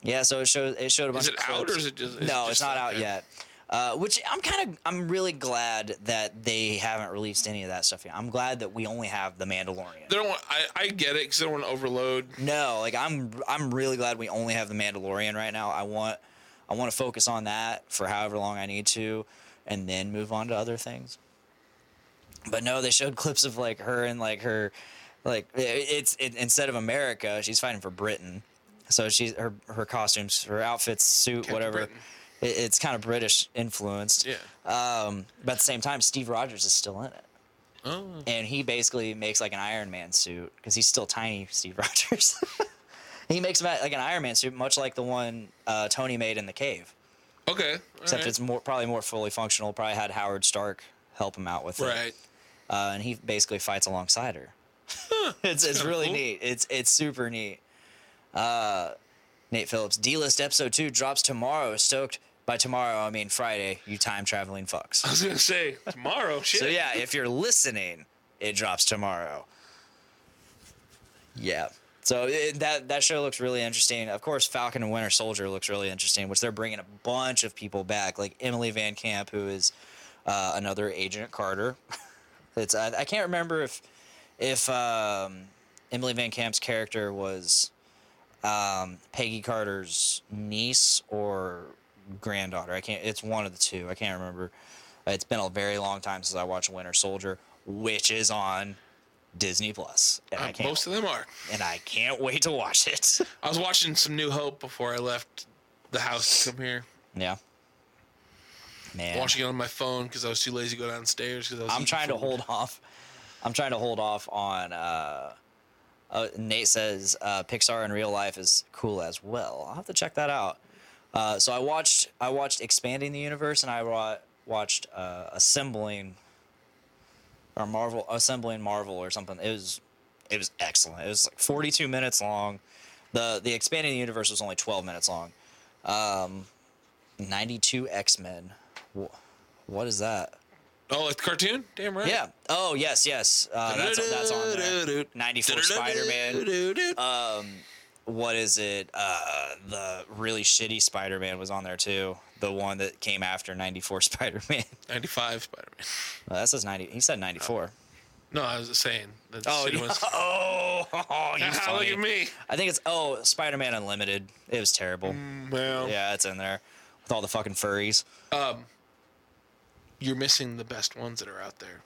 Speaker 7: yeah, so it showed it showed a bunch.
Speaker 8: it
Speaker 7: of clips.
Speaker 8: out or is it just- is it
Speaker 7: no?
Speaker 8: just
Speaker 7: it's not
Speaker 8: like
Speaker 7: out yet. Uh, which I'm kind of, I'm really glad that they haven't released any of that stuff yet. I'm glad that we only have the Mandalorian.
Speaker 8: They don't want. I, I get it because they don't want to overload.
Speaker 7: No, like I'm I'm really glad we only have the Mandalorian right now. I want I want to focus on that for however long I need to and then move on to other things. But no, they showed clips of like her and like her like i- it's it, instead of America, she's fighting for Britain. So she's her her costumes, her outfits, suit,
Speaker 8: Captain
Speaker 7: whatever.
Speaker 8: Britain.
Speaker 7: It, it's kind of British influenced.
Speaker 8: Yeah.
Speaker 7: Um, but at the same time, Steve Rogers is still in it
Speaker 8: Oh,
Speaker 7: and he basically makes like an Iron Man suit because he's still tiny, Steve Rogers. he makes about like an Iron Man suit, much like the one uh, Tony made in the cave,
Speaker 8: okay.
Speaker 7: except
Speaker 8: alright.
Speaker 7: it's more probably more fully functional. Probably had Howard Stark help him out with it,
Speaker 8: right.
Speaker 7: uh, and he basically fights alongside her. it's it's really
Speaker 8: cool.
Speaker 7: neat. It's it's super neat. Uh, Nate Phillips, D list episode two drops tomorrow. Stoked by tomorrow, I mean Friday. You time traveling fucks.
Speaker 8: I was gonna say tomorrow. Shit.
Speaker 7: So yeah, if you're listening, it drops tomorrow. Yeah. So it, that that show looks really interesting. Of course, Falcon and Winter Soldier looks really interesting, which they're bringing a bunch of people back, like Emily Van Camp, who is uh, another Agent Carter. it's I, I can't remember if if um, Emily Van Camp's character was um, Peggy Carter's niece or granddaughter. I can't. It's one of the two. I can't remember. It's been a very long time since I watched Winter Soldier, which is on Disney Plus, and I
Speaker 8: Uh,
Speaker 7: can't
Speaker 8: most of them are.
Speaker 7: and I can't wait to watch it.
Speaker 8: I was watching some New Hope before I left the house to come here.
Speaker 7: yeah, man.
Speaker 8: Watching it on my phone because I was too lazy to go downstairs. Because
Speaker 7: I'm trying to hold off. I'm trying to hold off on. Uh, uh, Nate says uh, Pixar in real life is cool as well. I'll have to check that out. Uh, so I watched I watched expanding the universe and I wa- watched uh, assembling or Marvel assembling Marvel or something. It was it was excellent. It was like 42 minutes long. The the expanding the universe was only 12 minutes long. Um, 92 X Men. What is that?
Speaker 8: Oh, it's cartoon. Damn right.
Speaker 7: Yeah. Oh yes, yes. Uh, that's that's on there. Ninety four Spider Man. What is it? Uh, the really shitty Spider Man was on there too. The one that came after ninety four Spider Man.
Speaker 8: 95 Spider Man.
Speaker 7: Well, that says ninety. He said ninety four.
Speaker 8: No, I was just saying. That
Speaker 7: Oh,
Speaker 8: shitty
Speaker 7: yeah.
Speaker 8: ones-
Speaker 7: oh, oh, you
Speaker 8: Ah, look
Speaker 7: funny.
Speaker 8: at me.
Speaker 7: I think it's oh Spider Man Unlimited. It was terrible.
Speaker 8: Well,
Speaker 7: Yeah, it's in there with all the fucking furries.
Speaker 8: you're missing the best ones that are out there.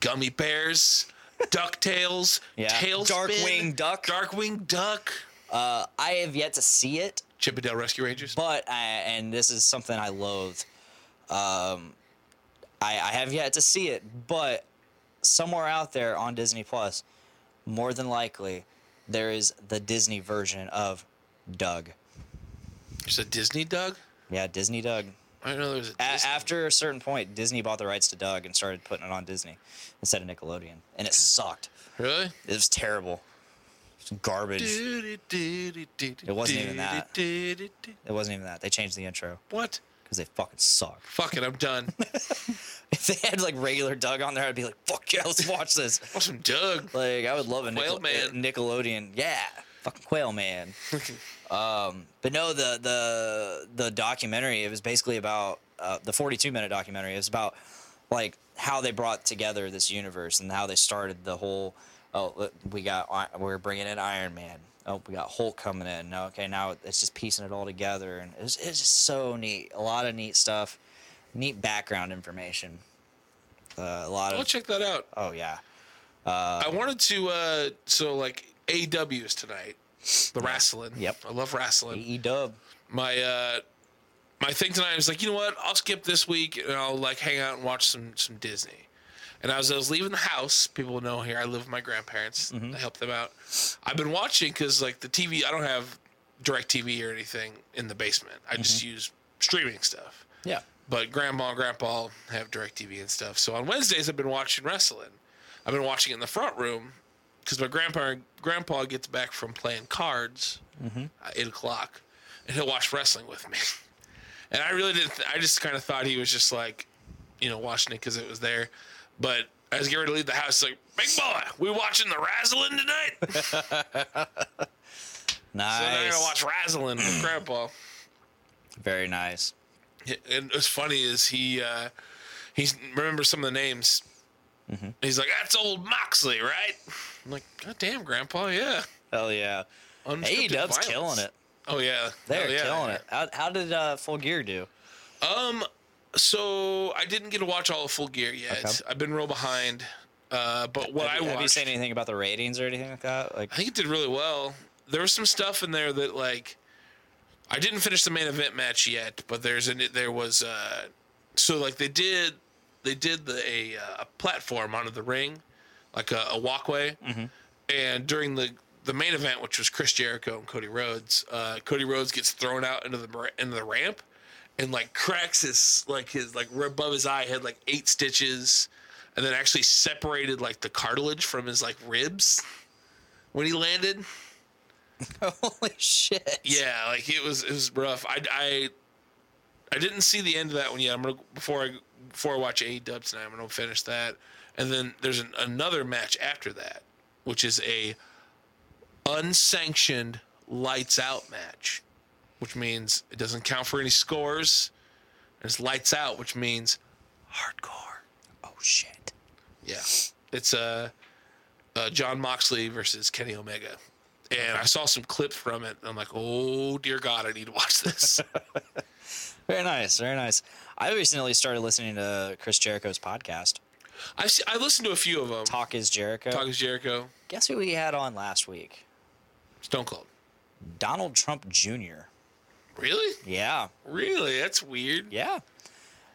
Speaker 8: Gummy bears, Ducktales,
Speaker 7: Yeah.
Speaker 8: Tailspin,
Speaker 7: Darkwing Duck.
Speaker 8: Darkwing Duck,
Speaker 7: Uh, I have yet to see it.
Speaker 8: Chippendale Rescue Rangers.
Speaker 7: But I, and this is something I loathe. Um, I, I have yet to see it, but somewhere out there on Disney Plus, more than likely, there is the Disney version of Doug.
Speaker 8: There's a Disney Doug.
Speaker 7: Yeah, Disney Doug.
Speaker 8: I didn't know there was a
Speaker 7: A-
Speaker 8: Disney.
Speaker 7: after a certain point, Disney bought the rights to Doug and started putting it on Disney instead of Nickelodeon, and it sucked.
Speaker 8: really?
Speaker 7: It was terrible. It was garbage.
Speaker 8: It
Speaker 7: wasn't even that. It wasn't even that. They changed the intro
Speaker 8: What?
Speaker 7: because they fucking suck.
Speaker 8: Fuck it, I'm done.
Speaker 7: If they had like regular Doug on there, I'd be like, "Fuck yeah, let's watch this."
Speaker 8: Awesome, Doug.
Speaker 7: Like I would love a
Speaker 8: Quail
Speaker 7: Nickel-
Speaker 8: Man.
Speaker 7: a Nickelodeon. Yeah, fucking Quail Man. um, but no, the the the documentary. It was basically about uh, the 42 minute documentary. It was about like how they brought together this universe and how they started the whole. Oh, look, we got I- we're bringing in Iron Man. Oh, we got Hulk coming in. Okay, now it's just piecing it all together, and it was, it was just so neat. A lot of neat stuff, neat background information. Uh, a lot
Speaker 8: I'll
Speaker 7: of
Speaker 8: check that out.
Speaker 7: oh yeah.
Speaker 8: I wanted to. uh So like AW is tonight. The wrestling.
Speaker 7: Yep.
Speaker 8: I love wrestling.
Speaker 7: E Dub.
Speaker 8: my uh my thing tonight was like, you know what? I'll skip this week and I'll like hang out and watch some some Disney. And as I was leaving the house, people know here I live with my grandparents.
Speaker 7: Mm-hmm.
Speaker 8: I help them out. I've been watching because like the TV, I don't have direct TV or anything in the basement. I
Speaker 7: Mm-hmm.
Speaker 8: just use streaming stuff.
Speaker 7: Yeah.
Speaker 8: But grandma and grandpa have direct TV and stuff. So on Wednesdays, I've been watching wrestling. I've been watching it in the front room because my grandpa grandpa gets back from playing cards at eight o'clock, and he'll watch wrestling with me. And I really didn't. I just kind of thought he was just like, you know, watching it because it was there. But I was getting ready to leave the house. Like, big boy, we watching the Razzling tonight. so
Speaker 7: Nice.
Speaker 8: then I gotta watch Razzling with grandpa.
Speaker 7: Very nice.
Speaker 8: and what's funny is he uh he's remembers some of the names.
Speaker 7: Mm-hmm.
Speaker 8: He's like, "That's old Moxley, right?" I'm like, "God damn, Grandpa, yeah."
Speaker 7: Hell yeah.
Speaker 8: Unscripted
Speaker 7: AEW's
Speaker 8: violence.
Speaker 7: killing it.
Speaker 8: Oh yeah,
Speaker 7: They're
Speaker 8: Hell, yeah,
Speaker 7: killing
Speaker 8: they
Speaker 7: it. How, how did uh, Full Gear do?
Speaker 8: So I didn't get to watch all of Full Gear yet.
Speaker 7: Okay.
Speaker 8: I've been real behind. Uh, but what
Speaker 7: have,
Speaker 8: I
Speaker 7: have you
Speaker 8: watched,
Speaker 7: seen anything about the ratings or anything like that? Like,
Speaker 8: I think it did really well. There was some stuff in there that like I didn't finish the main event match yet, but there's an there was uh so like they did they did the a, uh, a platform onto the ring, like a, a walkway, and during the the main event, which was Chris Jericho and Cody Rhodes, uh, Cody Rhodes gets thrown out into the ra- into the ramp, and like cracks his like his like right above his eye had like eight stitches, and then actually separated like the cartilage from his like ribs when he landed.
Speaker 7: holy shit.
Speaker 8: Yeah, like it was it was rough. I I I didn't see the end of that one yet. I'm gonna before I before I watch AEW tonight, I'm gonna finish that. And then there's an, another match after that, which is a unsanctioned lights out match, which means it doesn't count for any scores. And it's lights out, which means hardcore.
Speaker 7: Oh, shit.
Speaker 8: Yeah, it's uh, uh, John Moxley versus Kenny Omega, and I saw some clips from it. And I'm like, oh dear God, I need to watch this.
Speaker 7: Very nice. Very nice. I recently started listening to Chris Jericho's podcast,
Speaker 8: I see, I listened to a few of them. Talk,
Speaker 7: Talk is Jericho.
Speaker 8: is Jericho,
Speaker 7: Guess who we had on last week?
Speaker 8: Stone Cold.
Speaker 7: Donald Trump Jr.
Speaker 8: Really,
Speaker 7: Yeah.
Speaker 8: really, that's weird.
Speaker 7: Yeah.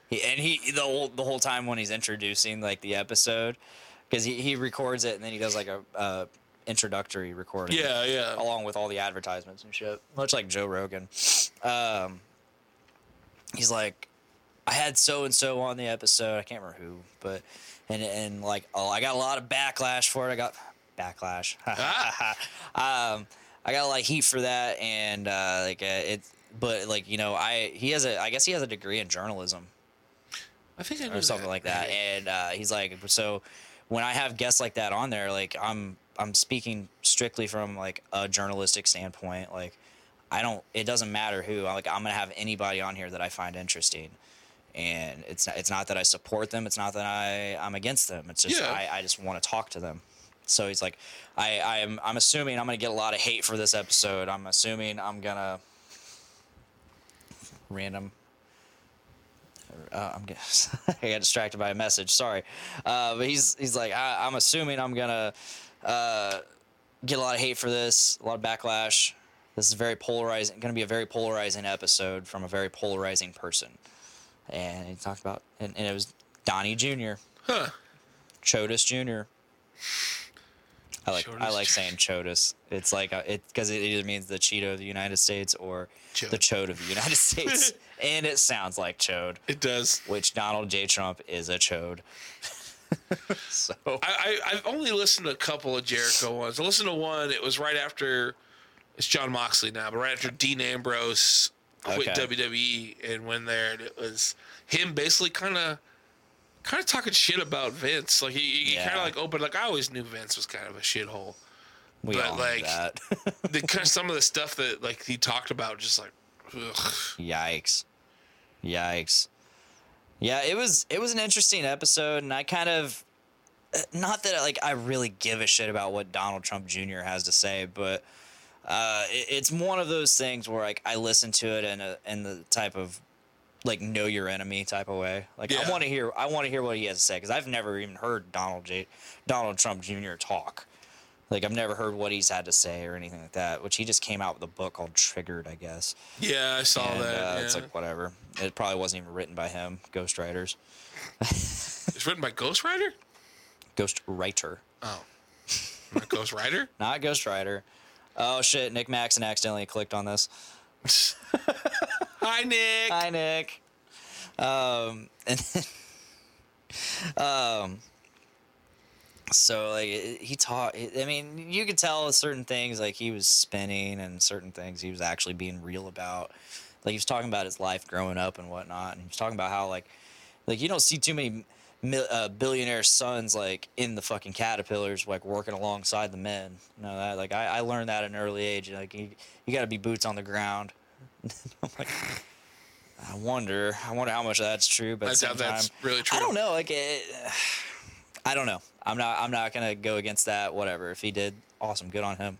Speaker 7: He, and he the whole the whole time when he's introducing like the episode, because he, he records it and then he does like a, a introductory recording.
Speaker 8: Yeah, yeah.
Speaker 7: Along with all the advertisements and shit, much like Joe Rogan. Um, he's like, I had so and so on the episode. I can't remember who, but and and like, oh, I got a lot of backlash for it. I got backlash.
Speaker 8: Ah.
Speaker 7: um, I got a lot of heat for that, and uh, like uh, it. But like you know, I he has a I guess he has a degree in journalism
Speaker 8: I think I knew
Speaker 7: or something like that. And uh, he's like, so when I have guests like that on there, like I'm I'm speaking strictly from like a journalistic standpoint. Like I don't, it doesn't matter who. I'm like I'm gonna have anybody on here that I find interesting. And it's it's not that I support them. It's not that I I'm against them. It's just
Speaker 8: Yeah.
Speaker 7: I, I just want to talk to them. So he's like, I I'm I'm assuming I'm gonna get a lot of hate for this episode. I'm assuming I'm gonna random uh, I'm gonna, I got distracted by a message. Sorry, uh, but he's he's like I, I'm assuming I'm gonna uh, get a lot of hate for this, a lot of backlash. This is very polarizing. Going to be a very polarizing episode from a very polarizing person. And he talked about and, and it was Donnie Jr.
Speaker 8: Huh.
Speaker 7: Chotis Jr. I like I
Speaker 8: Chodas
Speaker 7: like
Speaker 8: Jr.
Speaker 7: saying Chotis. It's like uh, it because it either means the Cheeto of the United States or the Chode of the United States, and it sounds like Chode
Speaker 8: It does.
Speaker 7: which Donald J. Trump is a chode. so
Speaker 8: I, I I've only listened to a couple of Jericho ones. I listened to one. It was right after it's John Moxley now, but right after Dean Ambrose quit
Speaker 7: Okay.
Speaker 8: WWE and went there, and it was him basically kind of kind of talking shit about Vince. Like he, he kind
Speaker 7: Yeah.
Speaker 8: of like opened like I always knew Vince was kind of a shithole.
Speaker 7: we
Speaker 8: But,
Speaker 7: all knew
Speaker 8: like-
Speaker 7: that.
Speaker 8: The kind of some of the stuff that like he talked about, just like ugh.
Speaker 7: Yikes. Yikes. Yeah, it was it was an interesting episode and I kind of uh, not that like I really give a shit about what Donald Trump Jr. has to say, but uh, it, it's one of those things where like I listen to it in a in the type of like know your enemy type of way. Like
Speaker 8: Yeah.
Speaker 7: I want to hear I want to hear what he has to say because I've never even heard Donald J Donald Trump Jr. talk. Like I've never heard what he's had to say or anything like that. Which he just came out with a book called Triggered, I guess.
Speaker 8: yeah, I saw
Speaker 7: And,
Speaker 8: that.
Speaker 7: uh,
Speaker 8: yeah.
Speaker 7: It's
Speaker 8: It's,
Speaker 7: like whatever. It probably wasn't even written by him. Ghostwriters.
Speaker 8: written by Ghost Rider.
Speaker 7: Ghostwriter.
Speaker 8: Oh, not Ghost Rider.
Speaker 7: Not Ghostwriter. Oh shit, Nick Maxon accidentally clicked on this.
Speaker 8: Hi Nick.
Speaker 7: Hi Nick. Um and then, um so like it- he taught I mean, you could tell certain things like he was spinning and certain things he was actually being real about. Like he was talking about his life growing up and whatnot, and he was talking about how like like you don't see too many mil- uh, billionaire sons like in the fucking caterpillars like working alongside the men you know that like i, I learned that at an early age like you, you got to be boots on the ground I'm like I wonder. I wonder how much that's true. But
Speaker 8: I
Speaker 7: at the
Speaker 8: doubt
Speaker 7: same
Speaker 8: that's
Speaker 7: time-
Speaker 8: really true.
Speaker 7: I don't know. Like, it, I don't know. I'm not. I'm not gonna go against that. Whatever. If he did, awesome. Good on him.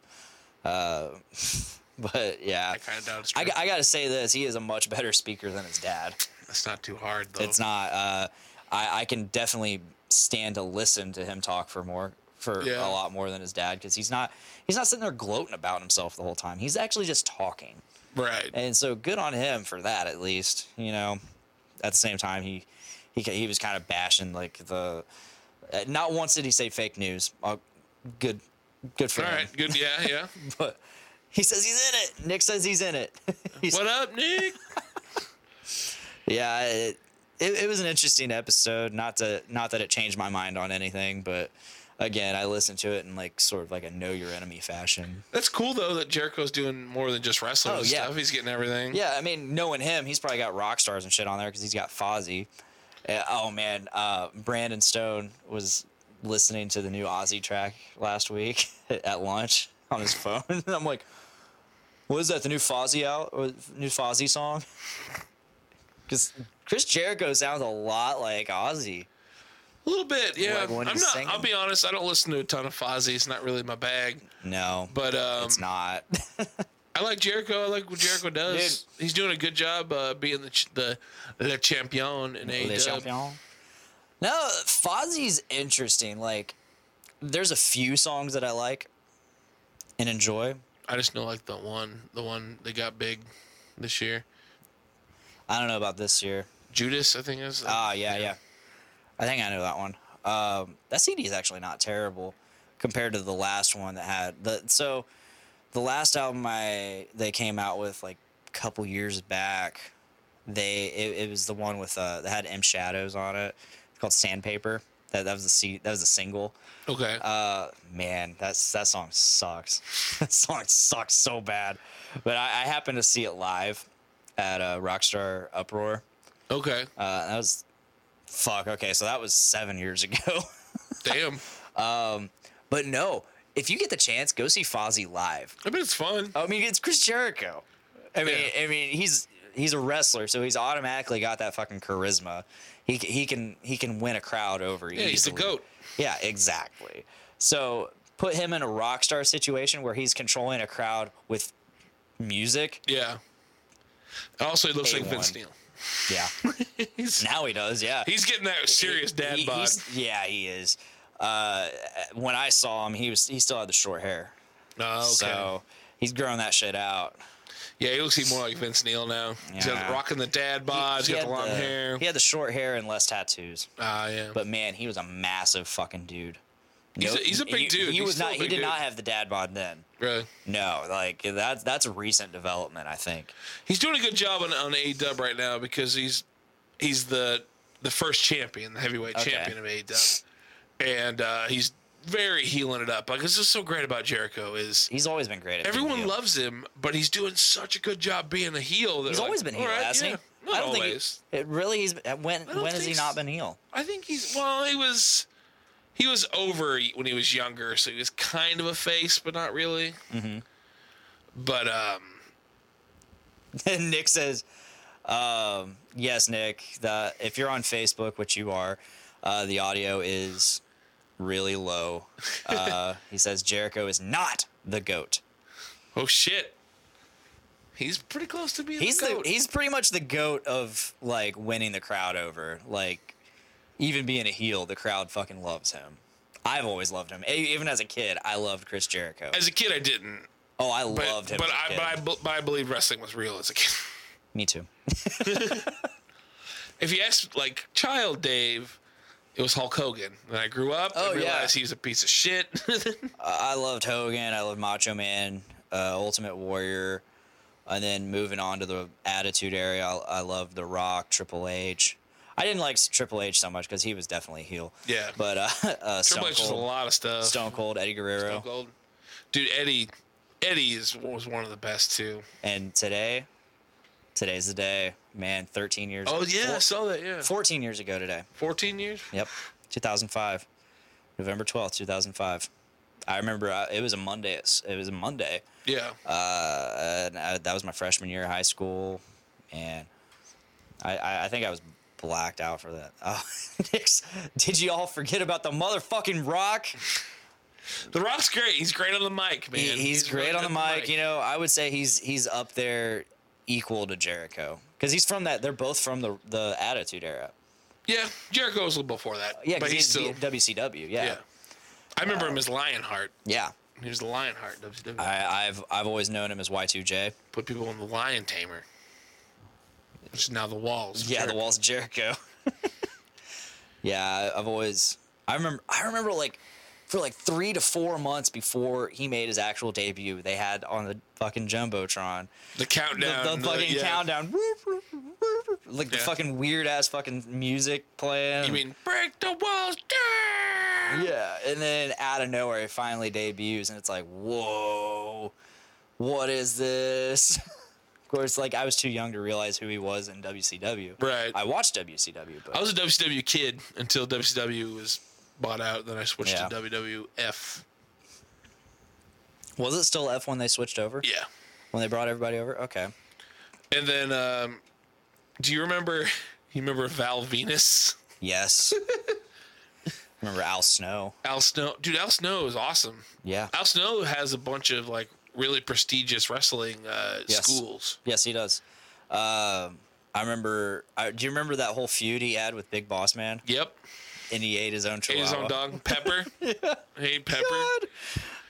Speaker 7: Uh, but yeah,
Speaker 8: I kind of doubt it's
Speaker 7: I,
Speaker 8: true.
Speaker 7: I gotta say this. He is a much better speaker than his dad.
Speaker 8: That's not too hard though.
Speaker 7: It's not. Uh, I, I can definitely stand to listen to him talk for more for
Speaker 8: Yeah.
Speaker 7: a lot more than his dad because he's not. He's not sitting there gloating about himself the whole time. He's actually just talking.
Speaker 8: right.
Speaker 7: And so good on him for that at least, you know. At the same time he he ca- he was kind of bashing like the uh, not once did he say fake news. Uh, good good for
Speaker 8: All
Speaker 7: him.
Speaker 8: right. Good. Yeah. Yeah.
Speaker 7: But he says he's in it. Nick says he's in it. He's-
Speaker 8: what up, Nick?
Speaker 7: yeah, it, it it was an interesting episode, not to not that it changed my mind on anything, but again, I listened to it in like sort of like a know your enemy fashion.
Speaker 8: That's cool though that Jericho's doing more than just wrestling
Speaker 7: Oh,
Speaker 8: and
Speaker 7: yeah.
Speaker 8: stuff. He's getting everything.
Speaker 7: Yeah, I mean, knowing him, he's probably got rock stars and shit on there because he's got Fozzy. Uh, oh man, uh, Brandon Stone was listening to the new Ozzy track last week at lunch on his phone, and I'm like, "What is that? The new Fozzy out? Or new Fozzy song?" Because Chris Jericho sounds a lot like Ozzy.
Speaker 8: A little bit. Yeah.
Speaker 7: Like when
Speaker 8: I'm
Speaker 7: he's
Speaker 8: not. I'll
Speaker 7: singing?
Speaker 8: be honest. I don't listen to a ton of Fozzy. It's not really my bag.
Speaker 7: No,
Speaker 8: But um,
Speaker 7: it's not.
Speaker 8: I like Jericho. I like what Jericho does. He's doing a good job uh, being the ch- the le champion in E
Speaker 7: Les
Speaker 8: AEW.
Speaker 7: Champions. No, Fozzy's interesting. Like, there's a few songs that I like and enjoy.
Speaker 8: I just know like the one, the one that got big this year.
Speaker 7: I don't know about this year.
Speaker 8: Judas, I think is.
Speaker 7: Ah, yeah, yeah. I think I know that one. Um, that CD is actually not terrible compared to the last one that had the. So, the last album I they came out with like a couple years back, they it, it was the one with uh that had M Shadows on it. It's called Sandpaper. That that was the C, that was a single.
Speaker 8: Okay.
Speaker 7: Uh, man, that's that song sucks. that song sucks so bad. But I, I happened to see it live at uh, Rockstar Uproar.
Speaker 8: okay.
Speaker 7: Uh, that was fuck. Okay, so that was seven years ago.
Speaker 8: Damn.
Speaker 7: but no, if you get the chance, go see Fozzy live.
Speaker 8: I mean, it's fun.
Speaker 7: I mean, it's Chris Jericho. I mean,
Speaker 8: Yeah.
Speaker 7: I mean, he's he's a wrestler, so he's automatically got that fucking charisma. He c- he can he can win a crowd over.
Speaker 8: Yeah, he's the
Speaker 7: easily.
Speaker 8: goat.
Speaker 7: Yeah, exactly. So put him in a rock star situation where he's controlling a crowd with music.
Speaker 8: Yeah. Also, he looks like
Speaker 7: A1.
Speaker 8: Vince Neil.
Speaker 7: Yeah, now he does. Yeah,
Speaker 8: He's getting that serious dad
Speaker 7: He-
Speaker 8: bod.
Speaker 7: he's- Yeah, he is. Uh, when I saw him, he was he still had the short hair.
Speaker 8: Oh, okay.
Speaker 7: So he's growing that shit out.
Speaker 8: Yeah, he looks even more like Vince Neil now. He's got
Speaker 7: Yeah.
Speaker 8: rocking the dad bod. He, has
Speaker 7: had
Speaker 8: Uh, got the long hair.
Speaker 7: He had the short hair and less tattoos.
Speaker 8: Ah, yeah.
Speaker 7: But man, he was a massive fucking dude.
Speaker 8: He's a- he's a big
Speaker 7: he-
Speaker 8: dude.
Speaker 7: He
Speaker 8: He's
Speaker 7: was
Speaker 8: still a
Speaker 7: not. He
Speaker 8: big
Speaker 7: did
Speaker 8: dude.
Speaker 7: not have the dad bod then.
Speaker 8: really.
Speaker 7: No, like that's that's a recent development, I think.
Speaker 8: He's doing a good job on, on AEW right now because he's he's the the first champion, the heavyweight
Speaker 7: Okay.
Speaker 8: champion of AEW, and uh, he's very healing it up. Like this is so great about Jericho is
Speaker 7: He's always been great. At being
Speaker 8: everyone
Speaker 7: heel.
Speaker 8: loves him, but he's doing such a good job being a heel. that
Speaker 7: He's
Speaker 8: like,
Speaker 7: always been heel,
Speaker 8: "All right,
Speaker 7: hasn't
Speaker 8: yeah."
Speaker 7: he?
Speaker 8: Not
Speaker 7: I don't
Speaker 8: always.
Speaker 7: think he, it really. He's uh, when
Speaker 8: don't
Speaker 7: when has he
Speaker 8: think
Speaker 7: not
Speaker 8: so.
Speaker 7: been heel?
Speaker 8: I think he's well. He was he was over when he was younger, so he was kind of a face, but not really. Mm-hmm. But um,
Speaker 7: And Nick says, um, "Yes, Nick. The, if you're on Facebook, which you are, uh, the audio is really low." Uh, he says Jericho is not the goat.
Speaker 8: oh shit, he's pretty close to being.
Speaker 7: He's
Speaker 8: the,
Speaker 7: the,
Speaker 8: goat.
Speaker 7: he's pretty much the goat of like winning the crowd over. Like even being a heel, the crowd fucking loves him. I've always loved him. E- Even as a kid, I loved Chris Jericho.
Speaker 8: as a kid. I didn't,
Speaker 7: oh, I
Speaker 8: but
Speaker 7: loved him.
Speaker 8: but
Speaker 7: as a
Speaker 8: I,
Speaker 7: kid.
Speaker 8: but I bel- but I believe wrestling was real as a kid.
Speaker 7: me too.
Speaker 8: if you ask like child Dave. It was Hulk Hogan. Then I grew up
Speaker 7: Oh,
Speaker 8: and
Speaker 7: yeah.
Speaker 8: realized he was a piece of shit.
Speaker 7: I loved Hogan. I loved Macho Man, uh, Ultimate Warrior, and then moving on to the Attitude area, I, I loved The Rock, Triple H. I didn't like Triple H so much because he was definitely heel.
Speaker 8: Yeah.
Speaker 7: But uh, uh, Stone
Speaker 8: Triple H was a
Speaker 7: Cold,
Speaker 8: lot of stuff.
Speaker 7: Stone Cold, Eddie Guerrero,
Speaker 8: Stone Cold. Dude, Eddie, Eddie is, was one of the best too.
Speaker 7: and today, today's the day, man. Thirteen years.
Speaker 8: Oh yeah, I
Speaker 7: four-
Speaker 8: saw that. Yeah,
Speaker 7: fourteen years ago today.
Speaker 8: fourteen years.
Speaker 7: Yep, two thousand five, November twelfth, two thousand five. I remember uh, it was a Monday. It's- It was a Monday.
Speaker 8: Yeah,
Speaker 7: uh, and I, that was my freshman year of high school, and I, I, I think I was blacked out for that. Oh, Nick's, did you all forget about the motherfucking Rock?
Speaker 8: The Rock's great. He's great on the mic, man.
Speaker 7: He, he's, great
Speaker 8: really
Speaker 7: on the
Speaker 8: good
Speaker 7: mic. You know, I would say he's he's up there equal to Jericho because he's from that. They're both from the the Attitude Era.
Speaker 8: Yeah, Jericho was a little before that.
Speaker 7: Yeah,
Speaker 8: but
Speaker 7: because
Speaker 8: he's
Speaker 7: he's,
Speaker 8: still.
Speaker 7: WCW. Yeah,
Speaker 8: yeah. I remember him as Lionheart.
Speaker 7: yeah.
Speaker 8: He was the Lionheart. WCW.
Speaker 7: I, I've I've always known him as Y2J.
Speaker 8: Put people on the Lion Tamer, which is now the Walls. of
Speaker 7: Yeah, the
Speaker 8: Jericho.
Speaker 7: walls of Jericho. yeah, I- I've always I remember I remember like for like three to four months before he made his actual debut, they had on the fucking jumbotron
Speaker 8: The
Speaker 7: the,
Speaker 8: countdown.
Speaker 7: the fucking
Speaker 8: yeah.
Speaker 7: countdown, like the
Speaker 8: Yeah.
Speaker 7: fucking weird ass fucking music playing.
Speaker 8: You mean break the walls down?
Speaker 7: yeah? And then out of nowhere, it finally debuts, and it's like, whoa, what is this? Of course, like I was too young to realize who he was in WCW.
Speaker 8: Right. Oh.
Speaker 7: I watched WCW, but
Speaker 8: I was a WCW kid until WCW was bought out. Then I switched
Speaker 7: Yeah.
Speaker 8: to WWF.
Speaker 7: Was it still F when they switched over?
Speaker 8: Yeah.
Speaker 7: When they brought everybody over? Okay.
Speaker 8: And then, um, do you remember? You remember Val Venus?
Speaker 7: Yes. Remember Al Snow?
Speaker 8: Al Snow, dude. Al Snow is awesome.
Speaker 7: Yeah.
Speaker 8: Al Snow has a bunch of like really prestigious wrestling uh,
Speaker 7: Yes.
Speaker 8: schools.
Speaker 7: Yes, he does. Um, I remember. I, do you remember that whole feud he had with Big Boss Man?
Speaker 8: Yep.
Speaker 7: And he ate his own
Speaker 8: Ate
Speaker 7: chihuahua.
Speaker 8: his own dog, Pepper. Hey, Pepper.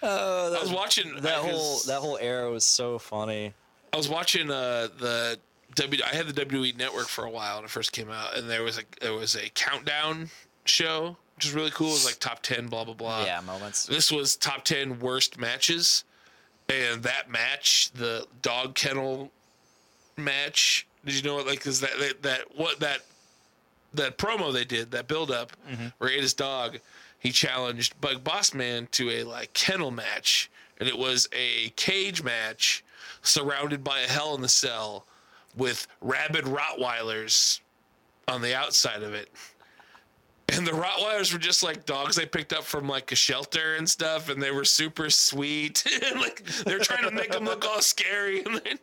Speaker 8: I was watching
Speaker 7: Oh, That
Speaker 8: I
Speaker 7: whole
Speaker 8: was-
Speaker 7: that whole era was so funny.
Speaker 8: I was watching uh, the W. I had the WWE Network for a while when it first came out, and there was a there was a countdown show, which is really cool. It was like top ten, blah blah blah.
Speaker 7: yeah, moments.
Speaker 8: This was top ten worst matches, and that match, the dog kennel match. Did you know what? Like, is that that, that what that that promo they did that build up where he ate his dog? He challenged Bug Boss Man to a like kennel match, and it was a cage match surrounded by a hell in the cell with rabid Rottweilers on the outside of it. And the Rottweilers were just like dogs they picked up from like a shelter and stuff, and they were super sweet. And, like they're trying to make them look all scary, and then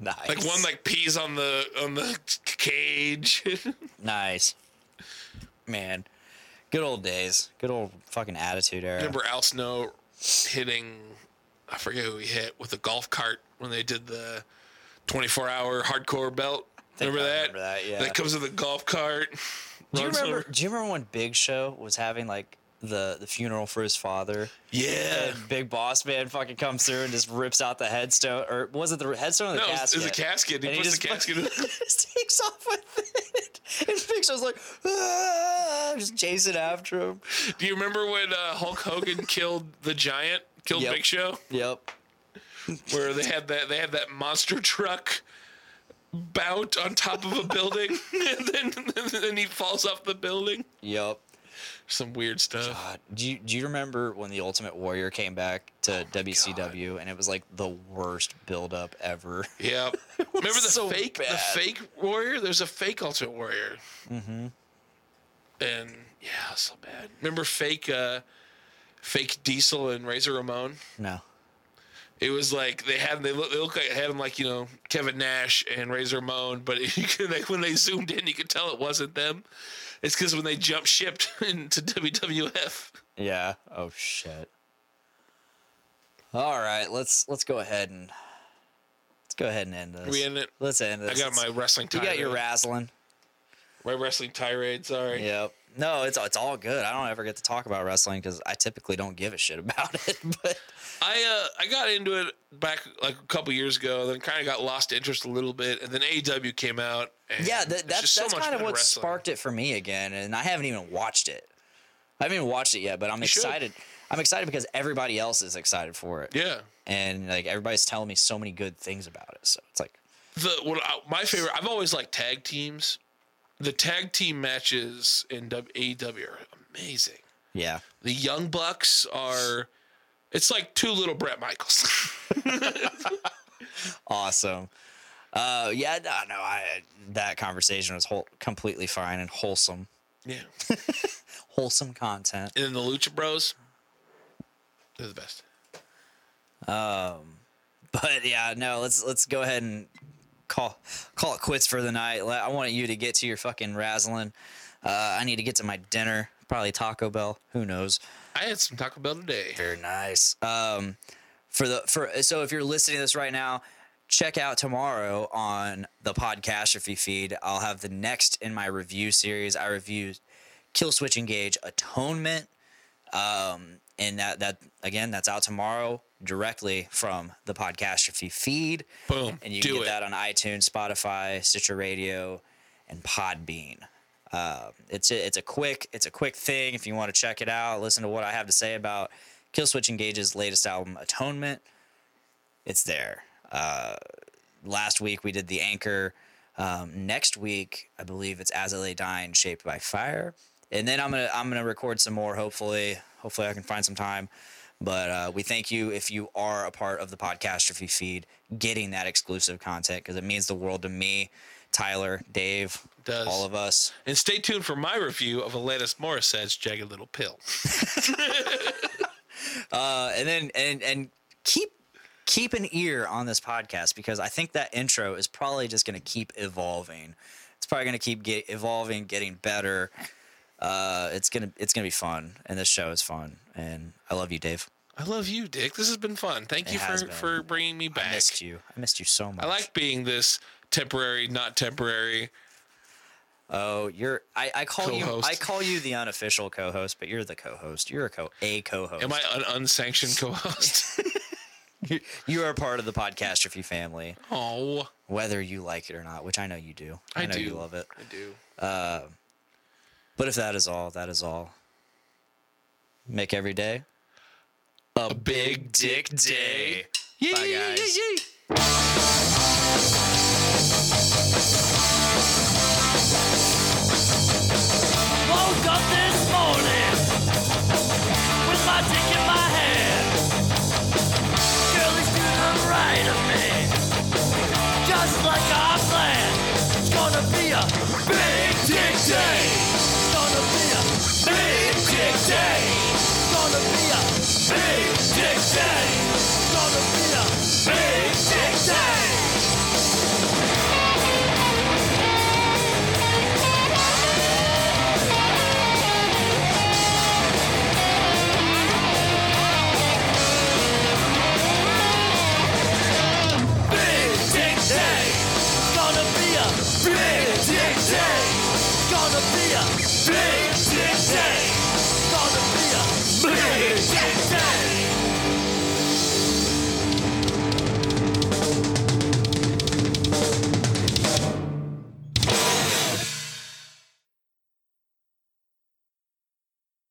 Speaker 7: Nice.
Speaker 8: like one like pees on the on the c- cage.
Speaker 7: nice. Man, good old days. Good old fucking attitude era.
Speaker 8: Remember Al Snow hitting, I forget who he hit with a golf cart when they did the twenty four hour hardcore belt.
Speaker 7: think
Speaker 8: Remember
Speaker 7: I
Speaker 8: that?
Speaker 7: remember that, yeah.
Speaker 8: That comes with a golf cart.
Speaker 7: Do you
Speaker 8: runs
Speaker 7: remember?
Speaker 8: over-
Speaker 7: Do you remember when Big Show was having like the the funeral for his father?
Speaker 8: Yeah.
Speaker 7: And Big Boss Man fucking comes through and just rips out the headstone, or was it the headstone or the
Speaker 8: No, it's,
Speaker 7: casket?
Speaker 8: it's a casket. He
Speaker 7: And
Speaker 8: puts the
Speaker 7: fucking-
Speaker 8: casket in.
Speaker 7: just takes off with it. And Big Show's like, "Ah," just chasing after him.
Speaker 8: Do you remember when uh, Hulk Hogan killed the giant, killed
Speaker 7: Yep.
Speaker 8: Big Show,
Speaker 7: Yep.
Speaker 8: where they had that they had that monster truck bout on top of a building, and then then he falls off the building.
Speaker 7: Yep.
Speaker 8: Some weird stuff.
Speaker 7: God, do you, do you remember when the Ultimate Warrior came back
Speaker 8: Oh
Speaker 7: to WCW and it was like the worst buildup ever?
Speaker 8: Yeah. Remember the
Speaker 7: so
Speaker 8: fake the
Speaker 7: bad.
Speaker 8: fake warrior? There's a fake Ultimate Warrior. Mm-hmm. And yeah, it was so bad. Remember fake uh fake Diesel and Razor Ramon?
Speaker 7: No.
Speaker 8: It was like they had they look they look like had him like you know Kevin Nash and Razor Ramon, but you could, like, when they zoomed in, you could tell it wasn't them. It's because when they jump shipped into WWF,
Speaker 7: Yeah. Oh shit. All right, let's let's go ahead and let's go ahead and end this.
Speaker 8: we ended.
Speaker 7: Let's end this.
Speaker 8: I got my wrestling.
Speaker 7: You
Speaker 8: Tirade.
Speaker 7: got your wrestling.
Speaker 8: my wrestling tirade. Sorry.
Speaker 7: Yep. No, it's it's all good. I don't ever get to talk about wrestling because I typically don't give a shit about it. But
Speaker 8: I uh, I got into it back like a couple years ago, then kind of got lost interest a little bit, and then AEW came out. And
Speaker 7: yeah,
Speaker 8: it's
Speaker 7: that, that's
Speaker 8: just so
Speaker 7: that's
Speaker 8: much
Speaker 7: kind of
Speaker 8: better
Speaker 7: what
Speaker 8: wrestling.
Speaker 7: sparked it for me again, and I haven't even watched it. I haven't even watched it yet, but I'm
Speaker 8: should.
Speaker 7: excited. I'm excited because everybody else is excited for it.
Speaker 8: Yeah,
Speaker 7: And like everybody's telling me so many good things about it, so it's like
Speaker 8: the what I, my favorite. I've always liked tag teams. The tag team matches in W- AEW are amazing.
Speaker 7: yeah.
Speaker 8: The Young Bucks are. It's like two little Brett Michaels.
Speaker 7: awesome. Uh, yeah, no, no, I that conversation was whole, completely fine and wholesome,
Speaker 8: yeah,
Speaker 7: wholesome content.
Speaker 8: and then the Lucha Bros. They're the best.
Speaker 7: But yeah, no, let's let's go ahead and call call it quits for the night. Let- I want you to get to your fucking razzling. Uh, I need to get to my dinner. Probably Taco Bell. Who knows?
Speaker 8: I had some Taco Bell today.
Speaker 7: Very nice. Um, for the for so if you're listening to this right now, check out tomorrow on the podcastrophy feed. I'll have the next in my review series. I review Kill Switch Engage Atonement. Um, and that that again, that's out tomorrow directly from the podcastrophy feed.
Speaker 8: Boom.
Speaker 7: And you
Speaker 8: Do
Speaker 7: can get
Speaker 8: it.
Speaker 7: that on iTunes, Spotify, Stitcher Radio, and Podbean. Um, it's a, it's a quick it's a quick thing. If you want to check it out, listen to what I have to say about Killswitch Engage's latest album, Atonement. It's there. Uh, last week we did the Anchor. Um, next week, I believe it's As I Lay Dying, Shaped by Fire, and then I'm gonna I'm gonna record some more. Hopefully, hopefully I can find some time. But uh, we thank you if you are a part of the Podcastrophy feed, getting that exclusive content because it means the world to me, Tyler, Dave,
Speaker 8: Does.
Speaker 7: all of us.
Speaker 8: And stay tuned for my review of Alanis Morissette's Jagged Little Pill.
Speaker 7: Uh, and then and and keep keep an ear on this podcast because I think that intro is probably just going to keep evolving. It's probably going to keep get, evolving, getting better. Uh, it's gonna it's gonna be fun, and this show is fun. And I love you, Dave.
Speaker 8: I love you, Dick. This has been fun. Thank
Speaker 7: It
Speaker 8: you
Speaker 7: has
Speaker 8: for,
Speaker 7: been.
Speaker 8: for bringing me
Speaker 7: I
Speaker 8: back.
Speaker 7: missed you. I missed you so much.
Speaker 8: I like being this temporary, not temporary.
Speaker 7: Oh, you're. I, I call
Speaker 8: Co-host.
Speaker 7: you. I call you the unofficial co-host, but you're the co-host. You're a co a co-host.
Speaker 8: Am I an unsanctioned co-host?
Speaker 7: You are part of the podcastrophy family,
Speaker 8: oh,
Speaker 7: whether you like it or not, which I know you do. I,
Speaker 8: I
Speaker 7: know you
Speaker 8: do.
Speaker 7: love it.
Speaker 8: I do.
Speaker 7: But if that is all, that is all. Make every day a big dick day. Bye, guys.
Speaker 10: woke up this morning with my dick in my hand. Girl is to the right of me, just like I planned. It's gonna be a big dick day. It's gonna be a big dick day. It's gonna be a big dick day. It's gonna be a big dick day. Big Dick Day. It's gonna be a Big Dick Day. It's gonna be a Big Dick Day. It's gonna be a Big Dick